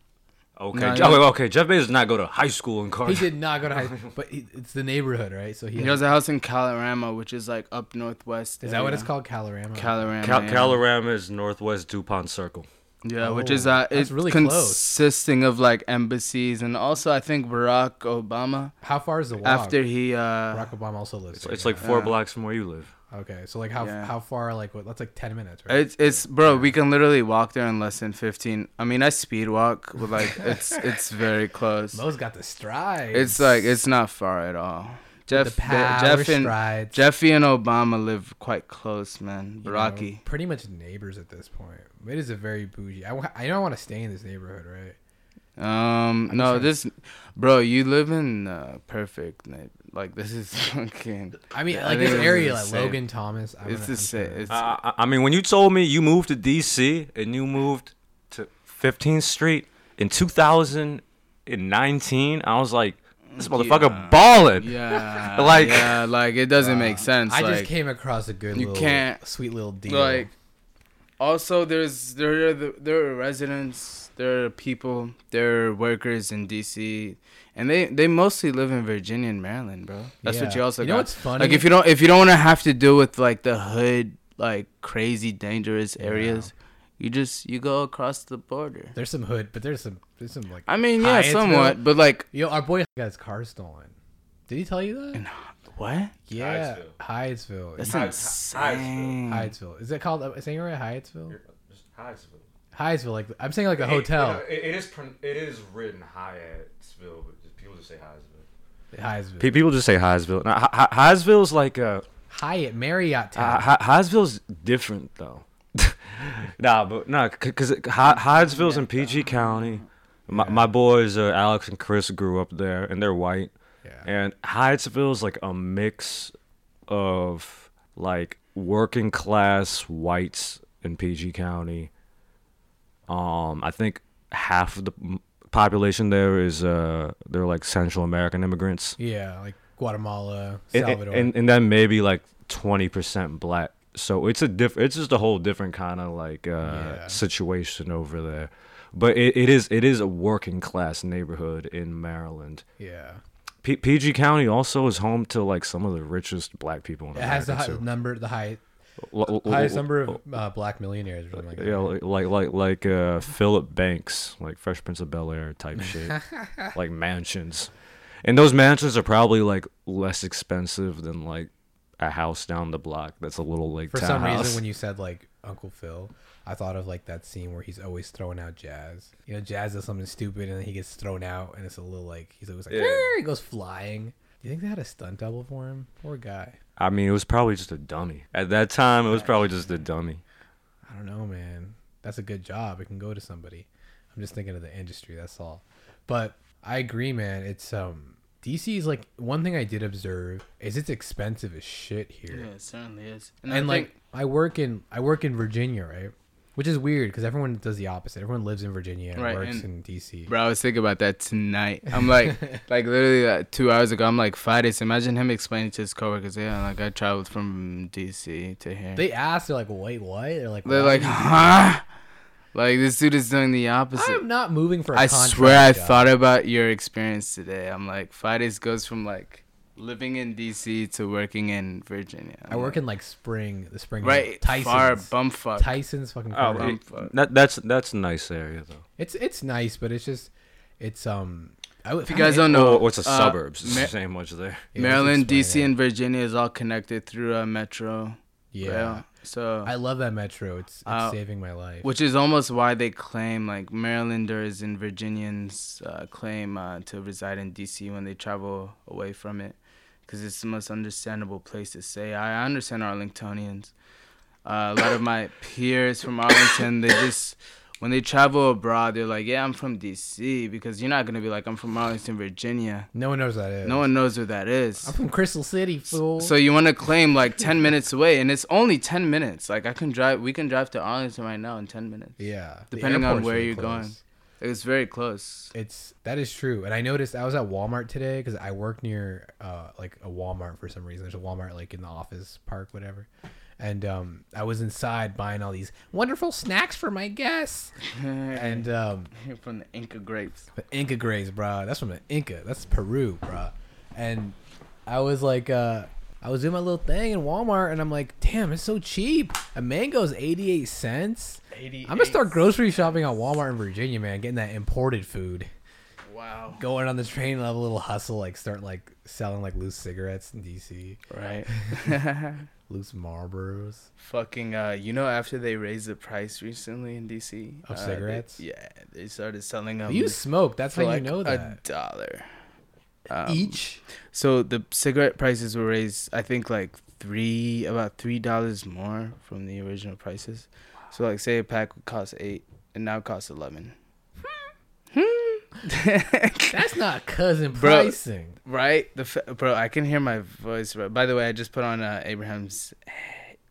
[SPEAKER 3] okay,
[SPEAKER 1] No,
[SPEAKER 3] Je-
[SPEAKER 1] no.
[SPEAKER 3] okay, okay. Jeff Bezos did not go to high school in Cardozo.
[SPEAKER 2] He did not go to high school, but he, it's the neighborhood, right? So he,
[SPEAKER 1] He
[SPEAKER 2] has-
[SPEAKER 1] has a house in Calorama, which is like up northwest.
[SPEAKER 2] is that what
[SPEAKER 1] area.
[SPEAKER 2] it's called? Calorama.
[SPEAKER 1] Calorama.
[SPEAKER 3] Cal-
[SPEAKER 1] yeah.
[SPEAKER 3] Calorama is Northwest Dupont Circle.
[SPEAKER 1] Yeah, which
[SPEAKER 2] Oh,
[SPEAKER 1] is uh,
[SPEAKER 2] that's
[SPEAKER 1] it's
[SPEAKER 2] really close.
[SPEAKER 1] consisting of like embassies and also I think Barack Obama
[SPEAKER 2] How far is the walk?
[SPEAKER 1] after he uh
[SPEAKER 2] Barack Obama also lives.
[SPEAKER 3] It's,
[SPEAKER 2] there,
[SPEAKER 3] it's
[SPEAKER 2] yeah.
[SPEAKER 3] like four
[SPEAKER 1] Yeah.
[SPEAKER 3] blocks from where you live.
[SPEAKER 2] okay, so like how
[SPEAKER 1] Yeah.
[SPEAKER 2] how far? Like what? That's like ten minutes, right?
[SPEAKER 1] it's it's bro, we can literally walk there in less than 15. I mean, I speed walk, but like it's it's very close.
[SPEAKER 2] Mo's got the strides.
[SPEAKER 1] It's like it's not far at all. Jeff
[SPEAKER 2] the
[SPEAKER 1] the-
[SPEAKER 2] power
[SPEAKER 1] Jeff and
[SPEAKER 2] strides.
[SPEAKER 1] Jeffy and Obama live quite close, man.
[SPEAKER 2] you know,
[SPEAKER 1] Baraki.
[SPEAKER 2] pretty much neighbors at this point. It is a very bougie. I, wa- I don't want to stay in this neighborhood, right?
[SPEAKER 1] Um,
[SPEAKER 2] I'm
[SPEAKER 1] no,
[SPEAKER 2] sure.
[SPEAKER 1] this, bro, you live in uh, perfect. night. Like this is fucking.
[SPEAKER 2] I mean,
[SPEAKER 1] Yeah, I
[SPEAKER 2] like
[SPEAKER 1] think
[SPEAKER 2] this
[SPEAKER 1] it's
[SPEAKER 2] area,
[SPEAKER 1] the
[SPEAKER 2] like
[SPEAKER 1] same.
[SPEAKER 2] Logan Thomas. I'm
[SPEAKER 1] It's
[SPEAKER 2] gonna-
[SPEAKER 1] the
[SPEAKER 2] I'm
[SPEAKER 1] same.
[SPEAKER 2] sorry.
[SPEAKER 1] It's,
[SPEAKER 3] I, I- I mean, when you told me you moved to D.C. and you moved to 15th Street in 2019, I was like, this motherfucker
[SPEAKER 1] Yeah.
[SPEAKER 3] balling.
[SPEAKER 1] yeah, like
[SPEAKER 3] Like-
[SPEAKER 1] yeah, like it doesn't make
[SPEAKER 2] Uh,
[SPEAKER 1] sense.
[SPEAKER 2] I
[SPEAKER 1] like,
[SPEAKER 2] just came across a good,
[SPEAKER 1] you
[SPEAKER 2] little,
[SPEAKER 1] can't-
[SPEAKER 2] sweet little deal.
[SPEAKER 1] like also there's there are the, there are residents there are people there are workers in dc and they they mostly live in virginia and maryland bro that's what
[SPEAKER 2] Yeah.
[SPEAKER 1] you also
[SPEAKER 2] You
[SPEAKER 1] got
[SPEAKER 2] know what's funny?
[SPEAKER 1] like if you don't if you don't want to have to deal with like the hood like crazy dangerous
[SPEAKER 2] Yeah.
[SPEAKER 1] areas you just you go across the border
[SPEAKER 2] there's some hood, but there's some there's some like
[SPEAKER 1] i mean yeah
[SPEAKER 2] Hyattsville?
[SPEAKER 1] somewhat but like
[SPEAKER 2] yo, our boy got his car stolen. Did he tell you that?
[SPEAKER 1] what
[SPEAKER 2] Yeah, Hyattsville.
[SPEAKER 1] that's
[SPEAKER 3] Hy- Hy-
[SPEAKER 1] insane
[SPEAKER 2] Hyattsville. Is it called? Am I saying it right? Hyattsville. Hyattsville. Like I'm saying, like a hotel.
[SPEAKER 3] it is it is written Hyattsville, but people just say Hyattsville.
[SPEAKER 2] Hyattsville.
[SPEAKER 3] People just say Hyattsville. Now, Hy- Hy- Hyattsville's like a
[SPEAKER 2] Hyatt Marriott Town.
[SPEAKER 3] uh, Hy- Hyattsville's different though. nah, but nah, because Hy- Hyattsville's in PG County. My, my boys, uh, Alex and Chris, grew up there, and they're white.
[SPEAKER 2] yeah.
[SPEAKER 3] And Hyattsville's like a mix of like working class whites in PG County. Um, I think half of the m- population there is uh they're like Central American immigrants,
[SPEAKER 2] Yeah, like Guatemala,
[SPEAKER 3] And-
[SPEAKER 2] Salvador.
[SPEAKER 3] and and then maybe like twenty percent black. So it's a diff. It's just a whole different kind of like uh
[SPEAKER 2] Yeah.
[SPEAKER 3] situation over there. But it, it is it is a working class neighborhood in Maryland.
[SPEAKER 2] yeah,
[SPEAKER 3] P- PG County also is home to like some of the richest black people in
[SPEAKER 2] it has
[SPEAKER 3] America
[SPEAKER 2] the high,
[SPEAKER 3] too.
[SPEAKER 2] number, the high,
[SPEAKER 3] L- l- l-
[SPEAKER 2] highest
[SPEAKER 3] l-
[SPEAKER 2] number of uh, black millionaires or something like that.
[SPEAKER 3] Yeah, like like like, like uh, Philip Banks, like Fresh Prince of Bel Air type shit, like mansions, and those mansions are probably like less expensive than like a house down the block that's a little like
[SPEAKER 2] For some
[SPEAKER 3] townhouse.
[SPEAKER 2] reason, when you said like Uncle Phil, I thought of like that scene where he's always throwing out Jazz. You know, Jazz does something stupid and then he gets thrown out, and it's a little like he's always like,
[SPEAKER 3] Yeah.
[SPEAKER 2] "Arr," he goes flying. Do you think they had a stunt double for him? Poor guy.
[SPEAKER 3] I mean, it was probably just a dummy at that time. It was probably just a dummy.
[SPEAKER 2] I don't know, man. That's a good job. It can go to somebody. I'm just thinking of the industry. That's all. But I agree, man. It's um DC is like one thing I did observe is it's expensive as shit here.
[SPEAKER 1] yeah it certainly is I
[SPEAKER 2] and
[SPEAKER 1] think-
[SPEAKER 2] like I work in I work in Virginia, right? Which is weird because everyone does the opposite. Everyone lives in Virginia and
[SPEAKER 1] Right,
[SPEAKER 2] works
[SPEAKER 1] and-
[SPEAKER 2] in DC.
[SPEAKER 1] Bro, I was thinking about that tonight. I'm like, like literally uh, two hours ago. I'm like, Fidus. Imagine him explaining to his coworkers, yeah, like I traveled from DC to here. They,
[SPEAKER 2] They ask, they're like, "Wait, what?" They're like,
[SPEAKER 1] are
[SPEAKER 2] "Why
[SPEAKER 1] like,
[SPEAKER 2] would you-
[SPEAKER 1] huh? Like this dude is doing the opposite.
[SPEAKER 2] I'm not moving for." I
[SPEAKER 1] I swear, I thought about your experience today. I'm like, Fidus goes from like living in DC to working in Virginia.
[SPEAKER 2] I work in like Spring, the Spring
[SPEAKER 1] right
[SPEAKER 2] Tyson's,
[SPEAKER 1] far bumfuck.
[SPEAKER 2] Tyson's fucking.
[SPEAKER 3] Oh,
[SPEAKER 2] corner.
[SPEAKER 1] it-
[SPEAKER 3] it- that, that's that's a nice area though.
[SPEAKER 2] It's it's nice, but it's just it's um. I would,
[SPEAKER 1] if you guys don't know,
[SPEAKER 3] oh, it's a
[SPEAKER 1] uh,
[SPEAKER 3] suburbs. It's
[SPEAKER 1] Ma-
[SPEAKER 3] the same much there.
[SPEAKER 1] Maryland, DC, and Virginia is all connected through a metro.
[SPEAKER 2] yeah,
[SPEAKER 1] rail. So
[SPEAKER 2] I love that metro. It's it's
[SPEAKER 1] Uh,
[SPEAKER 2] saving my life.
[SPEAKER 1] Which is almost why they claim, like Marylanders and Virginians uh, claim uh, to reside in D.C. when they travel away from it, because it's the most understandable place to say. I understand Arlingtonians. Uh, a lot of my peers from Arlington, they just when they travel abroad, they're like, "Yeah, I'm from D.C." Because you're not gonna be like, "I'm from Arlington, Virginia."
[SPEAKER 2] no one knows that is.
[SPEAKER 1] No one knows where that is.
[SPEAKER 2] I'm from Crystal City, fool.
[SPEAKER 1] So you want to claim like 10 minutes away, and it's only 10 minutes. Like I can drive, we can drive to Arlington right now in 10 minutes.
[SPEAKER 2] yeah, the
[SPEAKER 1] depending on
[SPEAKER 2] airport's
[SPEAKER 1] where you're going. It's very close.
[SPEAKER 2] It's that is true, and I noticed I was at Walmart today because I work near uh like a Walmart for some reason. There's a Walmart like in the office park, whatever. And um, I was inside buying all these wonderful snacks for my guests. and um,
[SPEAKER 1] From the Inca grapes.
[SPEAKER 2] But Inca Grays, bro. That's from the Inca. That's Peru, bro. And I was like, uh, I was doing my little thing in Walmart, and I'm like, damn, it's so cheap. A mango's 88 cents. I'm gonna start grocery shopping on Walmart in Virginia, man. Getting that imported food.
[SPEAKER 1] Wow.
[SPEAKER 2] Going on the train and have a little hustle, like start like selling like loose cigarettes in DC,
[SPEAKER 1] Right.
[SPEAKER 2] loose Marlboros.
[SPEAKER 1] Fucking. Uh, you know, after they raised the price recently in DC
[SPEAKER 2] Of
[SPEAKER 1] uh, they-
[SPEAKER 2] cigarettes?
[SPEAKER 1] yeah, they started selling them.
[SPEAKER 2] you smoke. That's
[SPEAKER 1] for
[SPEAKER 2] how you
[SPEAKER 1] like
[SPEAKER 2] know
[SPEAKER 1] a
[SPEAKER 2] that.
[SPEAKER 1] dollar. Um,
[SPEAKER 2] Each.
[SPEAKER 1] So the cigarette prices were raised, I think, like three, about three dollars more from the original prices. So like, say a pack would cost eight, and now it costs eleven.
[SPEAKER 2] Hmm.
[SPEAKER 1] Hmm.
[SPEAKER 2] That's not cousin
[SPEAKER 1] Bro.
[SPEAKER 2] pricing.
[SPEAKER 1] Right, the f- bro. I can hear my voice. Right? By the way, I just put on uh, Abraham's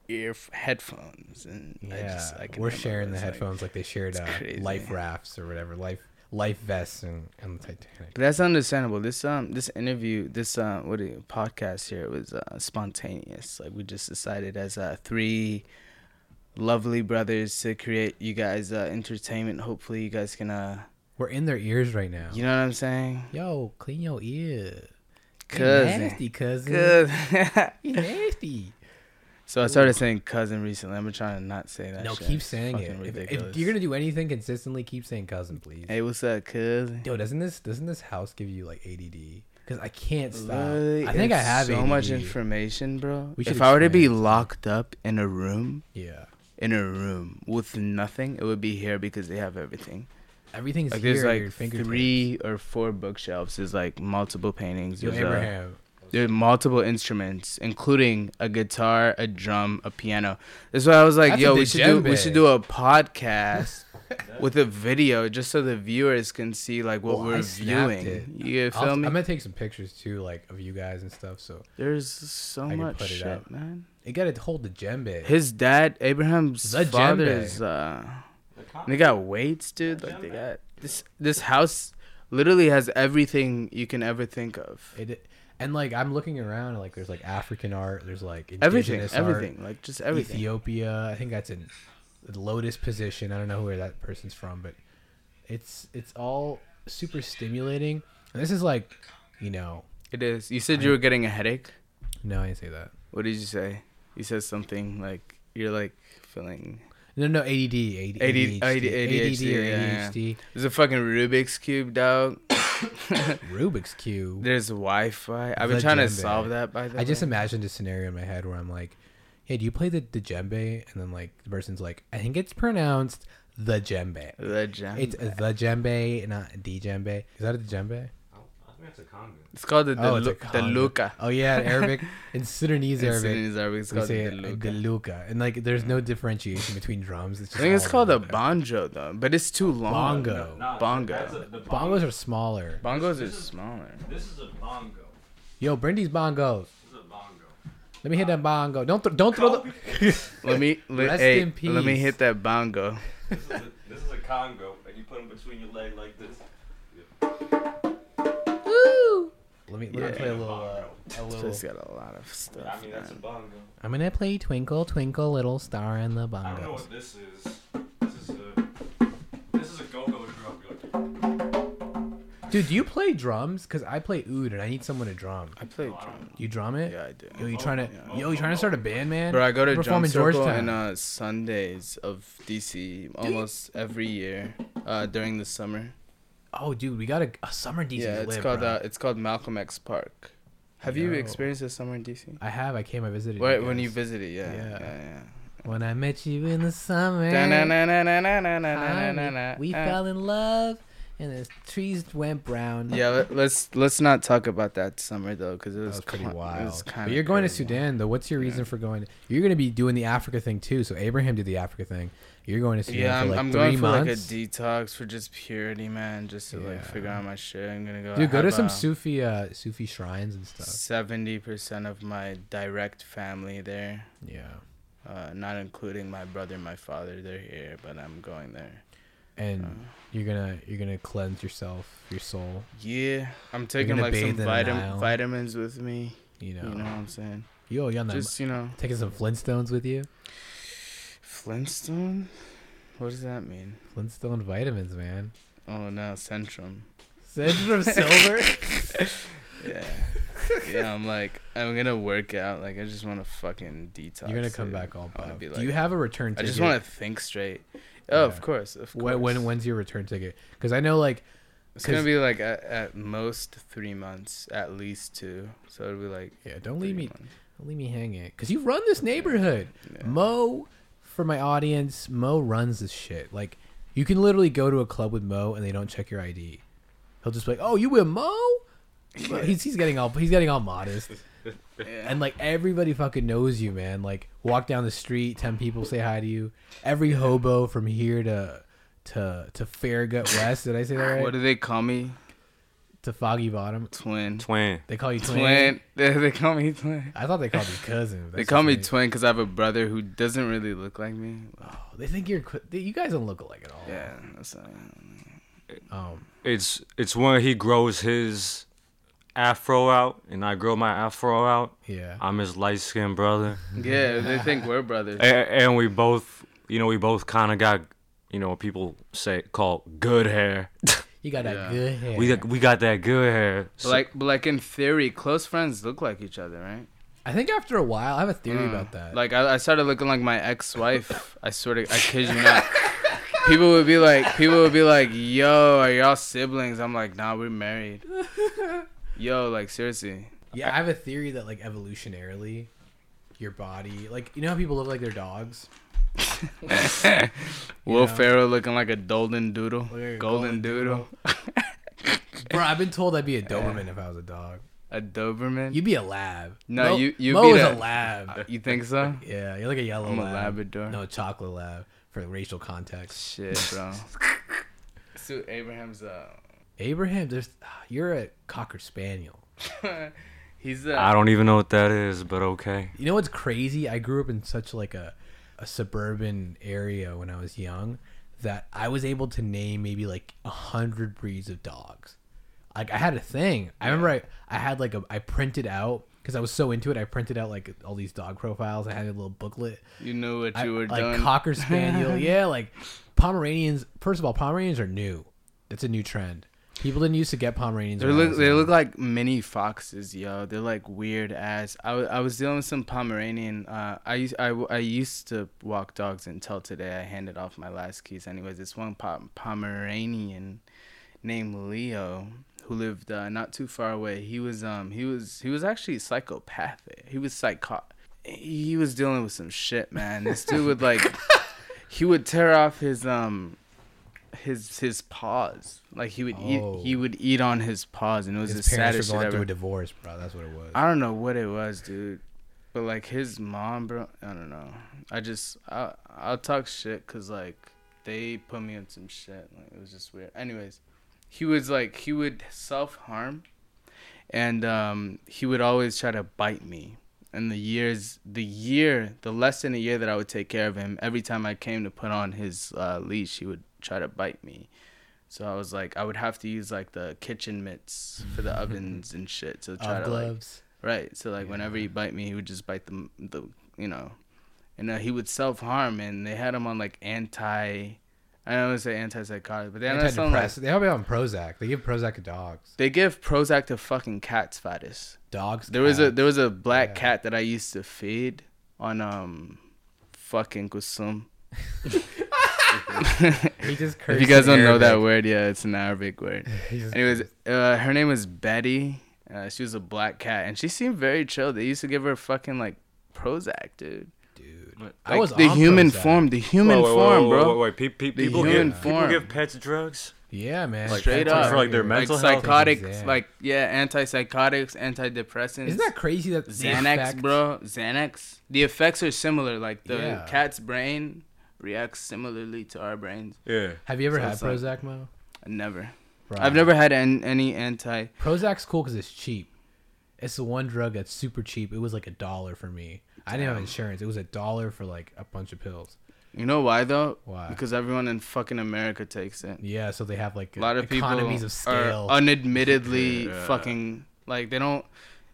[SPEAKER 1] he- ear f- headphones, and
[SPEAKER 2] Yeah,
[SPEAKER 1] I just I can
[SPEAKER 2] we're
[SPEAKER 1] hear my
[SPEAKER 2] sharing the
[SPEAKER 1] voice, like-
[SPEAKER 2] headphones like, they shared uh,
[SPEAKER 1] crazy.
[SPEAKER 2] life rafts or whatever, life life vests and, and the Titanic.
[SPEAKER 1] But that's understandable. This um this interview, this uh what do you, podcast here was uh, spontaneous. Like we just decided as uh three lovely brothers to create you guys uh entertainment. Hopefully you guys can uh
[SPEAKER 2] We're in their ears right now.
[SPEAKER 1] you know what I'm saying?
[SPEAKER 2] Yo, clean your ear. You
[SPEAKER 1] Cousin.
[SPEAKER 2] nasty cousin.
[SPEAKER 1] Good.
[SPEAKER 2] You nasty.
[SPEAKER 1] so I started saying cousin recently. I'm trying to not say that.
[SPEAKER 2] no,
[SPEAKER 1] shit.
[SPEAKER 2] keep
[SPEAKER 1] It's
[SPEAKER 2] saying
[SPEAKER 1] fucking
[SPEAKER 2] it. If- If,
[SPEAKER 1] ridiculous.
[SPEAKER 2] you're gonna do anything consistently, keep saying cousin, please.
[SPEAKER 1] Hey, what's up, cousin?
[SPEAKER 2] Yo, doesn't this doesn't this house give you like ADD? Because I can't stop.
[SPEAKER 1] Literally,
[SPEAKER 2] I think I
[SPEAKER 1] it's
[SPEAKER 2] have
[SPEAKER 1] so much
[SPEAKER 2] ADD.
[SPEAKER 1] information, bro.
[SPEAKER 2] We should
[SPEAKER 1] If I were to
[SPEAKER 2] explain
[SPEAKER 1] be
[SPEAKER 2] it to them.
[SPEAKER 1] locked up in a room,
[SPEAKER 2] Yeah,
[SPEAKER 1] in a room with nothing, it would be here because they have everything.
[SPEAKER 2] everything's
[SPEAKER 1] Like
[SPEAKER 2] here.
[SPEAKER 1] there's
[SPEAKER 2] at your
[SPEAKER 1] like
[SPEAKER 2] fingertips.
[SPEAKER 1] three or four bookshelves. There's like multiple paintings.
[SPEAKER 2] Yo,
[SPEAKER 1] There's, uh,
[SPEAKER 2] Abraham.
[SPEAKER 1] there's multiple instruments, including a guitar, a drum, a piano. That's why I was like,
[SPEAKER 2] That's a
[SPEAKER 1] yo, we should do we
[SPEAKER 2] djembe.
[SPEAKER 1] should do a podcast with a video just so the viewers can see like what
[SPEAKER 2] Well, Oh, I
[SPEAKER 1] we're
[SPEAKER 2] snapped
[SPEAKER 1] viewing.
[SPEAKER 2] it.
[SPEAKER 1] You
[SPEAKER 2] I'll-
[SPEAKER 1] feel
[SPEAKER 2] I'm
[SPEAKER 1] me?
[SPEAKER 2] gonna take some pictures too, like of you guys and stuff. So
[SPEAKER 1] There's so
[SPEAKER 2] I can
[SPEAKER 1] much
[SPEAKER 2] put it
[SPEAKER 1] shit,
[SPEAKER 2] up.
[SPEAKER 1] man.
[SPEAKER 2] You gotta hold the djembe.
[SPEAKER 1] His dad, Abraham's
[SPEAKER 2] The
[SPEAKER 1] father,
[SPEAKER 2] djembe.
[SPEAKER 1] is uh, they got weights, dude. Like they got this. This house literally has everything you can ever think of.
[SPEAKER 2] It, and like I'm looking around, and, like there's like African art, there's like
[SPEAKER 1] Everything,
[SPEAKER 2] indigenous art,
[SPEAKER 1] everything, like just everything.
[SPEAKER 2] Ethiopia. I think that's in the lotus position. I don't know where that person's from, but it's it's all super stimulating. And this is like, you know,
[SPEAKER 1] It is. You said you were getting a headache.
[SPEAKER 2] no, I didn't say that.
[SPEAKER 1] What did you say? You said something like you're like feeling.
[SPEAKER 2] No, no, ADD, ADD,
[SPEAKER 1] AD,
[SPEAKER 2] ADHD, ADD or
[SPEAKER 1] yeah, yeah.
[SPEAKER 2] ADHD.
[SPEAKER 1] There's a fucking Rubik's cube, dog.
[SPEAKER 2] Rubik's cube.
[SPEAKER 1] There's Wi-Fi. I've been
[SPEAKER 2] The
[SPEAKER 1] trying to
[SPEAKER 2] djembe.
[SPEAKER 1] solve that by the
[SPEAKER 2] I just
[SPEAKER 1] way.
[SPEAKER 2] imagined a scenario in my head where I'm like, "Hey, do you play the the djembe?" And then like the person's like, "I think it's pronounced the djembe."
[SPEAKER 1] the djembe.
[SPEAKER 2] It's
[SPEAKER 1] It's,
[SPEAKER 2] the djembe, not the djembe. Is that a djembe?
[SPEAKER 3] I think it's a conga.
[SPEAKER 1] called the the,
[SPEAKER 2] Oh, it's a
[SPEAKER 1] lu- the
[SPEAKER 2] conga.
[SPEAKER 1] Luca.
[SPEAKER 2] Oh yeah, in Arabic in Sudanese
[SPEAKER 1] In
[SPEAKER 2] Arabic.
[SPEAKER 1] Sudanese Arabic, it's
[SPEAKER 2] We
[SPEAKER 1] called
[SPEAKER 2] say
[SPEAKER 1] the
[SPEAKER 2] it,
[SPEAKER 1] Luca. Mm.
[SPEAKER 2] the luka, and like there's no differentiation between drums.
[SPEAKER 1] I
[SPEAKER 2] It's just
[SPEAKER 1] think it's
[SPEAKER 2] all
[SPEAKER 1] called a
[SPEAKER 2] over there.
[SPEAKER 1] banjo though, but it's too long.
[SPEAKER 2] Oh, Bongo.
[SPEAKER 1] Bongo.
[SPEAKER 2] Bongos are smaller.
[SPEAKER 1] Bongos are smaller.
[SPEAKER 3] This is a bongo.
[SPEAKER 2] Yo, Brindy's bongos.
[SPEAKER 3] This is a bongo.
[SPEAKER 2] Let me hit that bongo. Don't th- don't throw the.
[SPEAKER 1] Let me let,
[SPEAKER 2] Rest
[SPEAKER 1] hey,
[SPEAKER 2] in
[SPEAKER 1] let me
[SPEAKER 2] peace.
[SPEAKER 1] hit that bongo.
[SPEAKER 3] This is a, this is a congo, and you put them between your leg like this.
[SPEAKER 2] Let me let
[SPEAKER 1] Yeah.
[SPEAKER 2] me play a little. Uh, a
[SPEAKER 1] This
[SPEAKER 2] little.
[SPEAKER 1] place got a lot of
[SPEAKER 3] I
[SPEAKER 1] stuff.
[SPEAKER 3] mean, that's a
[SPEAKER 1] man.
[SPEAKER 3] bongo.
[SPEAKER 2] I'm gonna play Twinkle Twinkle Little Star in the
[SPEAKER 3] I don't know
[SPEAKER 2] bongos.
[SPEAKER 3] what this is. This is a this is a go-go drum.
[SPEAKER 2] Dude, do you play drums? Cause I play oud, and I need someone to drum.
[SPEAKER 1] I play drum.
[SPEAKER 2] You drum it?
[SPEAKER 1] Yeah, I do.
[SPEAKER 2] Yo, you trying to? Yo, you trying to start a band, man?
[SPEAKER 1] Bro, I go to
[SPEAKER 2] Perform
[SPEAKER 1] drum
[SPEAKER 2] in
[SPEAKER 1] circle
[SPEAKER 2] Georgetown.
[SPEAKER 1] and uh, Sundays of DC almost every year uh, during the summer.
[SPEAKER 2] oh, dude, we got a, a summer DC.
[SPEAKER 1] yeah, it's
[SPEAKER 2] lit,
[SPEAKER 1] called
[SPEAKER 2] bro.
[SPEAKER 1] uh, it's called Malcolm X Park. Have you
[SPEAKER 2] Yo.
[SPEAKER 1] experienced a summer in DC?
[SPEAKER 2] I have. I came. I visited.
[SPEAKER 1] Right when
[SPEAKER 2] guys.
[SPEAKER 1] you visited, yeah,
[SPEAKER 2] Yeah.
[SPEAKER 1] yeah, yeah.
[SPEAKER 2] When I met you in the summer,
[SPEAKER 1] Da-na-na-na-na-na-na-na-na-na.
[SPEAKER 2] we fell in love, and the trees went brown.
[SPEAKER 1] Yeah, let- let's let's not talk about that summer though, because it
[SPEAKER 2] That
[SPEAKER 1] was,
[SPEAKER 2] was pretty
[SPEAKER 1] ki- it
[SPEAKER 2] wild.
[SPEAKER 1] was
[SPEAKER 2] But
[SPEAKER 1] kinda
[SPEAKER 2] you're going to
[SPEAKER 1] crazy.
[SPEAKER 2] Sudan, though. What's your reason for going? You're going to be doing the Africa thing too. So Abraham did the Africa thing. You're going to Sudan
[SPEAKER 1] Yeah,
[SPEAKER 2] for
[SPEAKER 1] I'm,
[SPEAKER 2] like
[SPEAKER 1] I'm
[SPEAKER 2] three
[SPEAKER 1] going for
[SPEAKER 2] months.
[SPEAKER 1] like a detox for just purity, man, just to
[SPEAKER 2] Yeah.
[SPEAKER 1] like figure out my shit. I'm gonna go.
[SPEAKER 2] Dude, go to
[SPEAKER 1] have,
[SPEAKER 2] some
[SPEAKER 1] uh,
[SPEAKER 2] Sufi uh, Sufi shrines and stuff.
[SPEAKER 1] Seventy percent of my direct family there,
[SPEAKER 2] Yeah,
[SPEAKER 1] uh, not including my brother and my father. They're here, but I'm going there.
[SPEAKER 2] and
[SPEAKER 1] Uh,
[SPEAKER 2] you're gonna you're gonna cleanse yourself, your soul.
[SPEAKER 1] yeah, I'm taking
[SPEAKER 2] gonna
[SPEAKER 1] like some
[SPEAKER 2] bathe in the Nile.
[SPEAKER 1] vitam- vitamins with me.
[SPEAKER 2] You know,
[SPEAKER 1] You know what I'm saying?
[SPEAKER 2] yo, you on the
[SPEAKER 1] Just you know,
[SPEAKER 2] taking some Flintstones with you?
[SPEAKER 1] Flintstone. What does that mean?
[SPEAKER 2] Flintstone vitamins, man.
[SPEAKER 1] Oh no, Centrum.
[SPEAKER 2] Centrum Silver.
[SPEAKER 1] Yeah. yeah, I'm like, I'm gonna work out. Like, I just want to fucking detox.
[SPEAKER 2] You're gonna come
[SPEAKER 1] dude.
[SPEAKER 2] back all
[SPEAKER 1] I wanna
[SPEAKER 2] buff.
[SPEAKER 1] be
[SPEAKER 2] Do you
[SPEAKER 1] like-
[SPEAKER 2] have a return
[SPEAKER 1] I
[SPEAKER 2] ticket?
[SPEAKER 1] just want to think straight. Oh,
[SPEAKER 2] Yeah.
[SPEAKER 1] of course, of course.
[SPEAKER 2] When, when when's your return ticket? Because I know like
[SPEAKER 1] it's gonna
[SPEAKER 2] 'cause-
[SPEAKER 1] be like at, at most three months, at least two. So it'll be like.
[SPEAKER 2] yeah, don't
[SPEAKER 1] three
[SPEAKER 2] leave me
[SPEAKER 1] months.
[SPEAKER 2] don't leave me hanging. Because you run this neighborhood.
[SPEAKER 1] Yeah.
[SPEAKER 2] Mo, for my audience, Mo runs this shit. Like, you can literally go to a club with Mo and they don't check your ID. He'll just be like, "Oh, you with Mo?" But he's he's getting all he's getting all modest,
[SPEAKER 1] Yeah.
[SPEAKER 2] and like everybody fucking knows you, man. Like, walk down the street, ten people say hi to you. Every hobo from here to to to Farragut West. Did I say that right?
[SPEAKER 1] What do they call me?
[SPEAKER 2] to Foggy Bottom.
[SPEAKER 1] Twin.
[SPEAKER 3] Twin.
[SPEAKER 2] They call you twin.
[SPEAKER 1] Twin. They, they call me twin.
[SPEAKER 2] I thought they called you cousin. but
[SPEAKER 1] They
[SPEAKER 2] that's
[SPEAKER 1] call
[SPEAKER 2] just
[SPEAKER 1] me
[SPEAKER 2] me.
[SPEAKER 1] twin because I have a brother who doesn't really look like me.
[SPEAKER 2] Oh, they think you're. qu- You guys don't look alike at all.
[SPEAKER 1] Yeah, that's uh,
[SPEAKER 2] Um.
[SPEAKER 3] It's it's when he grows his afro out and I grow my afro out.
[SPEAKER 2] Yeah.
[SPEAKER 3] I'm his light skinned brother.
[SPEAKER 1] yeah. They think we're brothers.
[SPEAKER 3] and, and we both you know, we both kinda got you know, people say call good hair.
[SPEAKER 2] You got that
[SPEAKER 1] Yeah.
[SPEAKER 2] good hair.
[SPEAKER 3] We got we got that good hair.
[SPEAKER 1] But like, but like in theory, close friends look like each other, right?
[SPEAKER 2] I think after a while, I have a theory
[SPEAKER 1] Mm.
[SPEAKER 2] about that.
[SPEAKER 1] Like I, I started looking like my ex-wife. I swear to, I kid you not. People would be like, people would be like, "Yo, are y'all siblings?" I'm like, "Nah, we're married." Yo, like seriously.
[SPEAKER 2] yeah, I have a theory that like evolutionarily, your body, like you know how people look like their dogs.
[SPEAKER 1] Will
[SPEAKER 2] Yeah.
[SPEAKER 1] Ferrell looking like a golden doodle,
[SPEAKER 2] Like a
[SPEAKER 1] golden,
[SPEAKER 2] golden
[SPEAKER 1] doodle,
[SPEAKER 2] Bro, I've been told I'd be a Doberman if I was a dog.
[SPEAKER 1] a Doberman. You,
[SPEAKER 2] You'd be a lab.
[SPEAKER 1] No, you- you'd
[SPEAKER 2] Mo
[SPEAKER 1] be
[SPEAKER 2] is
[SPEAKER 1] the-
[SPEAKER 2] a lab.
[SPEAKER 1] think so?
[SPEAKER 2] yeah, you're like a yellow
[SPEAKER 1] I'm a
[SPEAKER 2] lab.
[SPEAKER 1] Labrador.
[SPEAKER 2] No, a chocolate lab for racial context.
[SPEAKER 1] Shit, bro. so Abraham's uh,
[SPEAKER 2] Abraham, there's you're a cocker spaniel.
[SPEAKER 1] he's uh,
[SPEAKER 3] I don't even know what that is, but okay.
[SPEAKER 2] You know what's crazy? I grew up in such like a, a suburban area when I was young that I was able to name maybe like a hundred breeds of dogs. Like I had a thing. I remember I, I had like a I printed out because I was so into it. I printed out like all these dog profiles. I had a little booklet.
[SPEAKER 1] you knew what
[SPEAKER 2] I-
[SPEAKER 1] you were
[SPEAKER 2] like
[SPEAKER 1] doing.
[SPEAKER 2] cocker spaniel, yeah. Like Pomeranians. First of all, Pomeranians are new. It's a new trend. People didn't used to get Pomeranians.
[SPEAKER 1] They
[SPEAKER 2] when I
[SPEAKER 1] look
[SPEAKER 2] was
[SPEAKER 1] they
[SPEAKER 2] young.
[SPEAKER 1] look like mini foxes, yo. They're like weird ass. I, wa- I was dealing with some Pomeranian. Uh, I used I, w- I used to walk dogs until today. I handed off my last keys. Anyways, this one po- Pomeranian named Leo who lived uh, not too far away. He was um he was he was actually psychopathic. He was psychotic. He was dealing with some shit, man. This dude would like he would tear off his um his his paws. Like he would
[SPEAKER 2] Oh.
[SPEAKER 1] eat he would eat on his paws, and it was
[SPEAKER 2] His
[SPEAKER 1] the
[SPEAKER 2] parents
[SPEAKER 1] saddest
[SPEAKER 2] were
[SPEAKER 1] shit
[SPEAKER 2] going through
[SPEAKER 1] ever.
[SPEAKER 2] a divorce, bro. That's what it was.
[SPEAKER 1] I don't know what it was, dude. But like his mom, bro. I don't know. I just I I'll talk shit because like they put me on some shit. Like it was just weird. Anyways, he was like he would self harm, and um he would always try to bite me. And the years, the year, the less than a year that I would take care of him, every time I came to put on his uh, leash, he would try to bite me. So I was like, I would have to use like the kitchen mitts for the ovens and shit to try
[SPEAKER 2] Of
[SPEAKER 1] to like
[SPEAKER 2] gloves.
[SPEAKER 1] Right. So like whenever he bite me, he would just bite the the you know, and uh, he would self harm. And they had him on like anti, I don't want to say antipsychotic, but they had him on like
[SPEAKER 2] Antidepressant. They help you on Prozac. They give Prozac to dogs.
[SPEAKER 1] they give Prozac to fucking cats, fattest.
[SPEAKER 2] Dogs.
[SPEAKER 1] There was a
[SPEAKER 2] cats.
[SPEAKER 1] there was a black
[SPEAKER 2] Yeah.
[SPEAKER 1] cat that I used to feed on um, fucking kusum.
[SPEAKER 2] He just
[SPEAKER 1] If
[SPEAKER 2] cursed
[SPEAKER 1] you guys
[SPEAKER 2] in
[SPEAKER 1] don't know that
[SPEAKER 2] Arabic.
[SPEAKER 1] word, yeah, it's an Arabic word.
[SPEAKER 2] He just-
[SPEAKER 1] Anyways, uh, her name was Betty. Uh, she was a black cat, and she seemed very chill. They used to give her fucking like Prozac, dude.
[SPEAKER 2] dude,
[SPEAKER 3] But,
[SPEAKER 2] I
[SPEAKER 1] Like,
[SPEAKER 2] was
[SPEAKER 1] the
[SPEAKER 2] on
[SPEAKER 1] human
[SPEAKER 2] Prozac.
[SPEAKER 1] form, the human
[SPEAKER 3] Wait, wait, wait,
[SPEAKER 1] form,
[SPEAKER 3] wait,
[SPEAKER 1] bro.
[SPEAKER 3] Wait, wait, pe- pe-
[SPEAKER 1] The
[SPEAKER 3] people
[SPEAKER 1] human
[SPEAKER 3] give people
[SPEAKER 1] form.
[SPEAKER 3] give pets drugs.
[SPEAKER 2] Yeah, man.
[SPEAKER 3] Like,
[SPEAKER 1] Straight up.
[SPEAKER 3] For, like, their
[SPEAKER 2] Anti-
[SPEAKER 3] mental
[SPEAKER 1] Like
[SPEAKER 3] health.
[SPEAKER 1] psychotics,
[SPEAKER 2] Yeah.
[SPEAKER 1] like yeah, antipsychotics, antidepressants.
[SPEAKER 2] Isn't that crazy that the
[SPEAKER 1] Xanax,
[SPEAKER 2] effect-
[SPEAKER 1] bro? Xanax. The effects are similar. Like the
[SPEAKER 2] Yeah.
[SPEAKER 1] cat's brain reacts similarly to our brains.
[SPEAKER 3] Yeah.
[SPEAKER 2] Have you ever
[SPEAKER 1] So
[SPEAKER 2] had
[SPEAKER 1] it's like-
[SPEAKER 2] Prozac, Mo?
[SPEAKER 1] Never.
[SPEAKER 2] Bro.
[SPEAKER 1] I've never had an, any anti.
[SPEAKER 2] Prozac's cool because it's cheap. It's the one drug that's super cheap. It was like a dollar for me. I didn't have insurance. It was a dollar for like a bunch of pills.
[SPEAKER 1] You know why though?
[SPEAKER 2] Why?
[SPEAKER 1] Because everyone in fucking America takes it.
[SPEAKER 2] Yeah, so they have like
[SPEAKER 1] a lot of
[SPEAKER 2] economies
[SPEAKER 1] people
[SPEAKER 2] of scale.
[SPEAKER 1] are unadmittedly
[SPEAKER 3] Yeah.
[SPEAKER 1] fucking like they don't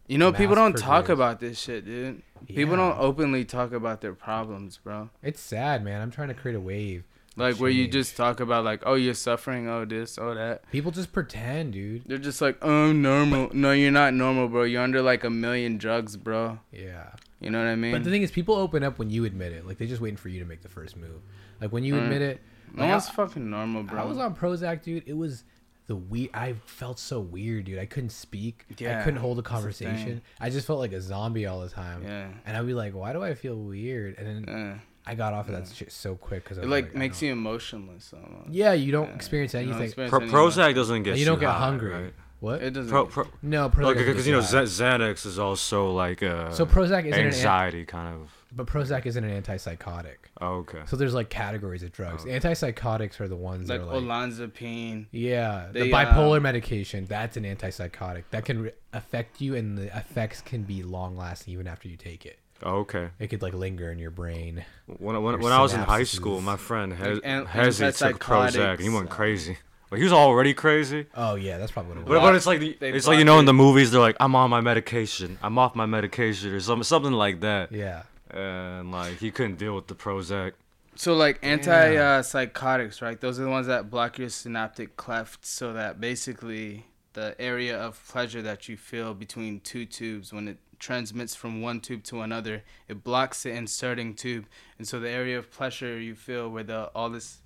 [SPEAKER 1] you know people
[SPEAKER 2] Mass
[SPEAKER 1] don't talk
[SPEAKER 2] produced.
[SPEAKER 1] about this shit dude people
[SPEAKER 2] Yeah.
[SPEAKER 1] don't openly talk about their problems bro
[SPEAKER 2] it's sad, man. I'm trying to create a wave
[SPEAKER 1] Like where you just talk about like, oh, you're suffering, oh this, oh that.
[SPEAKER 2] People just pretend, dude.
[SPEAKER 1] They're just like, oh, normal. No, you're not normal, bro. You're under like a million drugs, bro.
[SPEAKER 2] Yeah.
[SPEAKER 1] You know what I mean?
[SPEAKER 2] But the thing is, people open up when you admit it. Like they're just waiting for you to make the first move. Like when you admit it.
[SPEAKER 1] no
[SPEAKER 2] like,
[SPEAKER 1] one's
[SPEAKER 2] I-
[SPEAKER 1] fucking normal, Mm. bro.
[SPEAKER 2] I was on Prozac, dude. It was the we. I felt so weird, dude. I couldn't speak. I
[SPEAKER 1] Yeah,
[SPEAKER 2] couldn't hold a
[SPEAKER 1] that's the thing.
[SPEAKER 2] conversation. I just felt like a zombie all the time.
[SPEAKER 1] Yeah.
[SPEAKER 2] And I'd be like, why do I feel weird? And then
[SPEAKER 1] Yeah.
[SPEAKER 2] I got off of that shit so quick because
[SPEAKER 1] It like, makes you emotionless almost.
[SPEAKER 2] Yeah, you don't experience
[SPEAKER 1] You
[SPEAKER 2] anything.
[SPEAKER 1] don't experience
[SPEAKER 3] Pro-
[SPEAKER 1] any
[SPEAKER 3] Prozac doesn't get
[SPEAKER 2] and you don't get
[SPEAKER 3] high,
[SPEAKER 2] hungry.
[SPEAKER 3] right?
[SPEAKER 2] What?
[SPEAKER 1] emo- It doesn't.
[SPEAKER 3] Pro, pro,
[SPEAKER 2] no, Prozac.
[SPEAKER 3] like,
[SPEAKER 2] doesn't
[SPEAKER 3] because you know
[SPEAKER 2] get you high.
[SPEAKER 3] Xa- Xanax is also like uh,
[SPEAKER 2] so Prozac isn't an an,
[SPEAKER 3] anxiety kind of.
[SPEAKER 2] but Prozac isn't an antipsychotic.
[SPEAKER 3] Oh, okay.
[SPEAKER 2] So there's like categories of drugs. Antipsychotics are the ones
[SPEAKER 1] Oh. like
[SPEAKER 2] that are like
[SPEAKER 1] olanzapine.
[SPEAKER 2] Yeah, the
[SPEAKER 1] They,
[SPEAKER 2] bipolar
[SPEAKER 1] uh,
[SPEAKER 2] medication that's an antipsychotic that can re- affect you, and the effects can be long lasting even after you take it.
[SPEAKER 3] Okay.
[SPEAKER 2] It could like linger in your brain.
[SPEAKER 3] When, when,
[SPEAKER 2] Your
[SPEAKER 3] when I was in high
[SPEAKER 2] synapses.
[SPEAKER 3] school, my friend Hez,
[SPEAKER 1] Like an-
[SPEAKER 3] Hezzy took Prozac. and He
[SPEAKER 1] antipsychotics.
[SPEAKER 3] went crazy. Like he was already crazy.
[SPEAKER 2] Oh yeah, that's probably what it was.
[SPEAKER 3] But,
[SPEAKER 1] Block-
[SPEAKER 3] but it's like the,
[SPEAKER 1] they
[SPEAKER 3] it's like you
[SPEAKER 1] block
[SPEAKER 3] know in
[SPEAKER 1] it.
[SPEAKER 3] the movies they're like I'm on my medication, I'm off my medication or something something like that.
[SPEAKER 2] Yeah,
[SPEAKER 3] And like he couldn't deal with the Prozac.
[SPEAKER 1] So like anti uh, psychotics, right? Those are the ones that block your synaptic cleft, so that basically the area of pleasure that you feel between two tubes when it transmits from one tube to another, it blocks the inserting tube, and so the area of pleasure you feel where the all this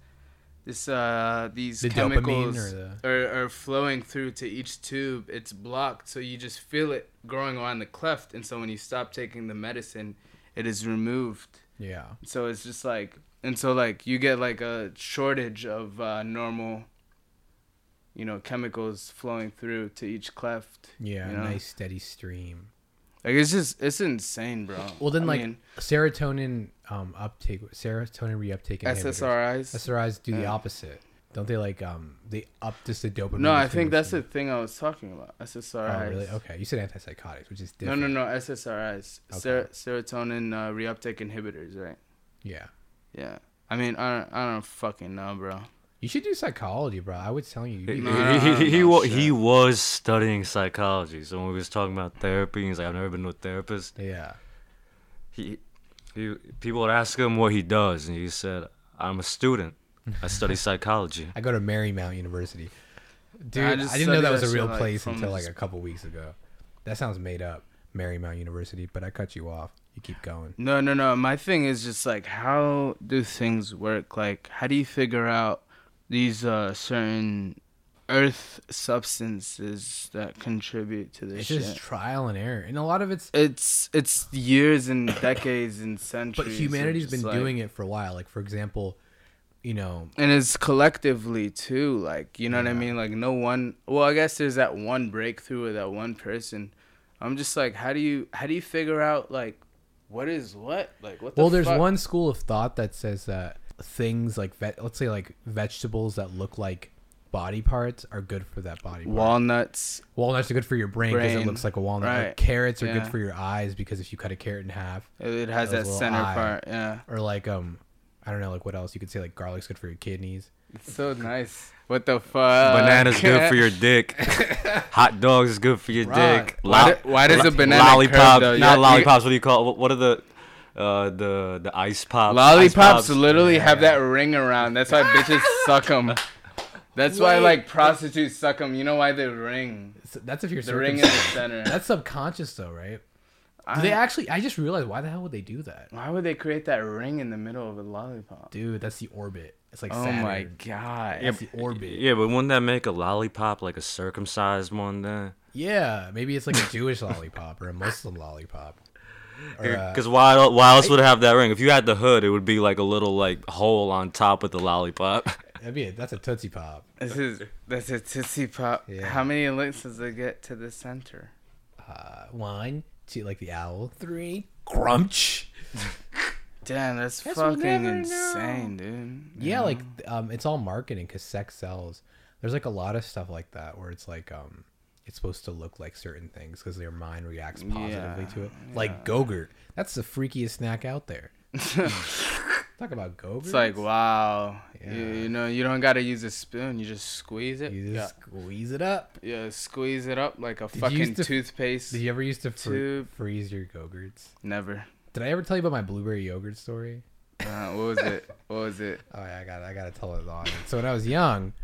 [SPEAKER 1] this uh these
[SPEAKER 2] The dopamine
[SPEAKER 1] chemicals
[SPEAKER 2] or
[SPEAKER 1] are, are flowing through to each tube it's blocked so you just feel it growing around the cleft and so when you stop taking the medicine it is removed
[SPEAKER 2] yeah.
[SPEAKER 1] so it's just like, and so like you get like a shortage of uh, normal, you know, chemicals flowing through to each cleft.
[SPEAKER 2] Yeah,
[SPEAKER 1] you know?
[SPEAKER 2] nice steady stream.
[SPEAKER 1] Like it's just it's insane, bro.
[SPEAKER 2] Well, then
[SPEAKER 1] I
[SPEAKER 2] like
[SPEAKER 1] mean,
[SPEAKER 2] serotonin um uptake, serotonin reuptake inhibitors.
[SPEAKER 1] SSRIs.
[SPEAKER 2] SSRIs do the opposite, don't they? Like um, they up just the dopamine.
[SPEAKER 1] No, I think
[SPEAKER 2] distribution.
[SPEAKER 1] that's the thing I was talking about. SSRIs.
[SPEAKER 2] Oh really? Okay, you said antipsychotics, which is
[SPEAKER 1] No,
[SPEAKER 2] different.
[SPEAKER 1] no, no. SSRIs, Ser- serotonin uh, reuptake inhibitors, right?
[SPEAKER 2] Yeah.
[SPEAKER 1] Yeah. I mean, I don't, I don't fucking know, bro.
[SPEAKER 2] You should do psychology, bro. I was telling you. you
[SPEAKER 3] He,
[SPEAKER 2] need
[SPEAKER 1] No,
[SPEAKER 2] to-
[SPEAKER 1] no,
[SPEAKER 3] he,
[SPEAKER 1] no,
[SPEAKER 3] he, he,
[SPEAKER 1] no,
[SPEAKER 3] wa-
[SPEAKER 1] shit.
[SPEAKER 3] he was studying psychology. So when we was talking about therapy, he's like I've never been to a therapist.
[SPEAKER 2] Yeah.
[SPEAKER 3] he, he people would ask him what he does, and he said, "I'm a student. I study psychology."
[SPEAKER 2] I go to Marymount University. Dude, I,
[SPEAKER 1] I just
[SPEAKER 2] didn't know
[SPEAKER 1] studied
[SPEAKER 2] that was
[SPEAKER 1] that
[SPEAKER 2] a
[SPEAKER 1] shit,
[SPEAKER 2] real
[SPEAKER 1] like,
[SPEAKER 2] place
[SPEAKER 1] from
[SPEAKER 2] until like
[SPEAKER 1] this-
[SPEAKER 2] a couple weeks ago. That sounds made up, Marymount University, but I cut you off. You keep going.
[SPEAKER 1] No, no, no. My thing is just like, how do things work? Like, how do you figure out these uh, certain earth substances that contribute to this
[SPEAKER 2] It's
[SPEAKER 1] shit?
[SPEAKER 2] just trial and error. And a lot of it's
[SPEAKER 1] it's it's years and decades and centuries.
[SPEAKER 2] but
[SPEAKER 1] of
[SPEAKER 2] humanity's
[SPEAKER 1] just,
[SPEAKER 2] been
[SPEAKER 1] like-
[SPEAKER 2] doing it for a while. Like for example, you know,
[SPEAKER 1] and it's collectively too. Like, you know what I mean? Like, no one. Well, I guess there's that one breakthrough with that one person. I'm just like, how do you how do you figure out like what is what? Like, what? The
[SPEAKER 2] well, there's
[SPEAKER 1] fuck?
[SPEAKER 2] one school of thought that says that things like ve- let's say like vegetables that look like body parts are good for that body part.
[SPEAKER 1] walnuts.
[SPEAKER 2] Walnuts are good for your brain because it
[SPEAKER 1] Brain,
[SPEAKER 2] looks like a walnut. Like,
[SPEAKER 1] right.
[SPEAKER 2] carrots are
[SPEAKER 1] Yeah.
[SPEAKER 2] good for your eyes because if you cut a carrot in half,
[SPEAKER 1] It it has that
[SPEAKER 2] Those little
[SPEAKER 1] center
[SPEAKER 2] eye.
[SPEAKER 1] part. Yeah.
[SPEAKER 2] or like um, I don't know, like what else you could say? Like garlic's good for your kidneys.
[SPEAKER 1] So nice. What the fuck?
[SPEAKER 3] Banana's good for your dick. Hot dogs is good for your
[SPEAKER 2] Right.
[SPEAKER 3] dick.
[SPEAKER 1] Why do- why does a banana curve,
[SPEAKER 3] lollipop?
[SPEAKER 1] though? Yeah,
[SPEAKER 3] not
[SPEAKER 1] you-
[SPEAKER 3] lollipops. What do you call? What, what are the uh, the the ice pops?
[SPEAKER 1] lollipops.
[SPEAKER 3] Ice pops?
[SPEAKER 1] literally have that ring around. That's why bitches suck them. That's why
[SPEAKER 2] Wait.
[SPEAKER 1] like prostitutes suck them. You know why they ring?
[SPEAKER 2] So that's if you're
[SPEAKER 1] The ring in the
[SPEAKER 2] circumcised.
[SPEAKER 1] center.
[SPEAKER 2] That's subconscious though, right? Do
[SPEAKER 1] I-
[SPEAKER 2] they actually? I just realized why the hell would they do that,
[SPEAKER 1] why would they create that ring in the middle of a lollipop?
[SPEAKER 2] dude? That's the orbit. It's like
[SPEAKER 1] Oh
[SPEAKER 2] Saturn.
[SPEAKER 1] my god.
[SPEAKER 2] That's the orbit. Yeah.
[SPEAKER 3] Yeah, but wouldn't that make a lollipop like a circumcised one then?
[SPEAKER 2] maybe it's like a Jewish lollipop or a Muslim lollipop. Or, uh,
[SPEAKER 3] Because why el- why else would it have that ring? If you had the hood, it would be like a little like hole on top of the lollipop.
[SPEAKER 2] that'd be a, that's a tootsie pop.
[SPEAKER 1] This is that's a tootsie pop.
[SPEAKER 2] Yeah.
[SPEAKER 1] How many licks does it get to the center?
[SPEAKER 2] Uh, one, two, like the owl. Three, crunch.
[SPEAKER 1] Damn, that's
[SPEAKER 2] Guess we'll
[SPEAKER 1] fucking
[SPEAKER 2] never know.
[SPEAKER 1] insane, dude.
[SPEAKER 2] Yeah, like um, it's all marketing because sex sells. There's like a lot of stuff like that where it's like um, it's supposed to look like certain things because your mind reacts positively
[SPEAKER 1] Yeah,
[SPEAKER 2] to it. Like Gogurt, that's the freakiest snack out there. Talk about Gogurt.
[SPEAKER 1] It's like wow, you,
[SPEAKER 2] Yeah.
[SPEAKER 1] you know you don't gotta use a spoon. You just squeeze it.
[SPEAKER 2] you just squeeze it up.
[SPEAKER 1] yeah, yeah, squeeze it up like a
[SPEAKER 2] you
[SPEAKER 1] fucking
[SPEAKER 2] used to-
[SPEAKER 1] toothpaste.
[SPEAKER 2] Did you ever used to fr-
[SPEAKER 1] Tube.
[SPEAKER 2] freeze your Gogurts?
[SPEAKER 1] Never.
[SPEAKER 2] Did I ever tell you about my blueberry yogurt story?
[SPEAKER 1] Uh, what was it? What was it?
[SPEAKER 2] Oh, yeah, I got I got to tell it the audience. So when I was young,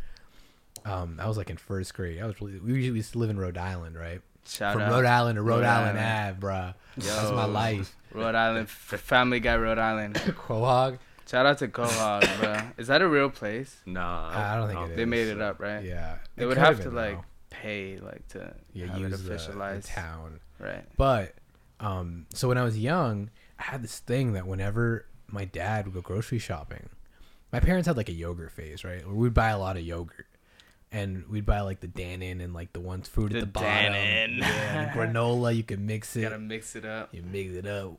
[SPEAKER 2] um, I was like in first grade. I was really, we usually used to live in Rhode Island, right?
[SPEAKER 1] Shout
[SPEAKER 2] From
[SPEAKER 1] out
[SPEAKER 2] Rhode Island to Rhode,
[SPEAKER 1] Rhode
[SPEAKER 2] Island, Ave, bruh. That's my
[SPEAKER 1] Yo.
[SPEAKER 2] life.
[SPEAKER 1] Rhode Island, f- Family Guy, Rhode Island.
[SPEAKER 2] Quahog.
[SPEAKER 1] Shout out to Quahog, bro. Is that a real place?
[SPEAKER 3] Nah,
[SPEAKER 2] I don't think it
[SPEAKER 1] oh, They
[SPEAKER 2] is.
[SPEAKER 1] made it up, right?
[SPEAKER 2] Yeah,
[SPEAKER 1] They
[SPEAKER 2] It
[SPEAKER 1] would
[SPEAKER 2] could've
[SPEAKER 1] have to
[SPEAKER 2] been,
[SPEAKER 1] like
[SPEAKER 2] though.
[SPEAKER 1] pay like to
[SPEAKER 2] yeah
[SPEAKER 1] have it
[SPEAKER 2] use uh, the, the
[SPEAKER 1] officialized,
[SPEAKER 2] town.
[SPEAKER 1] right?
[SPEAKER 2] But um, so when I was young, I had this thing that whenever my dad would go grocery shopping, my parents had like a yogurt phase, right? Where we'd buy a lot of yogurt, and we'd buy like the Danon and like the ones food
[SPEAKER 1] The
[SPEAKER 2] at the bottom,
[SPEAKER 1] Dannon.
[SPEAKER 2] yeah, and granola. You can mix it,
[SPEAKER 1] Gotta mix it up.
[SPEAKER 2] you mix it up,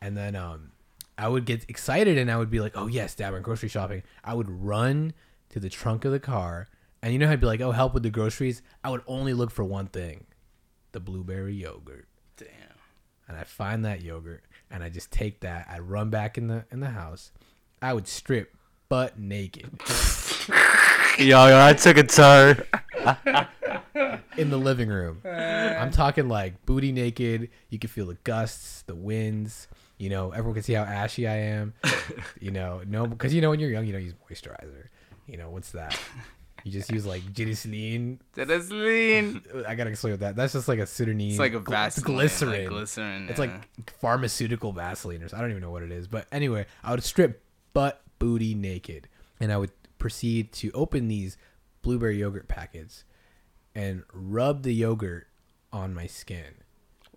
[SPEAKER 2] and then um, I would get excited and I would be like, "Oh yes, dad, we're grocery shopping." I would run to the trunk of the car, and you know how I'd be like, "Oh, help with the groceries." I would only look for one thing, the blueberry yogurt
[SPEAKER 1] Damn.
[SPEAKER 2] and I find that yogurt and I just take that. I run back in the in the house. I would strip butt naked
[SPEAKER 3] Yo, yo, I took a turn.
[SPEAKER 2] in the living
[SPEAKER 1] Uh.
[SPEAKER 2] room. I'm talking like booty naked. You can feel the gusts, the winds. You know, everyone can see how ashy I am. You know, no, because you know when you're young, you don't use moisturizer. You know what's that? You just use like Glycerin.
[SPEAKER 1] That is lean.
[SPEAKER 2] I gotta explain what that. That's just like a Sudanese.
[SPEAKER 1] It's like a
[SPEAKER 2] gl-
[SPEAKER 1] Vaseline, like
[SPEAKER 2] glycerin.
[SPEAKER 1] glycerin.
[SPEAKER 2] It's
[SPEAKER 1] yeah.
[SPEAKER 2] like pharmaceutical Vaseline or something. I don't even know what it is. But anyway, I would strip butt booty naked and I would proceed to open these blueberry yogurt packets and rub the yogurt on my skin,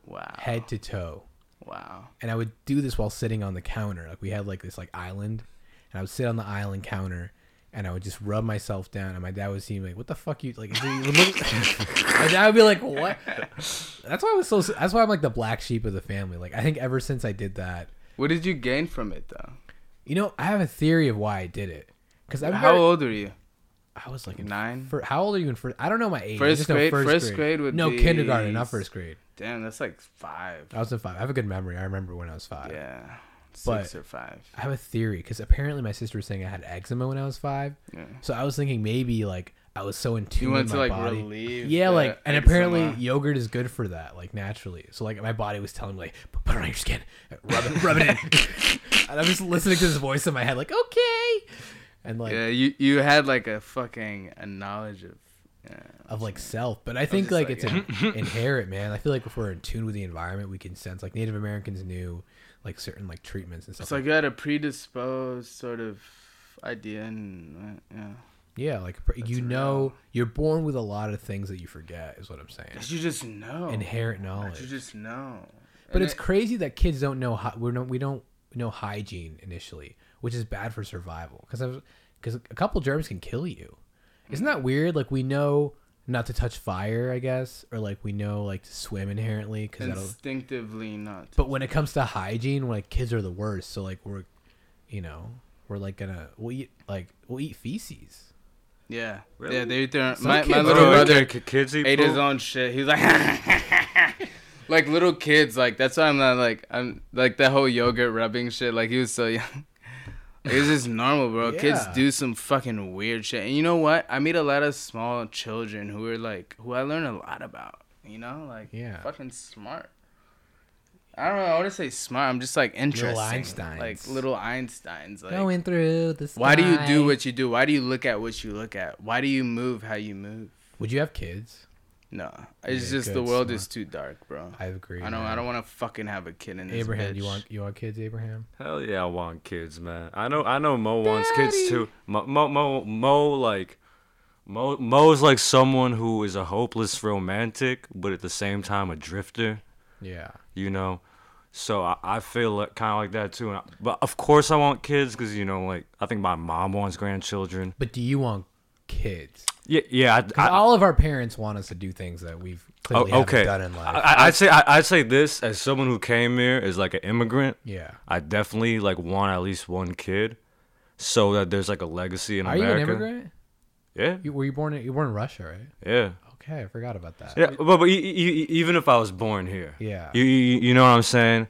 [SPEAKER 1] wow,
[SPEAKER 2] head to toe.
[SPEAKER 1] wow.
[SPEAKER 2] And I would do this while sitting on the counter. Like we had like this like island and I would sit on the island counter and I would just rub myself down and my dad would see me like, What the fuck you like is he would look My dad would be like, What? That's why I was so that's why I'm like the black sheep of the family. Like I think ever since I did that
[SPEAKER 1] What did you gain from it though?
[SPEAKER 2] You know, I have a theory of why I did it. Because I
[SPEAKER 1] How
[SPEAKER 2] remember,
[SPEAKER 1] old were you?
[SPEAKER 2] I was like in
[SPEAKER 1] Nine.
[SPEAKER 2] fir- how old are you in first? I don't know my age. I
[SPEAKER 1] First
[SPEAKER 2] just know
[SPEAKER 1] grade- first grade would
[SPEAKER 2] no
[SPEAKER 1] be-
[SPEAKER 2] kindergarten, not first grade.
[SPEAKER 1] Damn, that's like five.
[SPEAKER 2] I was in five. I have a good memory. I remember when I was five.
[SPEAKER 1] Yeah, six
[SPEAKER 2] But-
[SPEAKER 1] or five.
[SPEAKER 2] I have a theory because apparently my sister was saying I had eczema when I was five.
[SPEAKER 1] Yeah.
[SPEAKER 2] So I was thinking maybe like I was so in tune
[SPEAKER 1] You want
[SPEAKER 2] with
[SPEAKER 1] to
[SPEAKER 2] my
[SPEAKER 1] like
[SPEAKER 2] body.
[SPEAKER 1] relieve.
[SPEAKER 2] yeah,
[SPEAKER 1] the
[SPEAKER 2] like and
[SPEAKER 1] eczema.
[SPEAKER 2] apparently yogurt is good for that, like naturally. So like my body was telling me like "P- put it on your skin, rub it, rub it in. and I'm just listening to this voice in my head like okay, and like
[SPEAKER 1] yeah, you you had like a fucking a knowledge of. Yeah.
[SPEAKER 2] of like self but i think
[SPEAKER 1] just
[SPEAKER 2] like,
[SPEAKER 1] like,
[SPEAKER 2] it's in, inherent man i feel like if we're in tune with the environment we can sense like native americans knew like certain like treatments and stuff
[SPEAKER 1] It's like
[SPEAKER 2] like,
[SPEAKER 1] you had a predisposed sort of idea, and uh, yeah,
[SPEAKER 2] yeah like pr- you
[SPEAKER 1] real.
[SPEAKER 2] know you're born with a lot of things that you forget is what i'm saying
[SPEAKER 1] that you just know.
[SPEAKER 2] inherent
[SPEAKER 1] That you
[SPEAKER 2] knowledge
[SPEAKER 1] just know.
[SPEAKER 2] but
[SPEAKER 1] And
[SPEAKER 2] it's
[SPEAKER 1] it-
[SPEAKER 2] crazy that kids don't know how we don't we don't know hygiene initially which is bad for survival because because a couple germs can kill you isn't that weird like we know not to touch fire i guess or like we know like to swim inherently because that'll
[SPEAKER 1] instinctively not.
[SPEAKER 2] But when it comes to hygiene, like kids are the worst. So like we're, you know, we're like gonna we'll eat like we'll eat feces.
[SPEAKER 1] yeah,
[SPEAKER 3] Really?
[SPEAKER 1] yeah, they they're,
[SPEAKER 2] Some
[SPEAKER 1] my my
[SPEAKER 2] kids
[SPEAKER 1] little
[SPEAKER 2] do.
[SPEAKER 1] brother
[SPEAKER 3] kids eat
[SPEAKER 1] ate his
[SPEAKER 3] poop?
[SPEAKER 1] own shit. He's like, like little kids. Like that's why I'm not like I'm like that whole yogurt rubbing shit. Like he was so young. Like, It's just normal, bro. Kids
[SPEAKER 2] Yeah.
[SPEAKER 1] do some fucking weird shit. And you know what? I meet a lot of small children who are like, who I learn a lot about. You know, like
[SPEAKER 2] Yeah.
[SPEAKER 1] fucking smart. I don't know. I want to say smart. I'm just like interesting.
[SPEAKER 2] Einsteins.
[SPEAKER 1] Like little Einsteins. Like,
[SPEAKER 2] Going through the sky.
[SPEAKER 1] why do you do what you do? Why do you look at what you look at? Why do you move how you move?
[SPEAKER 2] Would you have kids?
[SPEAKER 1] No, it's
[SPEAKER 2] Yeah,
[SPEAKER 1] just the
[SPEAKER 2] good,
[SPEAKER 1] world
[SPEAKER 2] smart.
[SPEAKER 1] is too dark, bro.
[SPEAKER 2] I agree.
[SPEAKER 1] I don't.
[SPEAKER 2] man.
[SPEAKER 1] I don't want to fucking have a kid in this.
[SPEAKER 2] Abraham,
[SPEAKER 1] bitch.
[SPEAKER 2] do you want you want kids, Abraham?
[SPEAKER 3] Hell yeah, I want kids, man. I know, I know. Mo wants kids too. Mo, Mo, Mo, Mo like, Mo, Mo's like someone who is a hopeless romantic, but at the same time a drifter.
[SPEAKER 2] Yeah.
[SPEAKER 3] You know, so I, I feel like, kind of like that too. And I- but of course, I want kids because you know, like, I think my mom wants grandchildren.
[SPEAKER 2] But do you want kids?
[SPEAKER 3] Yeah, yeah. I,
[SPEAKER 2] 'Cause
[SPEAKER 3] I,
[SPEAKER 2] all of our parents want us to do things that we've clearly
[SPEAKER 3] oh,
[SPEAKER 2] haven't
[SPEAKER 3] okay.
[SPEAKER 2] done in life.
[SPEAKER 3] I, I'd say I, I'd say this as someone who came here as like an immigrant.
[SPEAKER 2] yeah.
[SPEAKER 3] I definitely like want at least one kid, so that there's like a legacy in
[SPEAKER 2] Are
[SPEAKER 3] America.
[SPEAKER 2] you an immigrant?
[SPEAKER 3] Yeah,
[SPEAKER 2] You, were you born in, you were born in Russia, right?
[SPEAKER 3] yeah,
[SPEAKER 2] Okay, I forgot about that.
[SPEAKER 3] yeah. But, but e- e- e- even if I was born here,
[SPEAKER 2] Yeah.
[SPEAKER 3] you, you you know what I'm saying?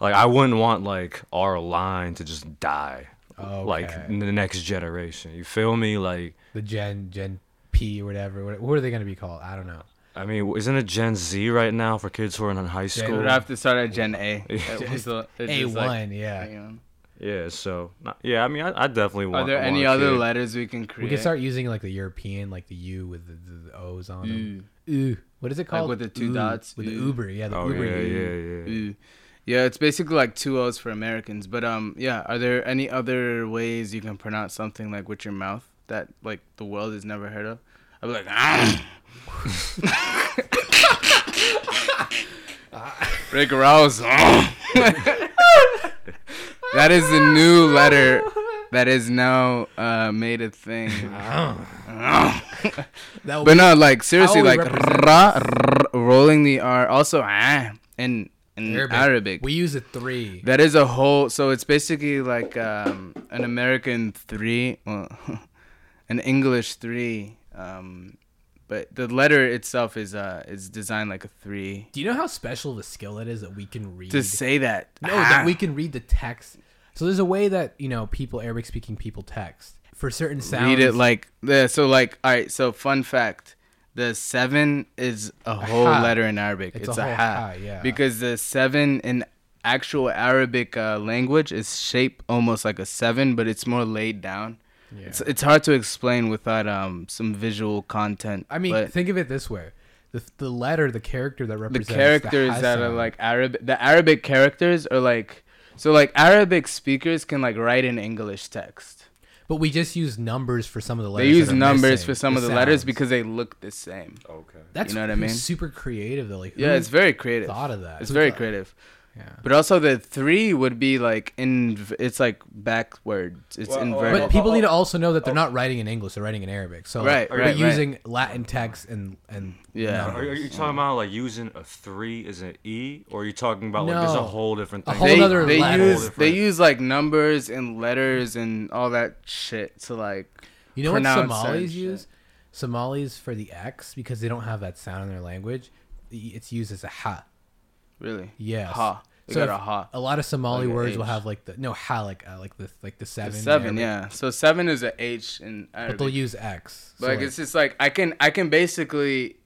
[SPEAKER 3] Like I wouldn't want like our line to just die, like
[SPEAKER 2] Okay.
[SPEAKER 3] in the next generation. You feel me? Like
[SPEAKER 2] The Gen Gen P or whatever. What, what are they going to be called? I don't know.
[SPEAKER 3] I mean, isn't it Gen Z right now for kids who are in high
[SPEAKER 1] We
[SPEAKER 3] school?
[SPEAKER 1] would have to start at Gen A. It was the- it's
[SPEAKER 2] A
[SPEAKER 1] just
[SPEAKER 2] one,
[SPEAKER 1] like-
[SPEAKER 2] yeah.
[SPEAKER 1] you know.
[SPEAKER 3] Yeah, so not, yeah, I mean, I, I definitely want.
[SPEAKER 1] Are there
[SPEAKER 3] want
[SPEAKER 1] any
[SPEAKER 3] a
[SPEAKER 1] other
[SPEAKER 3] kid.
[SPEAKER 1] letters we can create?
[SPEAKER 2] We could start using like the European, like the U with the, the, the O's on them.
[SPEAKER 1] Ooh,
[SPEAKER 2] Ooh, what is it called?
[SPEAKER 1] Mm. with the two
[SPEAKER 2] Ooh,
[SPEAKER 1] dots,
[SPEAKER 2] With the
[SPEAKER 1] ooh.
[SPEAKER 2] Uber, yeah, the
[SPEAKER 3] Oh
[SPEAKER 2] Uber.
[SPEAKER 3] yeah,
[SPEAKER 2] ooh.
[SPEAKER 3] yeah, yeah.
[SPEAKER 1] ooh. Mm. Yeah, it's basically like two O's for Americans. But um, yeah, are there any other ways you can pronounce something like with your mouth that like the world has never heard of? I'd be like, ah. Rick Rouse. "Ah." that is the new letter that is now uh, made a thing. Ah.
[SPEAKER 2] That would
[SPEAKER 1] But
[SPEAKER 2] be-
[SPEAKER 1] no, like seriously,
[SPEAKER 2] we
[SPEAKER 1] like
[SPEAKER 2] represent
[SPEAKER 1] ra, r- rolling the R. Also, ah, in in Arabic.
[SPEAKER 2] Arabic. We use a three.
[SPEAKER 1] that is a whole. So it's basically like um, an American three, well, an English three. Um, but the letter itself is uh is designed like a three.
[SPEAKER 2] Do you know how special of a skill that is that we can read?
[SPEAKER 1] To say that,
[SPEAKER 2] no,
[SPEAKER 1] ah.
[SPEAKER 2] that we can read the text. So there's a way that you know people Arabic speaking people text for certain sounds.
[SPEAKER 1] read it like the so like all right. So fun fact: the seven is a whole
[SPEAKER 2] ha.
[SPEAKER 1] letter in Arabic. It's,
[SPEAKER 2] It's
[SPEAKER 1] a,
[SPEAKER 2] a whole
[SPEAKER 1] ha,
[SPEAKER 2] ha, yeah.
[SPEAKER 1] Because the seven in actual Arabic uh, language is shaped almost like a seven, but it's more laid down. It's it's hard to explain without um some visual content.
[SPEAKER 2] I mean,
[SPEAKER 1] but
[SPEAKER 2] think of it this way: the the letter, the character that
[SPEAKER 1] the
[SPEAKER 2] represents
[SPEAKER 1] characters
[SPEAKER 2] ha
[SPEAKER 1] that are
[SPEAKER 2] sound.
[SPEAKER 1] like Arabic, the Arabic characters are like so like Arabic speakers can like write in English text.
[SPEAKER 2] but we just use numbers for some of the
[SPEAKER 1] They
[SPEAKER 2] letters.
[SPEAKER 1] use
[SPEAKER 2] that are
[SPEAKER 1] numbers
[SPEAKER 2] missing,
[SPEAKER 1] for some of the
[SPEAKER 2] sounds.
[SPEAKER 1] letters because they look the same.
[SPEAKER 3] Okay.
[SPEAKER 2] that's
[SPEAKER 1] you know what I mean?
[SPEAKER 2] Super creative though. Like,
[SPEAKER 1] Yeah,
[SPEAKER 2] who
[SPEAKER 1] it's very creative.
[SPEAKER 2] Hmm? thought of that?
[SPEAKER 1] It's
[SPEAKER 2] Who
[SPEAKER 1] very
[SPEAKER 2] thought-
[SPEAKER 1] creative.
[SPEAKER 2] Yeah.
[SPEAKER 1] But also the three would be like in. It's like backwards. It's
[SPEAKER 3] Well,
[SPEAKER 1] inverted.
[SPEAKER 3] oh,
[SPEAKER 2] But people
[SPEAKER 3] oh,
[SPEAKER 2] need to also know that they're not writing in English; they're writing in Arabic. So
[SPEAKER 1] Right,
[SPEAKER 2] they're
[SPEAKER 1] right, right.
[SPEAKER 2] using Latin text and and
[SPEAKER 1] Yeah.
[SPEAKER 3] Are,
[SPEAKER 2] numbers.
[SPEAKER 3] are you talking about like using a three as an e, or are you talking about like there's a
[SPEAKER 2] No.
[SPEAKER 3] whole different
[SPEAKER 2] A
[SPEAKER 3] thing?
[SPEAKER 2] whole
[SPEAKER 1] they
[SPEAKER 2] nother
[SPEAKER 1] they
[SPEAKER 2] level.
[SPEAKER 1] use
[SPEAKER 3] Whole
[SPEAKER 1] they
[SPEAKER 3] different-
[SPEAKER 1] use like numbers and letters and all that shit to like.
[SPEAKER 2] You know what
[SPEAKER 1] pronounce certain
[SPEAKER 2] Somalis
[SPEAKER 1] shit.
[SPEAKER 2] use? Somalis for the X because they don't have that sound in their language. y- It's used as a ha.
[SPEAKER 1] Really.
[SPEAKER 2] Yes.
[SPEAKER 1] Ha. They
[SPEAKER 2] So
[SPEAKER 1] got a
[SPEAKER 2] if-
[SPEAKER 1] ha.
[SPEAKER 2] A lot of Somali
[SPEAKER 1] Like a
[SPEAKER 2] words will
[SPEAKER 1] H.
[SPEAKER 2] have like the no ha like uh, like the like the
[SPEAKER 1] The
[SPEAKER 2] seven. in
[SPEAKER 1] seven.
[SPEAKER 2] Arabic,
[SPEAKER 1] Yeah. So seven is a H in Arabic.
[SPEAKER 2] But they'll use X. So,
[SPEAKER 1] like, it's just like I can I can basically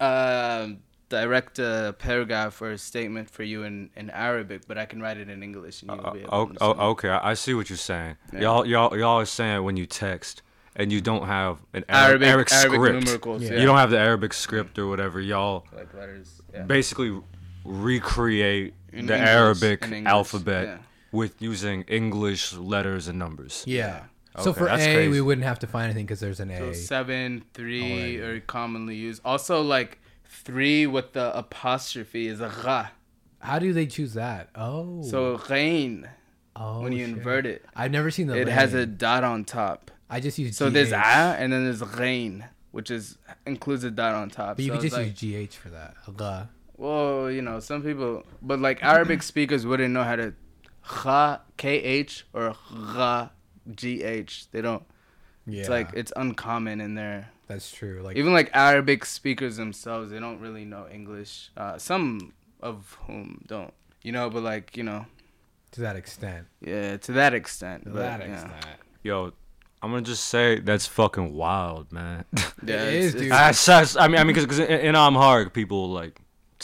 [SPEAKER 1] um direct a paragraph or a statement for you in, in Arabic, but I can write it in English and you'll
[SPEAKER 3] Uh,
[SPEAKER 1] be able
[SPEAKER 3] oh,
[SPEAKER 1] to understand.
[SPEAKER 3] oh, okay, I I see what you're saying. Y'all, y'all, y'all are saying when you text and you don't have an Arab,
[SPEAKER 1] Arabic
[SPEAKER 3] Arabic,
[SPEAKER 1] Arabic
[SPEAKER 3] script,
[SPEAKER 1] numericals.
[SPEAKER 2] Yeah.
[SPEAKER 1] Yeah.
[SPEAKER 3] you don't have the Arabic script or whatever. Y'all
[SPEAKER 1] like letters. Yeah.
[SPEAKER 3] basically recreate
[SPEAKER 1] In
[SPEAKER 3] the
[SPEAKER 1] English,
[SPEAKER 3] Arabic
[SPEAKER 1] in English,
[SPEAKER 3] alphabet
[SPEAKER 1] yeah.
[SPEAKER 3] with using English letters and numbers.
[SPEAKER 2] yeah.
[SPEAKER 3] Yeah.
[SPEAKER 2] So
[SPEAKER 3] Okay,
[SPEAKER 2] for A,
[SPEAKER 3] that's crazy.
[SPEAKER 2] we wouldn't have to find anything because there's an
[SPEAKER 1] So
[SPEAKER 2] A.
[SPEAKER 1] seven, three are commonly used. Also, like three with the apostrophe is a ra.
[SPEAKER 2] How do they choose that? Oh.
[SPEAKER 1] So rain,
[SPEAKER 2] oh,
[SPEAKER 1] when you
[SPEAKER 2] shit.
[SPEAKER 1] invert it,
[SPEAKER 2] I've never seen the.
[SPEAKER 1] it
[SPEAKER 2] lane.
[SPEAKER 1] has a dot on top.
[SPEAKER 2] I just use.
[SPEAKER 1] So there's
[SPEAKER 2] GH,
[SPEAKER 1] a and then there's rain, which is includes a dot on top.
[SPEAKER 2] But you
[SPEAKER 1] so
[SPEAKER 2] could
[SPEAKER 1] it's
[SPEAKER 2] just
[SPEAKER 1] like,
[SPEAKER 2] use GH for that. Gah.
[SPEAKER 1] well, you know, some people, but like Arabic speakers wouldn't know how to kha kh or ra gh. They don't.
[SPEAKER 2] Yeah.
[SPEAKER 1] It's like it's uncommon in there.
[SPEAKER 2] that's true. Like
[SPEAKER 1] even like Arabic speakers themselves, they don't really know English. Uh, some of whom don't, you know, but like you know,
[SPEAKER 2] to that extent.
[SPEAKER 1] yeah, to that extent.
[SPEAKER 2] To
[SPEAKER 1] but,
[SPEAKER 2] that
[SPEAKER 1] yeah.
[SPEAKER 2] extent.
[SPEAKER 3] Yo, I'm gonna just say that's fucking wild, man.
[SPEAKER 1] Yeah,
[SPEAKER 2] It
[SPEAKER 1] it's-
[SPEAKER 2] is,
[SPEAKER 1] it's-
[SPEAKER 2] dude.
[SPEAKER 3] That's- that's- I mean, I mean, because in, in Amharic, people like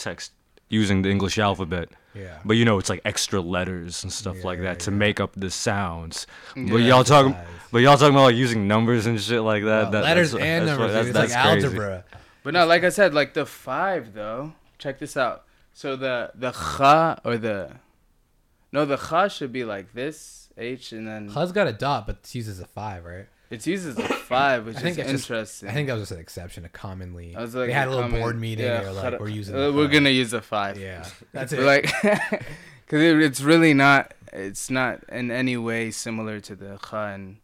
[SPEAKER 3] text using the English alphabet.
[SPEAKER 2] Yeah.
[SPEAKER 3] But you know, it's like extra letters and stuff like that to make up the sounds. But
[SPEAKER 1] Yeah.
[SPEAKER 3] y'all talking,
[SPEAKER 2] Guys.
[SPEAKER 3] but y'all talking about like, using numbers and shit like that.
[SPEAKER 2] Well,
[SPEAKER 3] that
[SPEAKER 2] letters
[SPEAKER 3] that's-
[SPEAKER 2] and
[SPEAKER 3] that's
[SPEAKER 2] numbers.
[SPEAKER 3] what-
[SPEAKER 2] dude.
[SPEAKER 3] that's-
[SPEAKER 2] it's
[SPEAKER 3] that's
[SPEAKER 2] like
[SPEAKER 3] crazy.
[SPEAKER 2] algebra.
[SPEAKER 1] But no, like I said, like the five though. Check this out. So the the kha or the no the kha should be like this h and then
[SPEAKER 2] Huz got a dot, but it's used as a five, right?
[SPEAKER 1] it's used as a five, which
[SPEAKER 2] I think
[SPEAKER 1] is
[SPEAKER 2] it's just-
[SPEAKER 1] interesting.
[SPEAKER 2] I think that was just an exception, a commonly.
[SPEAKER 1] I was like
[SPEAKER 2] they had a little
[SPEAKER 1] comment-
[SPEAKER 2] board meeting.
[SPEAKER 1] yeah,
[SPEAKER 2] they were like,
[SPEAKER 1] kha-
[SPEAKER 2] we're using.
[SPEAKER 1] uh,
[SPEAKER 2] the
[SPEAKER 1] we're
[SPEAKER 2] five."
[SPEAKER 1] gonna use a five.
[SPEAKER 2] Yeah, that's it.
[SPEAKER 1] But, like because it, it's really not it's not in any way similar to the khan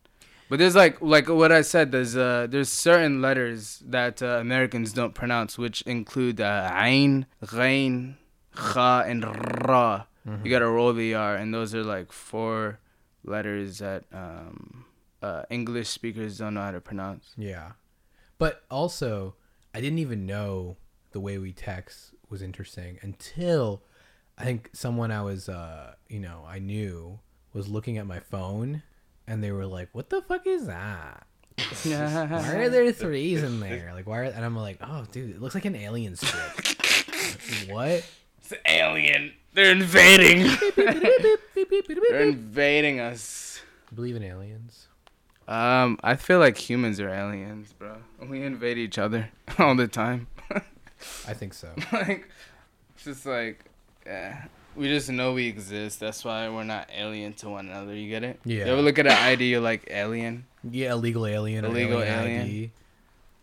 [SPEAKER 1] but there's like like what i said there's uh there's certain letters that uh, americans don't pronounce which include uh ain rain kha and ra
[SPEAKER 2] Mm-hmm.
[SPEAKER 1] you gotta roll the r and those are like four letters that um uh, English speakers don't know how to pronounce.
[SPEAKER 2] yeah, but also, I didn't even know the way we text was interesting until I think someone I was, uh, you know, I knew was looking at my phone, and they were like, "What the fuck is that?" Why are there threes in there? Like why? Are, and I'm like, oh, dude, it looks like an alien script. what?
[SPEAKER 1] It's alien. They're invading. They're invading us.
[SPEAKER 2] Believe in aliens.
[SPEAKER 1] Um, I feel like humans are aliens, bro. We invade each other all the time.
[SPEAKER 2] I think so.
[SPEAKER 1] like, it's just like, yeah. We just know we exist. That's why we're not alien to one another. You get it?
[SPEAKER 2] Yeah.
[SPEAKER 1] You ever look at an ID, you're like alien,
[SPEAKER 2] Yeah, illegal alien. or
[SPEAKER 1] Illegal alien.
[SPEAKER 2] ID.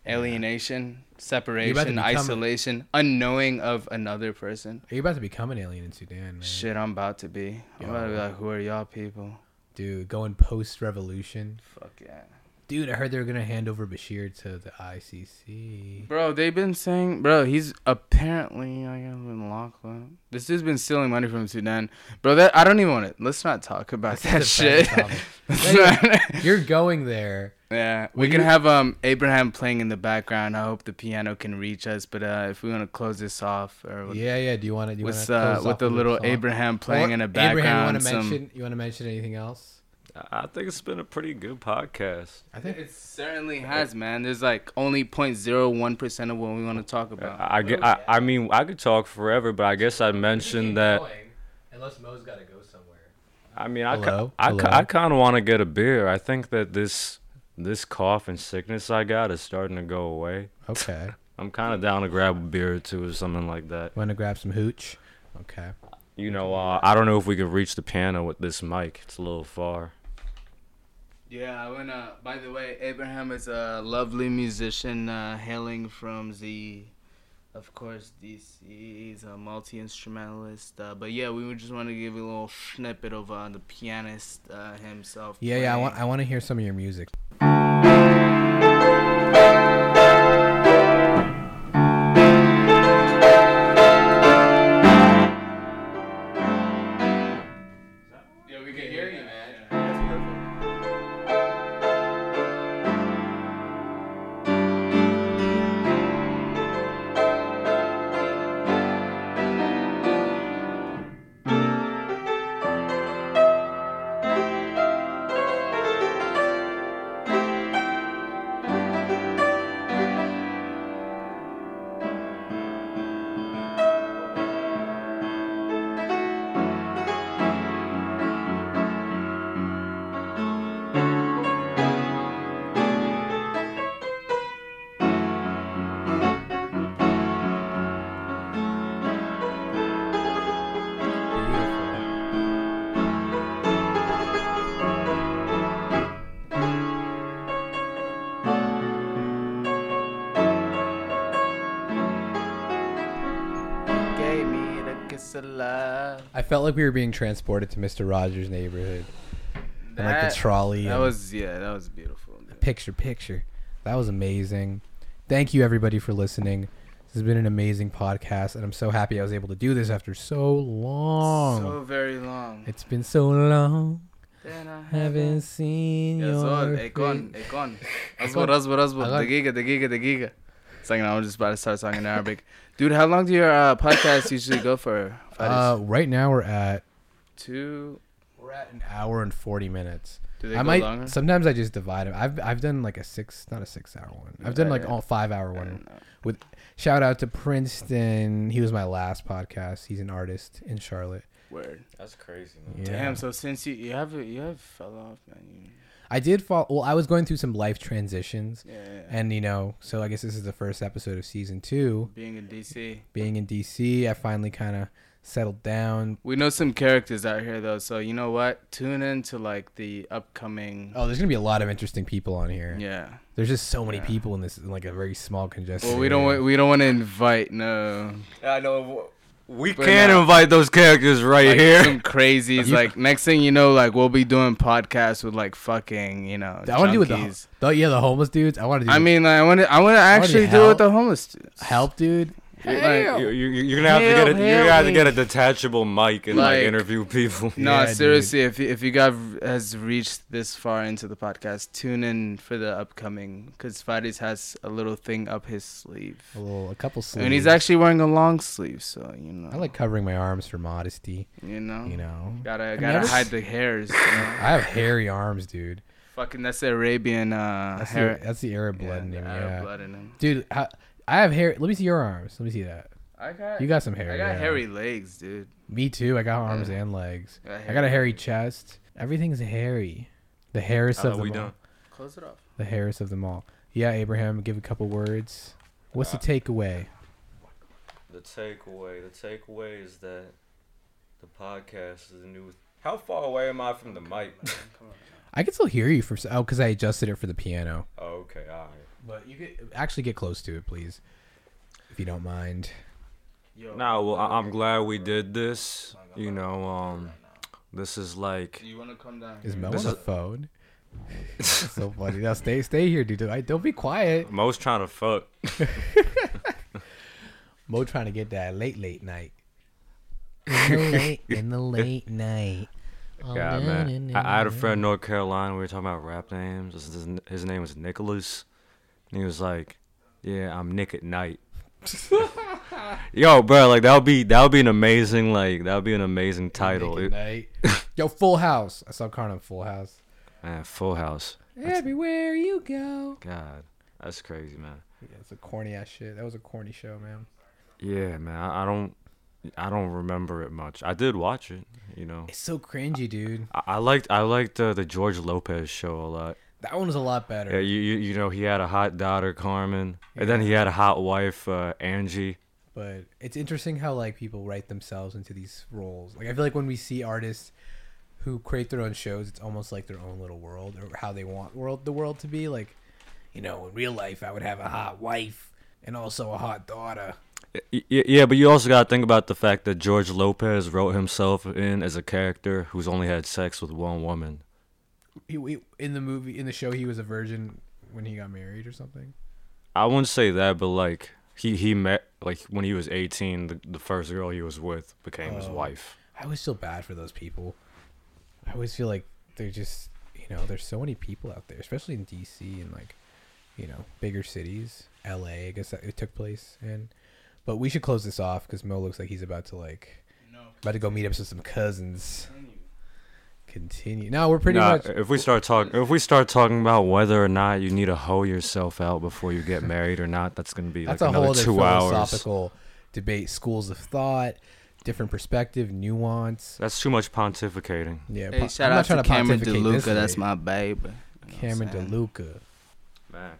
[SPEAKER 1] alienation,
[SPEAKER 2] You're about to
[SPEAKER 1] separation,
[SPEAKER 2] become-
[SPEAKER 1] isolation, unknowing of another person.
[SPEAKER 2] You're about to become an alien in Sudan, man.
[SPEAKER 1] Shit, I'm about to be. I'm about to be like, who are y'all people?
[SPEAKER 2] Dude, going post revolution.
[SPEAKER 1] Fuck yeah.
[SPEAKER 2] Dude, I heard they were gonna hand over Bashir to the ICC.
[SPEAKER 1] Bro, they've been saying, bro, he's apparently I got been locked up. This dude's been stealing money from Sudan, bro. That I don't even want to. Let's not talk about that
[SPEAKER 2] That's a
[SPEAKER 1] shit.
[SPEAKER 2] bad topic. You're going there.
[SPEAKER 1] yeah, we can have um Abraham playing in the background. I hope the piano can reach us. But uh, if we want to close this off, or
[SPEAKER 2] Yeah, yeah. Do you want to? Do you
[SPEAKER 1] with
[SPEAKER 2] wanna
[SPEAKER 1] uh,
[SPEAKER 2] close off
[SPEAKER 1] with the little
[SPEAKER 2] song?
[SPEAKER 1] Abraham playing
[SPEAKER 2] Or-
[SPEAKER 1] in the background,
[SPEAKER 2] Abraham, you wanna
[SPEAKER 1] some-
[SPEAKER 2] mention? You want to mention anything else?
[SPEAKER 3] I I think it's been a pretty good podcast.
[SPEAKER 2] I think
[SPEAKER 1] It certainly has, man. There's like only 0.01 percent of what we want to talk about.
[SPEAKER 3] I, I, ge- I, I mean, I could talk forever, but I guess I mentioned that.
[SPEAKER 2] Unless Mo's got to go somewhere.
[SPEAKER 3] I mean, I, ki-
[SPEAKER 2] Hello?
[SPEAKER 3] I,
[SPEAKER 2] Hello?
[SPEAKER 3] ki- I kind of want to get a beer. I think that this this cough and sickness I got is starting to go away.
[SPEAKER 2] Okay.
[SPEAKER 3] I'm kind of down to grab a beer or two or something like that.
[SPEAKER 2] want to grab some hooch? Okay.
[SPEAKER 3] You know, uh, I don't know if we can reach the piano with this mic. It's a little far.
[SPEAKER 1] Yeah, I went. Uh, by the way, Abraham is a lovely musician uh, hailing from the, of course, DC. He's a multi instrumentalist. Uh, but yeah, we would just want to give you a little snippet of uh, the pianist uh, himself.
[SPEAKER 2] Yeah, yeah. I
[SPEAKER 1] playing.
[SPEAKER 2] want. I want to hear some of your music.
[SPEAKER 1] Yeah, we can hear you, man. That's perfect. Gave me the kiss of love.
[SPEAKER 2] I felt like we were being transported to Mister Rogers' neighborhood.
[SPEAKER 1] That,
[SPEAKER 2] and like the trolley.
[SPEAKER 1] That
[SPEAKER 2] and
[SPEAKER 1] was yeah, that was beautiful. dude.
[SPEAKER 2] picture picture. That was amazing. Thank you everybody for listening. This has been an amazing podcast, and I'm so happy I was able to do this after so long.
[SPEAKER 1] So very long.
[SPEAKER 2] it's been so long.
[SPEAKER 1] Then I
[SPEAKER 2] Haven't seen
[SPEAKER 1] Yeah, so eh,
[SPEAKER 2] your
[SPEAKER 1] Akon,
[SPEAKER 2] face.
[SPEAKER 1] Akon. Asbur, asbur, asbur.
[SPEAKER 2] Akon.
[SPEAKER 1] Dagiga, dagiga, dagiga. It's like, now I'm just about to start talking in Arabic. Dude, how long do your uh, podcasts usually go for?
[SPEAKER 2] Uh, right now we're at
[SPEAKER 1] Two.
[SPEAKER 2] we're at an hour and forty minutes.
[SPEAKER 1] Do they
[SPEAKER 2] I
[SPEAKER 1] go
[SPEAKER 2] might
[SPEAKER 1] longer?
[SPEAKER 2] sometimes I just divide them. I've I've done like a six, not a six hour one. I've done like
[SPEAKER 1] Yeah.
[SPEAKER 2] all five hour
[SPEAKER 1] I
[SPEAKER 2] one.
[SPEAKER 1] don't know.
[SPEAKER 2] With shout out to Princeton. He was my last podcast. He's an artist in Charlotte.
[SPEAKER 1] Word.
[SPEAKER 3] That's crazy,
[SPEAKER 2] Yeah.
[SPEAKER 1] Damn. So since you you have you have fell off, man.
[SPEAKER 2] I did fall. Well, I was going through some life transitions,
[SPEAKER 1] You, yeah. yeah, yeah.
[SPEAKER 2] and you know, so I guess this is the first episode of season two.
[SPEAKER 1] Being in DC,
[SPEAKER 2] Being in DC, I finally kind of settled down.
[SPEAKER 1] we know some characters out here though. So you know what? Tune in to like the upcoming.
[SPEAKER 2] Oh, there's gonna be a lot of interesting people on here.
[SPEAKER 1] Yeah.
[SPEAKER 2] There's just so many
[SPEAKER 1] Yeah.
[SPEAKER 2] people in this, in like a very small congested.
[SPEAKER 1] Well, we don't
[SPEAKER 2] area.
[SPEAKER 1] wa- we don't want to invite no
[SPEAKER 3] I know. We
[SPEAKER 1] But
[SPEAKER 3] can't
[SPEAKER 1] no.
[SPEAKER 3] invite those characters right
[SPEAKER 1] like
[SPEAKER 3] here.
[SPEAKER 1] some crazies.
[SPEAKER 2] You-
[SPEAKER 1] like next thing you know, like we'll be doing podcasts with like fucking you know.
[SPEAKER 2] I want to do with the,
[SPEAKER 1] junkies.
[SPEAKER 2] the yeah the homeless dudes. I want to do.
[SPEAKER 1] I mean, like, I want to. I want to actually do it with the homeless. dudes.
[SPEAKER 2] help, dude.
[SPEAKER 1] Like,
[SPEAKER 3] You, you, you're gonna have
[SPEAKER 1] Hell,
[SPEAKER 3] to get a, you're
[SPEAKER 1] hell
[SPEAKER 3] gonna have to get a
[SPEAKER 1] yeah.
[SPEAKER 3] detachable mic and like,
[SPEAKER 1] Like-
[SPEAKER 3] interview people.
[SPEAKER 1] no,
[SPEAKER 2] Yeah, dude.
[SPEAKER 1] seriously. If you- if you guys has reached this far into the podcast, tune in for the upcoming because Fadis has a little thing up his sleeve,
[SPEAKER 2] A little, a couple sleeves.
[SPEAKER 1] and he's actually wearing a long sleeve. So you know,
[SPEAKER 2] I like covering my arms for modesty.
[SPEAKER 1] you know,
[SPEAKER 2] You know,
[SPEAKER 1] gotta
[SPEAKER 2] mean,
[SPEAKER 1] gotta
[SPEAKER 2] I was-
[SPEAKER 1] hide the hairs. you know?
[SPEAKER 2] I have hairy arms, dude.
[SPEAKER 1] Fucking that's the Arabian uh,
[SPEAKER 2] That's
[SPEAKER 1] hair.
[SPEAKER 2] the, that's the Arab
[SPEAKER 1] yeah,
[SPEAKER 2] blood in
[SPEAKER 1] the
[SPEAKER 2] him.
[SPEAKER 1] Arab
[SPEAKER 2] Yeah,
[SPEAKER 1] blood in him.
[SPEAKER 2] dude. I, I have hair. Let me see your arms. Let me see that.
[SPEAKER 1] I got
[SPEAKER 2] You got some hair.
[SPEAKER 1] I got
[SPEAKER 2] yeah.
[SPEAKER 1] hairy legs, dude.
[SPEAKER 2] Me too. I got arms and legs.
[SPEAKER 1] I got
[SPEAKER 2] I got
[SPEAKER 1] hairy Oh,
[SPEAKER 2] a hairy chest. Everything's hairy. The hairs
[SPEAKER 3] Uh,
[SPEAKER 2] of
[SPEAKER 3] we
[SPEAKER 2] them all.
[SPEAKER 3] done.
[SPEAKER 1] Close it off.
[SPEAKER 2] The hairs of them all. Yeah, Abraham, give a couple words. What's
[SPEAKER 1] Uh,
[SPEAKER 2] the takeaway?
[SPEAKER 3] The takeaway. The takeaway is that the podcast is the new. How far away am I from the mic?
[SPEAKER 2] I can still hear you for s- oh, because I adjusted it for the piano.
[SPEAKER 3] oh, okay, all right.
[SPEAKER 2] But you could actually get close to it, please, if you don't mind.
[SPEAKER 1] Yo,
[SPEAKER 3] No, well, I- I'm glad we did this. You know, um, this is like.
[SPEAKER 1] Do you want to come down?
[SPEAKER 2] Is
[SPEAKER 1] here?
[SPEAKER 2] Mel
[SPEAKER 3] Mm. This
[SPEAKER 2] on the
[SPEAKER 3] is-
[SPEAKER 2] phone? That's so funny. Now stay, stay here, dude. I, don't be quiet.
[SPEAKER 3] Mo's trying to fuck.
[SPEAKER 2] Mo trying to get that late, late night. In the late, in the late night. Oh,
[SPEAKER 3] God, man. I, I had a friend in North Carolina. We were talking about rap names. His, his- his name was Nicholas. And he was like, "Yeah, I'm Nick at Night." Yo, bro, like that would be that would be an amazing like that would be an amazing title. It,
[SPEAKER 2] Night. Yo, Full House. I saw Connor on Full House.
[SPEAKER 3] man, Full House.
[SPEAKER 2] Everywhere you go.
[SPEAKER 3] God, that's crazy, man.
[SPEAKER 2] Yeah, it's a corny ass shit. That was a corny show, man.
[SPEAKER 3] Yeah, man. I, I don't I don't remember it much. I did watch it. You know,
[SPEAKER 2] It's so cringy, dude.
[SPEAKER 3] I, I liked I liked uh, the George Lopez show a lot.
[SPEAKER 2] That one was a lot better.
[SPEAKER 3] Yeah, you, you you know he had a hot daughter Carmen, and then he had a hot wife uh, Angie.
[SPEAKER 2] but it's interesting how like people write themselves into these roles. Like I feel like when we see artists who create their own shows, it's almost like their own little world or how they want world the world to be. Like, you know, in real life, I would have a hot wife and also a hot daughter.
[SPEAKER 3] Y- y- Yeah, but you also got to think about the fact that George Lopez wrote himself in as a character who's only had sex with one woman.
[SPEAKER 2] He, he- in the movie, in the show, he was a virgin when he got married or something.
[SPEAKER 3] I wouldn't say that, but like he he met like when he was 18, the, the first girl he was with became his
[SPEAKER 2] Oh.
[SPEAKER 3] wife.
[SPEAKER 2] I always feel bad for those people. I always feel like they're just, you know, there's so many people out there, especially in DC and like, you know, bigger cities, LA. I guess that it took place in. But we should close this off because Mo looks like he's about to like
[SPEAKER 1] No.
[SPEAKER 2] about to go meet up with some cousins.
[SPEAKER 1] Continue.
[SPEAKER 2] Continue. No, we're pretty
[SPEAKER 3] Nah,
[SPEAKER 1] uh,
[SPEAKER 2] much.
[SPEAKER 3] if we start talking if we start talking about whether or not you need to hoe yourself out before you get married or not, that's gonna be like
[SPEAKER 2] That's a whole
[SPEAKER 3] another
[SPEAKER 2] other
[SPEAKER 3] two hours.
[SPEAKER 2] philosophical debate. Schools of thought, different perspective, nuance.
[SPEAKER 3] That's too much pontificating.
[SPEAKER 2] Yeah.
[SPEAKER 1] Hey,
[SPEAKER 2] po-
[SPEAKER 1] shout
[SPEAKER 2] I'm not
[SPEAKER 1] out
[SPEAKER 2] trying
[SPEAKER 1] to Cameron
[SPEAKER 2] pontificate this
[SPEAKER 1] DeLuca. That's
[SPEAKER 2] late.
[SPEAKER 1] my babe.
[SPEAKER 2] Cameron DeLuca.
[SPEAKER 3] Man.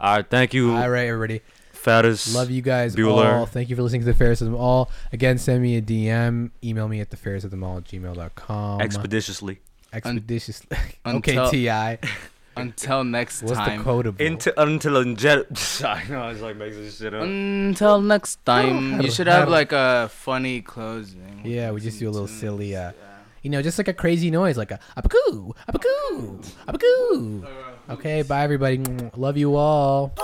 [SPEAKER 3] All right, thank you,
[SPEAKER 2] All right, everybody.
[SPEAKER 3] Fattest.
[SPEAKER 2] Love you guys
[SPEAKER 3] Bueller.
[SPEAKER 2] all. Thank you for listening to the Ferris of Them All. Again, send me a DM. Email me at the Ferris of Them All at gmail.com.
[SPEAKER 3] expeditiously.
[SPEAKER 2] Expeditiously.
[SPEAKER 1] until-
[SPEAKER 2] okay, T.I.
[SPEAKER 1] Until next
[SPEAKER 2] What's
[SPEAKER 1] time.
[SPEAKER 2] the quota? bro?
[SPEAKER 3] Until until until I know I was like making this shit up.
[SPEAKER 1] Until next time. You should have
[SPEAKER 2] Harold.
[SPEAKER 1] like a funny closing.
[SPEAKER 2] Yeah, we just do a little
[SPEAKER 1] Some tunes,
[SPEAKER 2] silly,
[SPEAKER 1] yeah.
[SPEAKER 2] uh, you know, just like a crazy noise, like a abacoo, abacoo, abacoo. Okay, bye, everybody. Love you all.